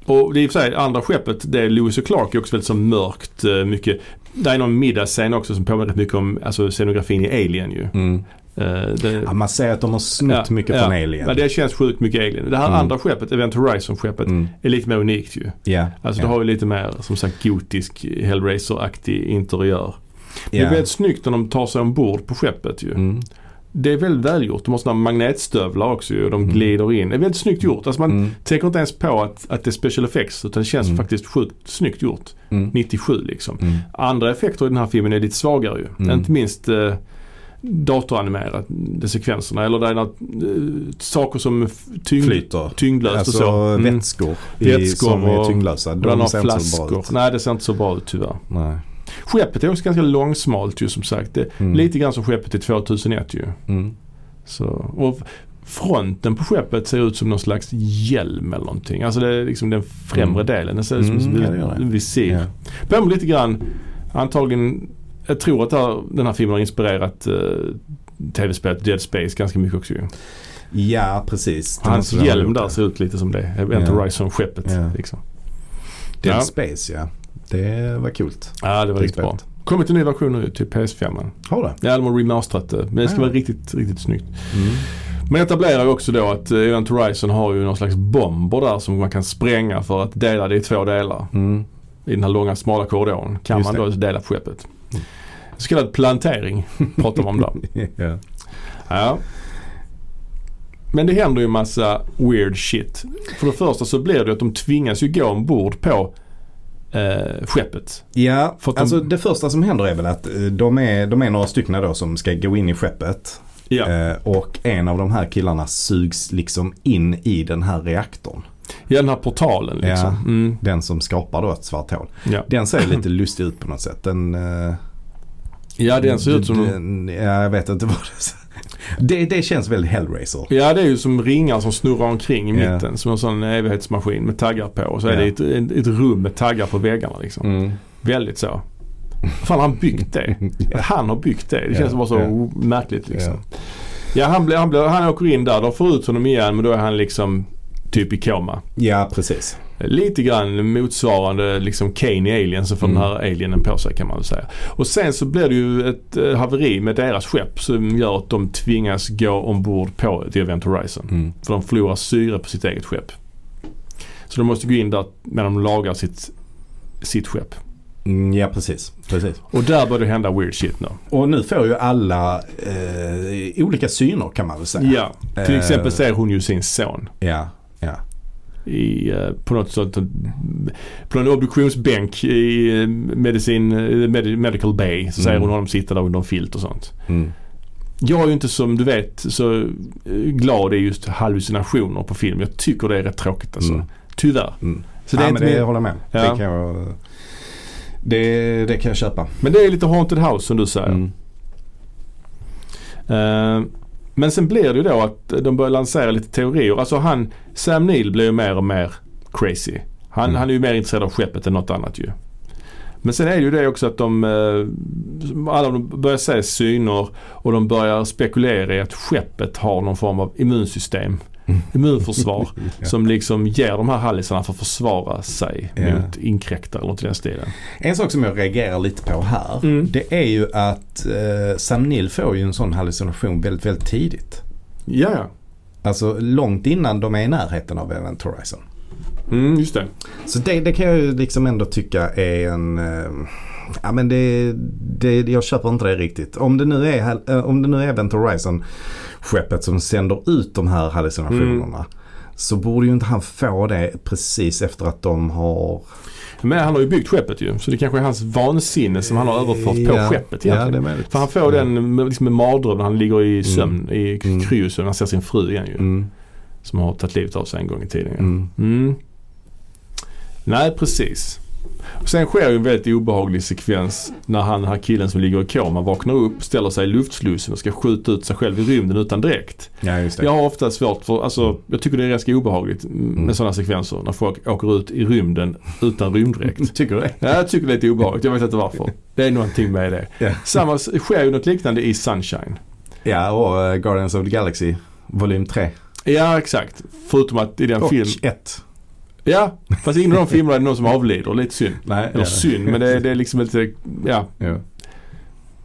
A: Och det är i och för sig andra skeppet, det är Lewis och Clark, är också väldigt så mörkt. eh, Mycket. Det är någon middagsscen också som påminner rätt mycket om alltså, scenografin i Alien ju.
B: Mm.
A: Eh, det,
B: Ja, man ser att de har snott
A: Ja,
B: mycket
A: ja.
B: från Alien.
A: Ja, det känns sjukt mycket Alien. Det här
B: Mm.
A: andra skeppet, Event Horizon-skeppet,
B: Mm.
A: är lite mer unikt ju.
B: Ja,
A: Alltså
B: ja,
A: det har ju lite mer som sagt gotisk Hellraiser-aktig interiör. Det
B: ja.
A: är väldigt snyggt när de tar sig ombord på skeppet ju.
B: Mm.
A: Det är väldigt välgjort. De har sådana magnetstövlar också ju och de
B: Mm.
A: glider in. Det är väldigt snyggt gjort. Alltså man,
B: Mm.
A: tänker inte ens på att, att det är special effects utan det känns
B: Mm.
A: faktiskt sjukt snyggt gjort.
B: Mm.
A: 97 liksom.
B: Mm.
A: Andra effekter i den här filmen är lite svagare ju.
B: Mm.
A: Inte minst eh, datoranimerat, de sekvenserna. Eller det är något, eh, saker som f- tyngd,
B: Flyter.
A: tyngdlöst
B: Alltså
A: och så. Mm.
B: vätskor, i,
A: Vätskor
B: som
A: och-
B: är tyngdlösa.
A: Och den
B: De
A: har
B: ser inte så bra
A: flaskor.
B: ut.
A: Nej det ser inte så bra ut tyvärr.
B: Nej.
A: Skeppet är också ganska långsmalt ju som sagt. Det,
B: Mm.
A: Lite grann som skeppet i 2001 ju.
B: Mm.
A: Så, och fronten på skeppet ser ut som någon slags hjälm eller någonting. Alltså det är liksom den främre
B: Mm.
A: delen. Den ser ut som
B: Mm, ja, det gör
A: en
B: det.
A: visir.
B: Ja.
A: Påminner lite grann, antagligen, jag tror att det här- den här filmen har inspirerat eh, tv-spelet Dead Space ganska mycket också ju.
B: Ja, precis. Det
A: Hans
B: måste det ha
A: hjälm
B: gjort,
A: där
B: ja.
A: ser ut lite som det.
B: Ja.
A: Event Horizon-skeppet
B: Ja.
A: liksom.
B: Dead
A: Ja.
B: Space, ja. Det var kul.
A: Ja, det var riktigt bra. Kommit en ny version nu till PS5. -an.
B: Har det?
A: Ja, de har remasterat det. eh, Men det ska
B: Ja.
A: vara riktigt, riktigt snyggt. Men etablerar ju också då att eh, Event Horizon har ju någon slags bomber där som man kan spränga för att dela det i två delar.
B: Mm.
A: I den här långa smala korridoren kan
B: Just
A: man
B: det.
A: då dela på skeppet. Så kallad plantering pratar man om där.
B: ja.
A: Ja. Men det händer ju en massa weird shit. För det första så blir det ju att de tvingas ju gå ombord på eh, skeppet.
B: ja,
A: För att de-
B: alltså det första som händer är väl att eh, de är, de är några stycken då som ska gå in i skeppet.
A: Ja.
B: Eh, Och en av de här killarna sugs liksom in i den här reaktorn.
A: I den här portalen liksom.
B: Ja.
A: Mm,
B: Den som skapar då ett svart hål.
A: ja.
B: Den ser lite lustig ut på något sätt. Den, eh,
A: ja, den ser ut som...
B: den- ja, jag vet inte vad det ser det, det känns väldigt Hellraiser.
A: Ja, det är ju som ringar som snurrar omkring i
B: Typ. Ja.
A: mitten. Som en sån evighetsmaskin med taggar på. Och så är
B: Ja.
A: det ett, ett, ett rum med taggar på väggarna liksom. Väldigt så. Fan han byggt det. Att han har byggt det. Det känns
B: Ja,
A: bara så
B: ja.
A: o- märkligt liksom. Ja, han, blir, han, blir, han åker in där. De får ut honom igen men då är han liksom typ i koma.
B: Ja, precis.
A: Lite grann motsvarande liksom Kane i Alien så får
B: Mm.
A: den här alienen på sig kan man väl säga. Och sen så blir det ju ett eh, haveri med deras skepp som gör att de tvingas gå ombord på The Event Horizon.
B: Mm.
A: För de förlorar syre på sitt eget skepp. Så de måste gå in där när de lagar sitt, sitt skepp.
B: Mm, Ja, precis. precis.
A: Och där börjar det hända weird shit nu.
B: Och nu får ju alla eh, olika syner kan man väl säga.
A: Ja, till
B: Eh.
A: exempel ser hon ju sin son.
B: Ja, ja.
A: I, eh, på något sånt, på en obduktionsbänk i eh, medicin, eh, med, Medical Bay så ser
B: Mm.
A: hon honom sitta där under en filt och sånt.
B: Mm.
A: Jag är ju inte som du vet så eh, glad i just hallucinationer på film. Jag tycker det är rätt tråkigt alltså.
B: Mm.
A: Tyvärr.
B: Mm.
A: Så det är
B: ja,
A: inte
B: men det
A: min-
B: håller jag med.
A: Ja.
B: Det, kan jag, det, det kan jag köpa.
A: Men det är lite Haunted House som du säger.
B: Mm.
A: Eh, men sen blir det ju då att de börjar lansera lite teorier. Alltså han, Sam Neill blir ju mer och mer crazy. Han,
B: Mm.
A: han är ju mer intresserad av skeppet än något annat ju. Men sen är det ju det också att de, eh, alla de börjar se syner och de börjar spekulera i att skeppet har någon form av immunsystem immunförsvar
B: Ja.
A: som liksom ger de här hallisarna för att försvara sig
B: Ja.
A: mot inkräktare eller något i den stilen.
B: En sak som jag reagerar lite på här.
A: Mm.
B: Det är ju att eh, Sam Neill får ju en sån hallucination väldigt, väldigt tidigt.
A: Ja, ja.
B: Alltså långt innan de är i närheten av Event Horizon.
A: Mm, just det.
B: Så det, det kan jag ju liksom ändå tycka är en... Eh, ja men det, det... Jag köper inte det riktigt. Om det nu är, hal- eh, om det nu är Event Horizon-skeppet som sänder ut de här hallucinationerna.
A: Mm.
B: Så borde ju inte han få det precis efter att de har...
A: Men han har ju byggt skeppet ju. Så det kanske är hans vansinne som han har överfört på
B: Ja.
A: skeppet
B: Ja, det är
A: egentligen.
B: möjligt.
A: för han får den med- liksom med mardröm när han ligger i sömn i
B: Mm.
A: kryosömn. Han ser sin fru igen ju.
B: Mm,
A: Som har tagit livet av sig en gång i tiden. ju.
B: mm.
A: Mm. Nej, precis. Och sen sker ju en väldigt obehaglig sekvens när han, den här killen som ligger i koma vaknar upp, ställer sig i luftslussen och ska skjuta ut sig själv i rymden utan dräkt.
B: Ja, just det.
A: Jag har ofta svårt för, alltså jag tycker det är ganska obehagligt med
B: Mm.
A: sådana sekvenser när folk åker ut i rymden utan rymddräkt.
B: Tycker du det?
A: Ja, jag tycker det är lite obehagligt, jag vet inte varför. Det är någonting med det.
B: Ja.
A: Samma s- sker ju något liknande i Sunshine.
B: Ja, och eh, Guardians of the Galaxy volym 3.
A: Ja, exakt. Förutom att i den
B: och
A: film...
B: 1.
A: Ja, fast ingen av de filmerna är det någon som avlider, lite synd.
B: Nej,
A: Eller synd, men det, är- det är liksom lite, ja,
B: Ja.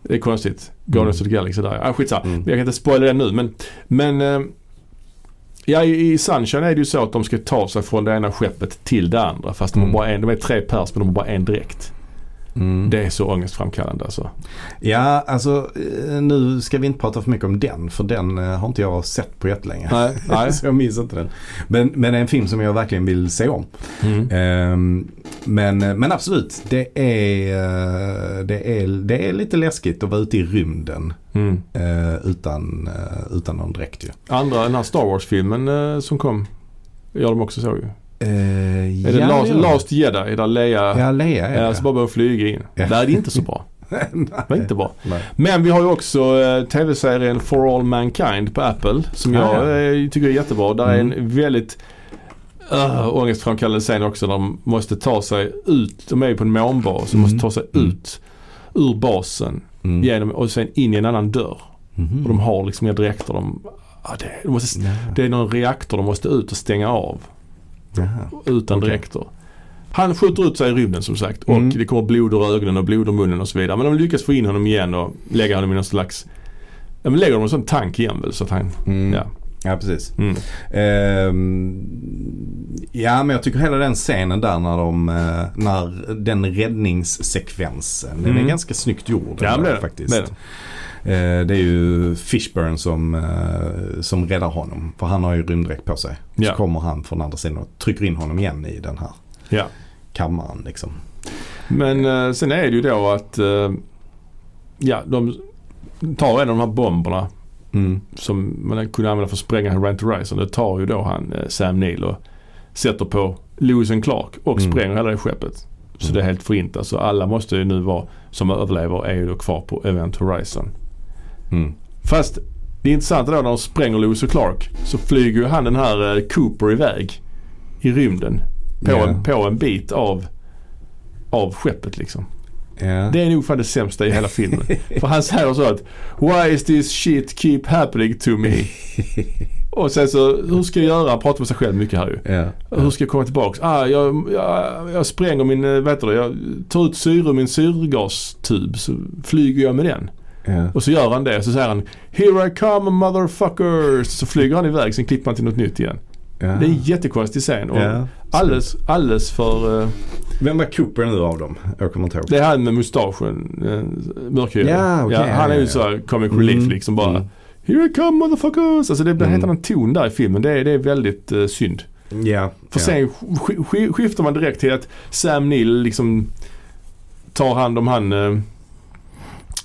A: det är konstigt. Guardians of the Galaxy där. Ah, skitsamma.
B: Mm.
A: Jag kan inte spoila det nu men, men eh, ja, i i Sunshine är det ju så att de ska ta sig från det ena skeppet till det andra. Fast de, har
B: Mm.
A: bara en, de är tre pers men de har bara en direkt.
B: Mm.
A: Det är så ångestframkallande alltså.
B: ja, alltså eh, nu ska vi inte prata för mycket om den för den eh, har inte jag sett på jättelänge.
A: Nej, nej.
B: Så jag minns inte den. Men, men det är en film som jag verkligen vill se om.
A: Mm.
B: Ehm, men, men absolut, det är, eh, det, är, det är lite läskigt att vara ute i rymden
A: Mm.
B: eh, utan, eh, utan någon dräkt ju.
A: Andra, den här Star Wars-filmen eh, som kom, ja de också såg ju.
B: Eh,
A: Är det
B: ja,
A: Last,
B: gör det.
A: Last Jedi där Leia
B: Ja, Leia är
A: eh,
B: det.
A: så bara börjar flyga in.
B: Ja.
A: Där är det inte så bra. Det var inte bra.
B: Nej.
A: Men vi har ju också eh, tv-serien For All Mankind på Apple som jag
B: Ah,
A: eh, tycker är jättebra. Där är
B: Mm.
A: en väldigt uh, ångestframkallande scen också där de måste ta sig ut. De är ju på en månbas och
B: Mm.
A: måste ta sig
B: Mm.
A: ut ur basen
B: Mm.
A: genom, och sen in i en annan dörr.
B: Mhm.
A: Och de har liksom inga dräkter. De, ah, det, de måste,
B: Ja.
A: det är någon reaktor de måste ut och stänga av
B: Jaha.
A: utan
B: Okej.
A: dräkter. Han skjuter ut sig i rymden som sagt och
B: Mm.
A: det kommer blod ur ögonen och blod ur munnen och så vidare. Men de lyckas få in honom igen och lägga honom i någon slags Ja men lägger honom i en sån tank igen väl så att han,
B: Mm.
A: ja.
B: Ja, precis.
A: Mm.
B: Ehm, ja, men jag tycker hela den scenen där när de, eh, när den räddningssekvensen, den
A: Mm.
B: är ganska snyggt gjord.
A: Ja,
B: ändå,
A: men det är det.
B: faktiskt.
A: Det
B: Det
A: är
B: är, det är ju Fishburne som, eh, som räddar honom. För han har ju rymddräkt på sig.
A: Ja.
B: Så kommer han från andra sidan och trycker in honom igen i den här
A: ja.
B: kammaren liksom.
A: Men eh, sen är det ju då att eh, ja de tar en av de här bomberna
B: Mm. som,
A: som man kunde använda för att spränga Rant Horizon. Det tar ju då han eh, Sam Neill och sätter på Lewis and Clark och
B: Mm.
A: spränger hela det skeppet. Så
B: Mm.
A: det är helt förintat. Så alla måste ju nu vara, som överlever, är ju då kvar på Event Horizon.
B: Mm.
A: Fast det intressanta då när de spränger Lewis och Clark så flyger ju han den här eh, Cooper iväg i rymden. På,
B: Ja.
A: en, på en bit av, av skeppet liksom.
B: Ja.
A: Det är nog fan det sämsta i hela filmen. För han säger så att Why is this shit keep happening to me? Och sen så, hur ska jag göra? Han pratar med sig själv mycket här ju.
B: Ja.
A: Hur ska jag komma tillbaks? Ah, jag, jag, jag spränger min, eh, vad heter det, jag tar ut syre ur min syrgastub så flyger jag med den.
B: Ja.
A: Och så gör han det. Så säger han “Here I come motherfuckers” så flyger han iväg. Sen klipper han till något nytt igen.
B: Ja.
A: Det är en jättekonstig scen. Och
B: Ah. Ja.
A: alldeles, alldeles för... eh,
B: Vem var Cooper nu av dem? Jag kommer inte ihåg.
A: Det är han med mustaschen. eh, Mörkhyade.
B: Ja, okej,
A: han är
B: ja,
A: ju
B: ja,
A: så här comic relief
B: Mm.
A: liksom bara.
B: Mm.
A: “Here I come motherfuckers” Alltså det blir en helt
B: Mm.
A: annan ton där i filmen. Det är, det är väldigt eh, synd.
B: Ja.
A: För
B: ja.
A: sen sk- sk- skiftar man direkt till att Sam Neill liksom tar hand om han eh,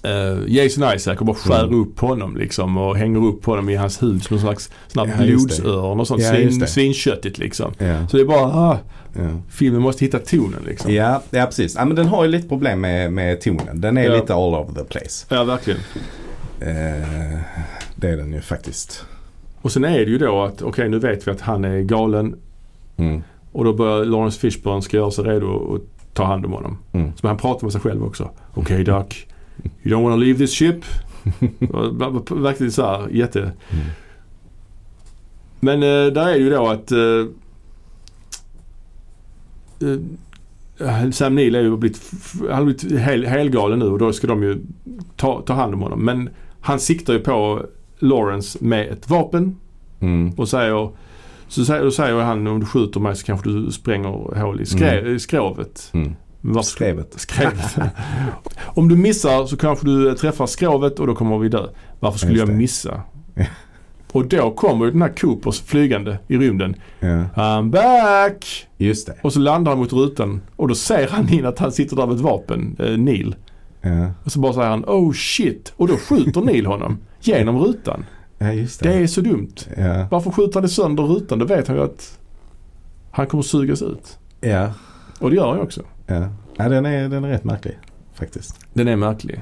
A: eh, Jason Isaac och bara skär
B: Mm.
A: upp honom liksom och hänger upp honom i hans hud som någon slags sån här
B: Ja, just det.
A: blodsörn och sånt.
B: Ja, just
A: svin,
B: det.
A: svinköttigt liksom.
B: Ja.
A: Så det är bara, ah,
B: Ja.
A: filmen måste hitta tonen liksom.
B: Ja, ja precis. Ja, men den har ju lite problem med, med tonen. Den är
A: Ja.
B: lite all over the place.
A: Ja, verkligen.
B: Eh, det är den ju faktiskt.
A: Och sen är det ju då att, okej nu vet vi att han är galen
B: Mm.
A: och då börjar Lawrence Fishburne ska göra sig redo och ta hand om honom.
B: Mm.
A: Så han pratar med sig själv också. Okej Duck, you don't wanna leave this ship. Och b- b- Verkligen så här jätte... Men eh, där är ju då att eh, eh, Sam Neill är ju blivit, han har blivit hel, helgalen nu och då ska de ju ta, ta hand om honom. Men han siktar ju på Lawrence med ett vapen
B: Mm.
A: och säger så säger, då säger han om du skjuter mig så kanske du spränger hål i skrä, i skrovet.
B: Mm.
A: Men varför-
B: Skrevet.
A: skrevet. om du missar så kanske du träffar skrovet och då kommer vi dö. Varför skulle
B: Just
A: jag
B: det.
A: missa?
B: Ja.
A: Och då kommer ju den här Coopers flygande i rymden.
B: Ja.
A: I'm back!
B: Just det.
A: Och så landar han mot rutan och då ser han in att han sitter där med ett vapen, eh, Neil.
B: Ja.
A: Och så bara säger han oh shit! Och då skjuter Neil honom genom rutan.
B: ja, just
A: Det
B: det.
A: är så dumt.
B: Ja.
A: Varför skjuter han det sönder rutan? Då vet han ju att han kommer sugas ut.
B: Ja.
A: Och det gör han ju också.
B: Ja. ja den, är, den är rätt märklig faktiskt.
A: Den är märklig.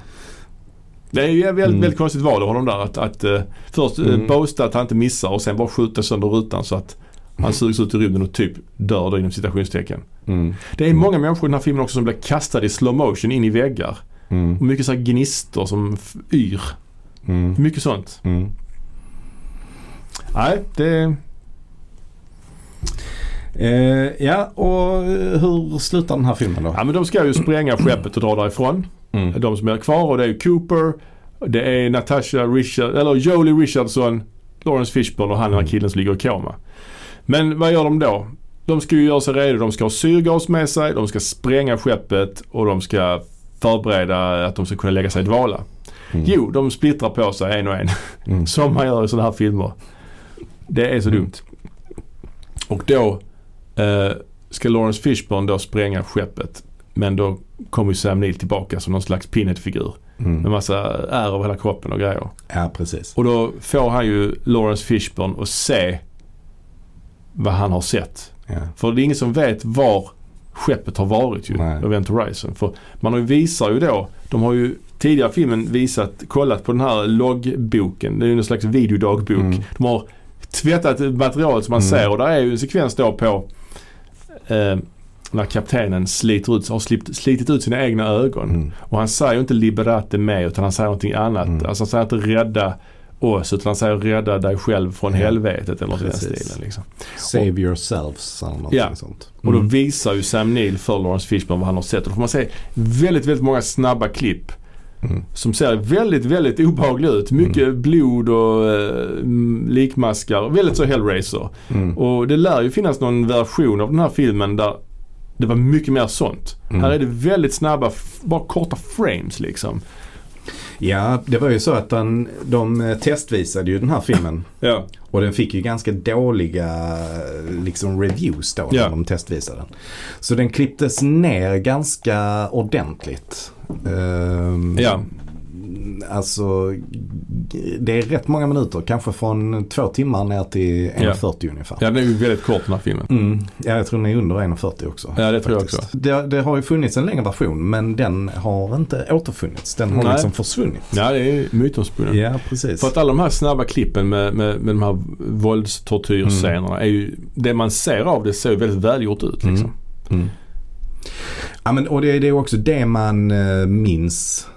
A: Det är ju ett väldigt,
B: Mm.
A: väldigt konstigt val av honom där. Att, att eh, först eh,
B: Mm.
A: boasta att han inte missar och sen bara skjuta sönder rutan så att han sugs ut i rymden och typ dör då inom citationstecken.
B: Mm.
A: Det är många människor i den här filmen också som blir kastade i slow motion in i väggar.
B: Mm.
A: Och mycket så här gnistor som f- yr.
B: Mm.
A: Mycket sånt.
B: Mm.
A: Nej, det...
B: Eh, ja, och eh, hur slutar den här filmen då?
A: Ja men de ska ju spränga skeppet och dra därifrån.
B: Mm.
A: De som är kvar och det är ju Cooper, det är Natasha Richard, eller Jolie Richardson, Lawrence Fishburne och han den här killen som ligger i koma. Men vad gör de då? De ska ju göra sig redo. De ska ha syrgas med sig, de ska spränga skeppet och de ska förbereda att de ska kunna lägga sig i dvala.
B: Mm.
A: Jo, de splittrar på sig en och en.
B: Mm.
A: Som man gör i sådana här filmer. Det är så dumt. Och då eh, ska Lawrence Fishburne då spränga skeppet. Men då kommer ju Sam Neill tillbaka som någon slags Pinhead-figur. Med
B: Mm.
A: massa ärr över hela kroppen och grejer.
B: Ja, precis.
A: Och då får han ju Lawrence Fishburne att se vad han har sett.
B: Ja.
A: För det är ingen som vet var skeppet har varit ju.
B: Nej.
A: Event Horizon. För man har ju visar ju då, de har ju tidigare i filmen visat, kollat på den här loggboken. Det är ju någon slags videodagbok.
B: Mm.
A: De har tvättat materialet som man
B: Mm.
A: ser och där är ju en sekvens då på eh, när kaptenen sliter ut, har slipt, slitit ut sina egna ögon.
B: Mm.
A: Och han säger ju inte liberate mig utan han säger någonting annat.
B: Mm.
A: Alltså han säger inte rädda oss utan han säger rädda dig själv från
B: Ja.
A: helvetet eller något i den
B: Precis.
A: stilen. Liksom.
B: Save yourselves eller någonting
A: Ja.
B: sånt. Mm,
A: Och då visar ju Sam Neill för Lawrence Fishburne vad han har sett. Och då får man se väldigt, väldigt många snabba klipp
B: Mm.
A: som ser väldigt, väldigt obehagliga ut. Mycket blod och eh, m- likmaskar. Väldigt så Hellraiser.
B: Mm.
A: Och det lär ju finnas någon version av den här filmen där det var mycket mer sånt.
B: Mm.
A: Här är det väldigt snabba, f- bara korta frames liksom.
B: Ja, det var ju så att den, de eh, testvisade ju den här filmen.
A: Ja.
B: Och den fick ju ganska dåliga eh, liksom, reviews då när
A: Ja.
B: de testvisade den. Så den klipptes ner ganska ordentligt. Ehm,
A: Ja.
B: Alltså g- det är rätt många minuter. Kanske från två timmar ner till 1.40 ungefär.
A: ja, den är ju väldigt kort den här filmen.
B: Mm. Ja, jag tror den är under 1,40 också.
A: Ja, det tror jag
B: faktiskt.
A: också.
B: Det, det har ju funnits en längre version men den har inte återfunnits. Den har
A: Nej.
B: liksom försvunnit.
A: Ja, det är mytomspunnen.
B: Ja, precis.
A: För att alla de här snabba klippen med, med, med de här våldstortyrscenerna är ju, det man ser av det ser ju väldigt välgjort ut liksom.
B: Mm. Mm. Ja, men, och det, det är också det man eh, minns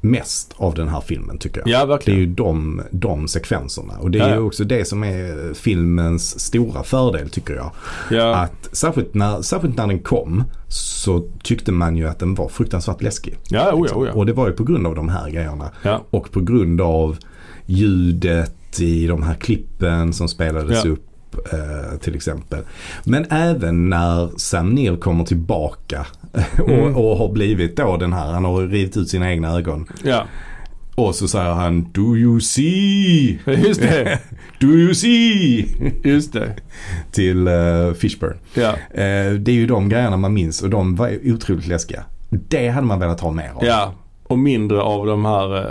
B: mest av den här filmen tycker jag.
A: Ja,
B: Det är
A: verkligen.
B: ju de, de sekvenserna. Och det är
A: Ja, ja.
B: ju också det som är filmens stora fördel tycker jag.
A: ja.
B: Att särskilt när, särskilt när den kom så tyckte man ju att den var fruktansvärt läskig.
A: ja, oja, oja.
B: Och det var ju på grund av de här grejerna.
A: Ja.
B: Och på grund av ljudet i de här klippen som spelades
A: Ja.
B: upp eh, till exempel. Men även när Sam Neill kommer tillbaka eh, och,
A: Mm.
B: och har blivit då den här, han har rivit ut sina egna ögon.
A: ja,
B: Och så säger han Do you see?
A: just det.
B: Do you see?
A: Just det.
B: till eh, Fishburne.
A: Ja,
B: Eh, det är ju de grejerna man minns och de var ju otroligt läskiga. Det hade man velat ha mer av.
A: ja. Och mindre av de här eh,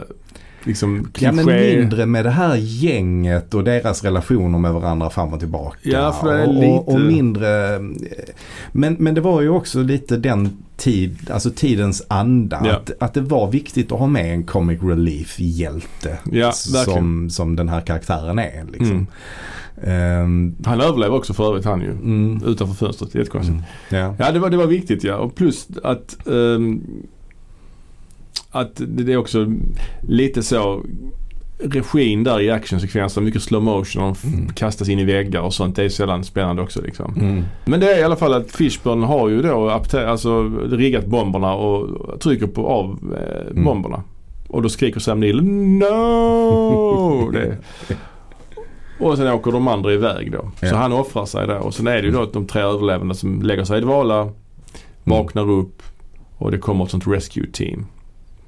A: liksom
B: Ja men
A: kliché-
B: mindre med det här gänget och deras relationer med varandra fram och tillbaka.
A: Ja, för det är
B: och, och, och
A: lite-
B: mindre... eh, Men, men det var ju också lite den tid, alltså tidens anda.
A: Ja.
B: Att, att det var viktigt att ha med en comic relief-hjälte.
A: Ja, verkligen. Mm.
B: som, som den här karaktären är. Liksom. Ehm,
A: Han överlever också för övrigt han ju.
B: mm,
A: Utanför fönstret. Jättekonstigt.
B: ja.
A: Ja, det var, det var viktigt ja. Och plus att, ehm, att det är också lite så regin där i actionsekvenser, mycket slow motion och de mm. kastas in i väggar och sånt. Det är sällan spännande också liksom.
B: Mm.
A: Men det är i alla fall att Fishburne har ju då apte- alltså, riggat bomberna och trycker på av eh,
B: Mm.
A: bomberna. Och då skriker Sam Neill No! Oh, det. Och sen åker de andra iväg då.
B: Ja.
A: Så han offrar sig där. Och sen är det ju då att de tre överlevande som lägger sig i
B: Mm.
A: dvala, vaknar upp och det kommer ett sånt rescue team.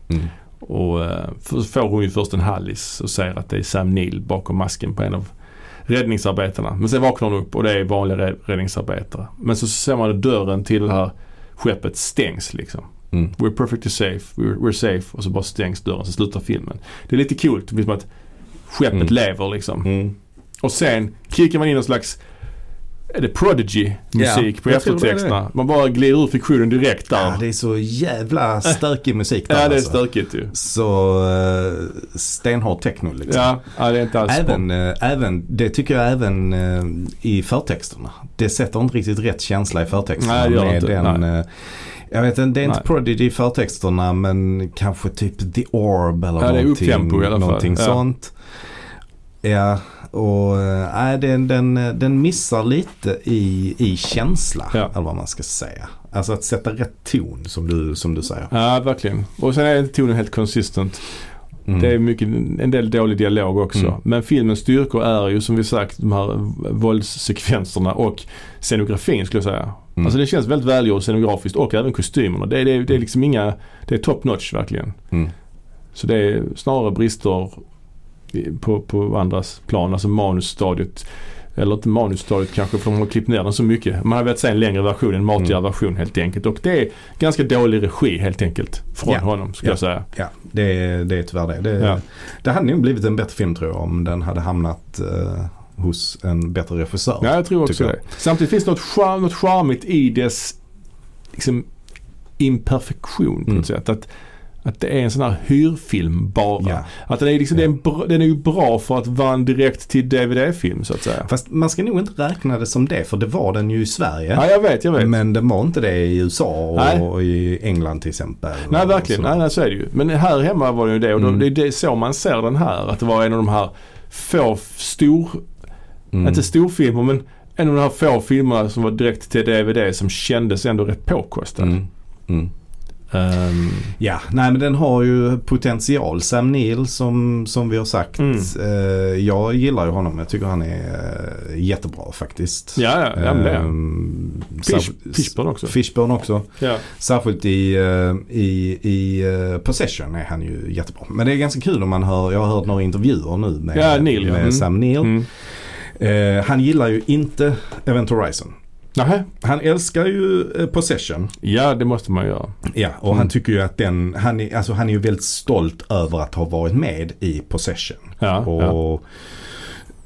B: Mm.
A: Och eh, f- får hon ju först en hallis och säger att det är Sam Neill bakom masken på en av räddningsarbetarna. Men sen vaknar hon upp och det är vanliga rädd- räddningsarbetare. Men så ser man att dörren till det här skeppet stängs liksom.
B: Mm.
A: We're perfectly safe, we're, we're safe och så bara stängs dörren så slutar filmen. Det är lite coolt, det blir som att skeppet
B: Mm.
A: lever liksom.
B: Mm.
A: Och sen kickar man in någon slags är det Prodigy musik
B: Ja,
A: på
B: jag tror det var
A: eftertexterna? Man bara glider ur fiktionen direkt där.
B: Ja, det är så jävla stökig musik där
A: Ja, det är
B: alltså.
A: stökigt ju.
B: Så eh, stenhård techno liksom.
A: Ja, ja, det är inte alls bra.
B: Även, eh, även, det tycker jag även eh, i förtexterna. Det sätter inte riktigt rätt känsla i förtexterna.
A: Nej, det gör det inte.
B: den, eh, jag vet inte, det är inte
A: Nej.
B: Prodigy i förtexterna men kanske typ The Orb eller
A: Ja, det är
B: någonting,
A: upptempo i alla fall.
B: någonting
A: Ja.
B: sånt. Ja, och eh, nej, den, den, den missar lite i, i känsla.
A: Ja.
B: Eller vad man ska säga. Alltså att sätta rätt ton som du, som du säger.
A: Ja, verkligen. Och sen är tonen helt konsistent.
B: Mm.
A: Det är mycket, en del dålig dialog också.
B: Mm.
A: Men filmens styrkor är ju som vi sagt de här våldssekvenserna och scenografin skulle jag säga.
B: Mm.
A: Alltså det känns väldigt välgjord scenografiskt och även kostymerna. Det, är- det, är- det är liksom inga, det är top notch verkligen.
B: Mm.
A: Så det är snarare brister i- på, på andras plan, alltså manusstadiet. Eller inte manusstadiet kanske för de har klippt ner den så mycket. Man har velat se en längre version, en
B: Mm.
A: matigare version helt enkelt. Och det är ganska dålig regi helt enkelt från
B: Ja.
A: honom skulle
B: Ja.
A: jag säga.
B: Ja, det, är- det är tyvärr det. Det,
A: Ja.
B: det hade nog blivit en bättre film tror jag om den hade hamnat eh, hos en bättre regissör.
A: Ja, jag tror också
B: tycker jag.
A: det. Samtidigt finns det något, charm, något charmigt i dess liksom, imperfektion på
B: Mm.
A: något sätt. Att, att det är en sån här hyrfilm bara.
B: Ja.
A: Att den är, liksom,
B: Ja.
A: den, är bra, den är ju bra för att vara en direkt till DVD-film så att säga.
B: Fast man ska nog inte räkna det som det för det var den ju i Sverige.
A: Ja, jag vet, jag vet.
B: Men den var inte det i USA och,
A: Nej.
B: och i England till exempel.
A: Nej
B: Och
A: verkligen,
B: så.
A: nej, nej så är det ju. Men här hemma var det ju det och då,
B: Mm.
A: det är det så man ser den här. Att det var en av de här få f- stor,
B: Mm.
A: inte storfilmer men en av de här få filmerna som var direkt till DVD som kändes ändå rätt påkostad.
B: Mm. Mm.
A: Ehm,
B: Ja, nej men den har ju potential. Sam Neill som, som vi har sagt.
A: Mm.
B: Eh, jag gillar ju honom. Jag tycker han är eh, jättebra faktiskt.
A: ja, ja, ja men det. är-
B: Ehm,
A: Fish,
B: särskilt-
A: Fishburne också.
B: Fishburne också.
A: Ja.
B: Särskilt i, eh, i, i eh, Possession är han ju jättebra. Men det är ganska kul om man hör, jag har hört några intervjuer nu med,
A: Ja, Neil, ja.
B: med
A: Mm.
B: Sam Neill.
A: Mm.
B: Eh, han gillar ju inte Event Horizon.
A: Nähä.
B: Han älskar ju eh, Possession.
A: Ja, det måste man göra.
B: Ja, och
A: Mm.
B: han tycker ju att den, han är, alltså han är ju väldigt stolt över att ha varit med i Possession.
A: Ja, ja.
B: Och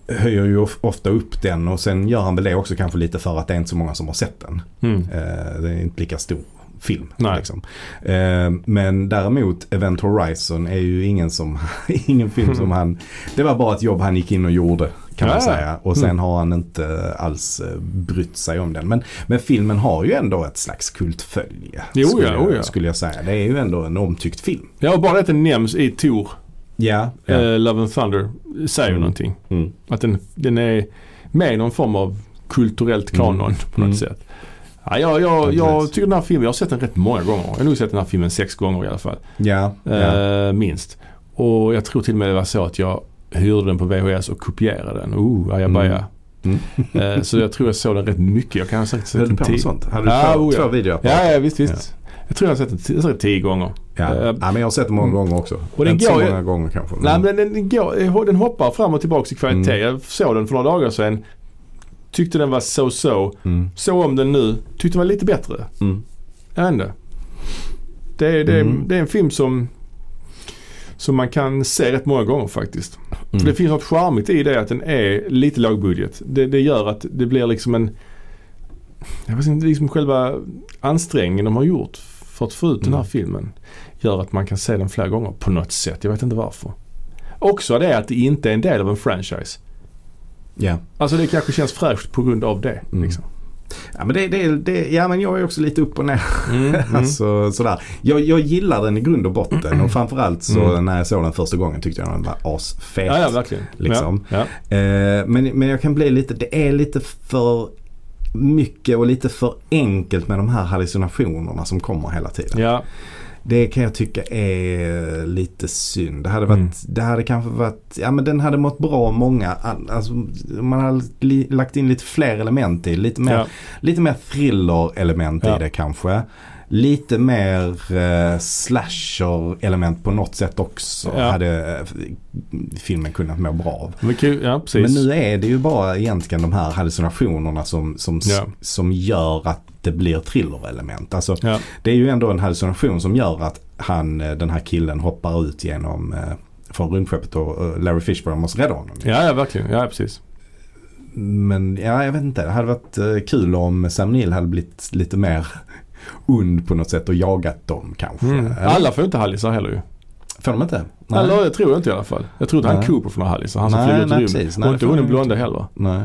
B: höjer ju of- ofta upp den och sen gör han väl det också kanske lite för att det är inte så många som har sett den.
A: Mm.
B: Eh, Det är inte lika stor film.
A: Nej.
B: Liksom. Eh, Men däremot Event Horizon är ju ingen, som, ingen film som han... Det var bara ett jobb han gick in och gjorde kan man
A: Ja. Mm.
B: säga. Och sen har han inte alls eh, brytt sig om den. Men, men filmen har ju ändå ett slags kultfölje.
A: Jo, ja,
B: skulle, jag-
A: jo, ja.
B: skulle jag säga. Det är ju ändå en omtyckt film.
A: ja, och bara det att den nämns i Tor,
B: Ja. ja.
A: eh, Love and Thunder, säger ju
B: Mm.
A: någonting.
B: Mm.
A: Att den, den är med i någon form av kulturellt kanon
B: Mm.
A: på något
B: Mm.
A: sätt. Ja, jag, jag,
B: Ja,
A: jag
B: precis.
A: tycker den här filmen, jag har sett den rätt många gånger. Jag har nog sett den här filmen sex gånger i alla fall.
B: ja, ja.
A: Eh, minst. Och jag tror till och med det var så att jag hyrde den på VHS och kopierade den. Oh, ajabaja.
B: Mm.
A: Eh, så jag tror jag såg den rätt mycket. Jag kan ha säkert sett
B: Höll du
A: den
B: på med
A: tio.
B: sånt? Hade du
A: Ja,
B: två,
A: oh, ja.
B: två videoapparater?
A: Ja, ja, visst, visst. Jag tror jag har sett den t- jag har sett den tio gånger.
B: Ja.
A: Eh,
B: ja, men jag har sett det många gånger också.
A: Och den
B: inte så
A: går ju-
B: många gånger kanske.
A: Nej men den- den, går, eh, den hoppar fram och tillbaka i kvalitet.
B: Mm.
A: Jag såg den för några dagar sedan. Tyckte den var so-so.
B: Mm.
A: Såg om den nu. Tyckte den var lite bättre.
B: Mm.
A: Jag vet inte. Det, är- det, är-
B: Mm.
A: det är en film som, som man kan se rätt många gånger faktiskt.
B: Mm.
A: För det finns något charmigt i det att den är lite lågbudget. Det, det gör att det blir liksom en... Jag vet inte, liksom själva ansträngningen de har gjort för att få ut den här
B: Mm.
A: filmen gör att man kan se den flera gånger på något sätt. Jag vet inte varför. Också det att det inte är en del av en franchise.
B: Ja.
A: Alltså det kanske känns fräscht på grund av det.
B: Mm.
A: Liksom.
B: Ja men, det, det, det, ja, men jag är också lite upp och ner.
A: Mm, mm.
B: Alltså, sådär. Jag, jag gillar den i grund och botten och framförallt så när jag såg den första gången tyckte jag den var asfet.
A: Mm. ja, ja, verkligen.
B: liksom.
A: Ja, ja.
B: Eh, men, men jag kan bli lite, det är lite för mycket och lite för enkelt med de här hallucinationerna som kommer hela tiden.
A: Ja,
B: Det kan jag tycka är lite synd. Det hade, varit,
A: Mm.
B: det hade kanske varit, ja men den hade mått bra av många, an- alltså, om man hade li, lagt in lite fler element i lite mer,
A: ja.
B: lite mer thriller-element
A: Ja.
B: i det kanske. Lite mer eh, slasher-element på något sätt också
A: Ja.
B: hade eh, f- filmen kunnat må bra av.
A: Men kul, ja precis.
B: Men nu är det ju bara egentligen de här hallucinationerna som, som, s-
A: Ja.
B: som gör att det blir thriller-element. Alltså,
A: Ja,
B: det är ju ändå en hallucination som gör att han, eh, den här killen hoppar ut genom eh, från rymdskeppet och eh, Larry Fishburne måste rädda honom.
A: ja, ja verkligen. Ja, precis.
B: Men ja, jag vet inte. Det hade varit eh, kul om Sam Neill hade blivit lite mer ond på något sätt och jagat dem kanske.
A: Mm.
B: Eller?
A: Alla får ju inte hallisar heller ju.
B: Får de inte? Nej.
A: Eller jag tror inte i alla fall. Jag tror inte han
B: Nej.
A: Cooper får några hallisar. Han som
B: Nej,
A: flyger ut i
B: nej,
A: rymden.
B: precis. Nej,
A: Och inte
B: det får
A: hon den
B: han
A: blonda heller.
B: Nej.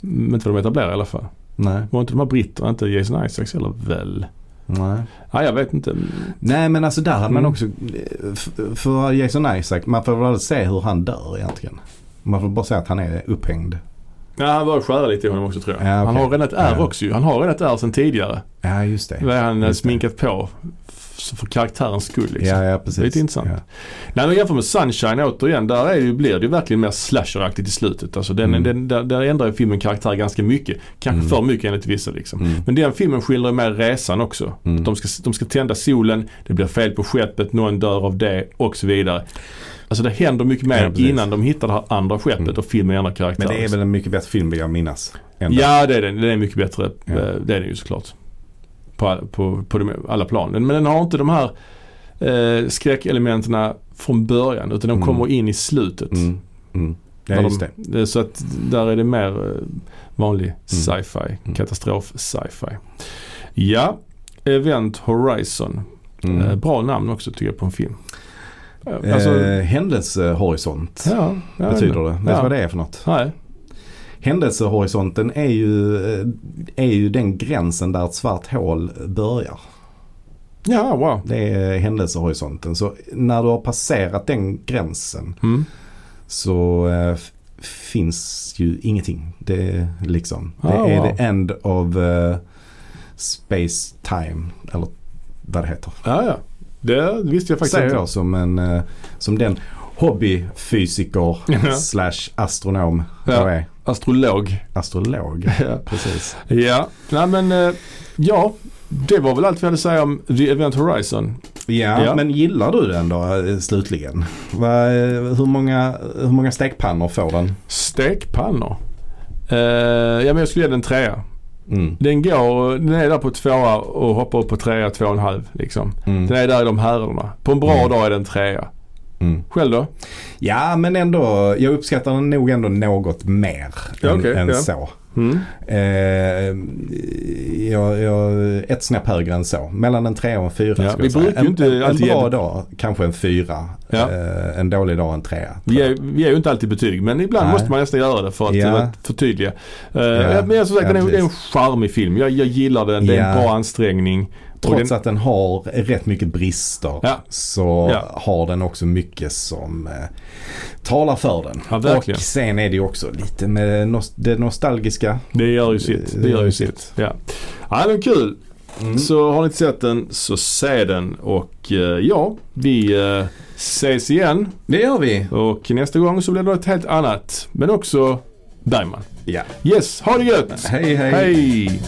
A: Men inte vad de etablerar i alla fall.
B: Nej.
A: Var inte de här britterna, inte Jason Isaacs heller väl?
B: Nej.
A: Nej, jag vet inte.
B: Nej men alltså där hade man
A: Mm.
B: också, eh, f- för Jason Isaac, man får väl aldrig se hur han dör egentligen. Man får bara säga att han är upphängd.
A: Ja, han var skära lite i honom också tror jag.
B: Ja, okej.
A: Han har redan ett ärr
B: Ja.
A: också ju. Han har redan ett ärr sedan tidigare.
B: Ja just det.
A: Vad är han eh,
B: Just det.
A: sminkat på? f- För karaktärens skull liksom.
B: Ja, ja precis.
A: Lite intressant.
B: Ja.
A: Nej men jämfört med Sunshine återigen, där är det, ju- blir det ju verkligen mer slasheraktigt i slutet. Alltså den,
B: Mm.
A: den, där, där ändrar ju filmen karaktär ganska mycket. Kanske
B: Mm.
A: för mycket enligt vissa liksom.
B: Mm.
A: Men den filmen skildrar ju mer resan också.
B: Mm.
A: De, ska, de ska tända solen, det blir fel på skeppet, någon dör av det och så vidare. Alltså det händer mycket mer
B: Ja, precis.
A: innan de hittar det här andra skeppet
B: Mm.
A: och filmen ändrar karaktär.
B: Men det är väl en mycket bättre film vill jag minnas. än den.
A: Ja det är den. Den är mycket bättre.
B: Ja.
A: Eh, Det är den ju såklart. På, all- på, på de, alla plan. Men den har inte de här eh, skräckelementen från början utan de
B: Mm.
A: kommer in i slutet.
B: Mm. Mm. Ja
A: Där
B: just det.
A: de, Så att där är det mer eh, vanlig sci-fi.
B: Mm.
A: Katastrof sci-fi. Ja, Event Horizon.
B: Mm.
A: Eh, bra namn också tycker jag på en film. Eh, Alltså,
B: eh, händelsehorisont
A: ja, ja,
B: betyder det. Vet du
A: Ja.
B: vad det är för något?
A: Nej.
B: Händelsehorisonten är ju, eh, är ju den gränsen där ett svart hål börjar.
A: Ja, wow.
B: Det är händelsehorisonten. Så när du har passerat den gränsen
A: Mm.
B: så eh, f- finns ju ingenting. Det är liksom, det
A: Ah,
B: är
A: wow.
B: the end of eh, space time. Eller vad det heter.
A: Ja, ja. Det visste jag faktiskt
B: Säger
A: inte.
B: jag som, en, eh, som den hobbyfysiker
A: Ja.
B: slash astronom
A: Ja.
B: jag är.
A: Astrolog.
B: Astrolog.
A: Ja.
B: Precis.
A: Ja, nej men eh, ja. Det var väl allt vi hade att säga om The Event Horizon.
B: Ja,
A: Ja.
B: men gillar du den då eh, slutligen? Va, eh, hur, många, hur många stekpannor får den?
A: Stekpannor. Eh, ja men jag skulle ge den trea.
B: Mm.
A: Den går, den är där på tvåa och hoppar upp på trea, två och en halv liksom. Den
B: Mm.
A: är där i de härderna. På en bra
B: Mm.
A: dag är den trea.
B: Mm.
A: Själv då?
B: Ja, men ändå. Jag uppskattar den nog ändå något mer
A: Ja,
B: än,
A: okej,
B: än
A: ja.
B: så.
A: Mm.
B: Eh, jag, jag, ett snäpp högre än så. Mellan en tre och en fyra.
A: Ja,
B: skulle
A: vi
B: jag säga.
A: brukar ju
B: en,
A: inte
B: en, en
A: alltid ge
B: bra
A: det-
B: dag kanske en fyra.
A: Ja.
B: Eh, en dålig dag en trea.
A: Vi ger, vi ger ju inte alltid betyg men ibland
B: Nej.
A: måste man nästan göra det för att
B: Ja.
A: eh, förtydliga. Eh,
B: Ja,
A: Men som sagt
B: ja,
A: den är, det är en
B: precis.
A: charmig film. Jag, jag gillar den. Det är en
B: Ja.
A: bra ansträngning. Och
B: Trots
A: den,
B: att den har rätt mycket brister
A: Ja.
B: så
A: Ja.
B: har den också mycket som eh, talar för den.
A: Ja, verkligen.
B: Och sen är det ju också lite med nos- det nostalgiska.
A: det gör ju sitt. Det gör ju sitt. Mm. Ja. ja, men kul. Så har ni inte sett den så se den och eh, ja, vi eh, ses igen.
B: Det gör vi.
A: Och nästa gång så blir det något helt annat. Men också Bergman.
B: Ja.
A: Yes, ha det gött!
B: Hej, hej.
A: hej.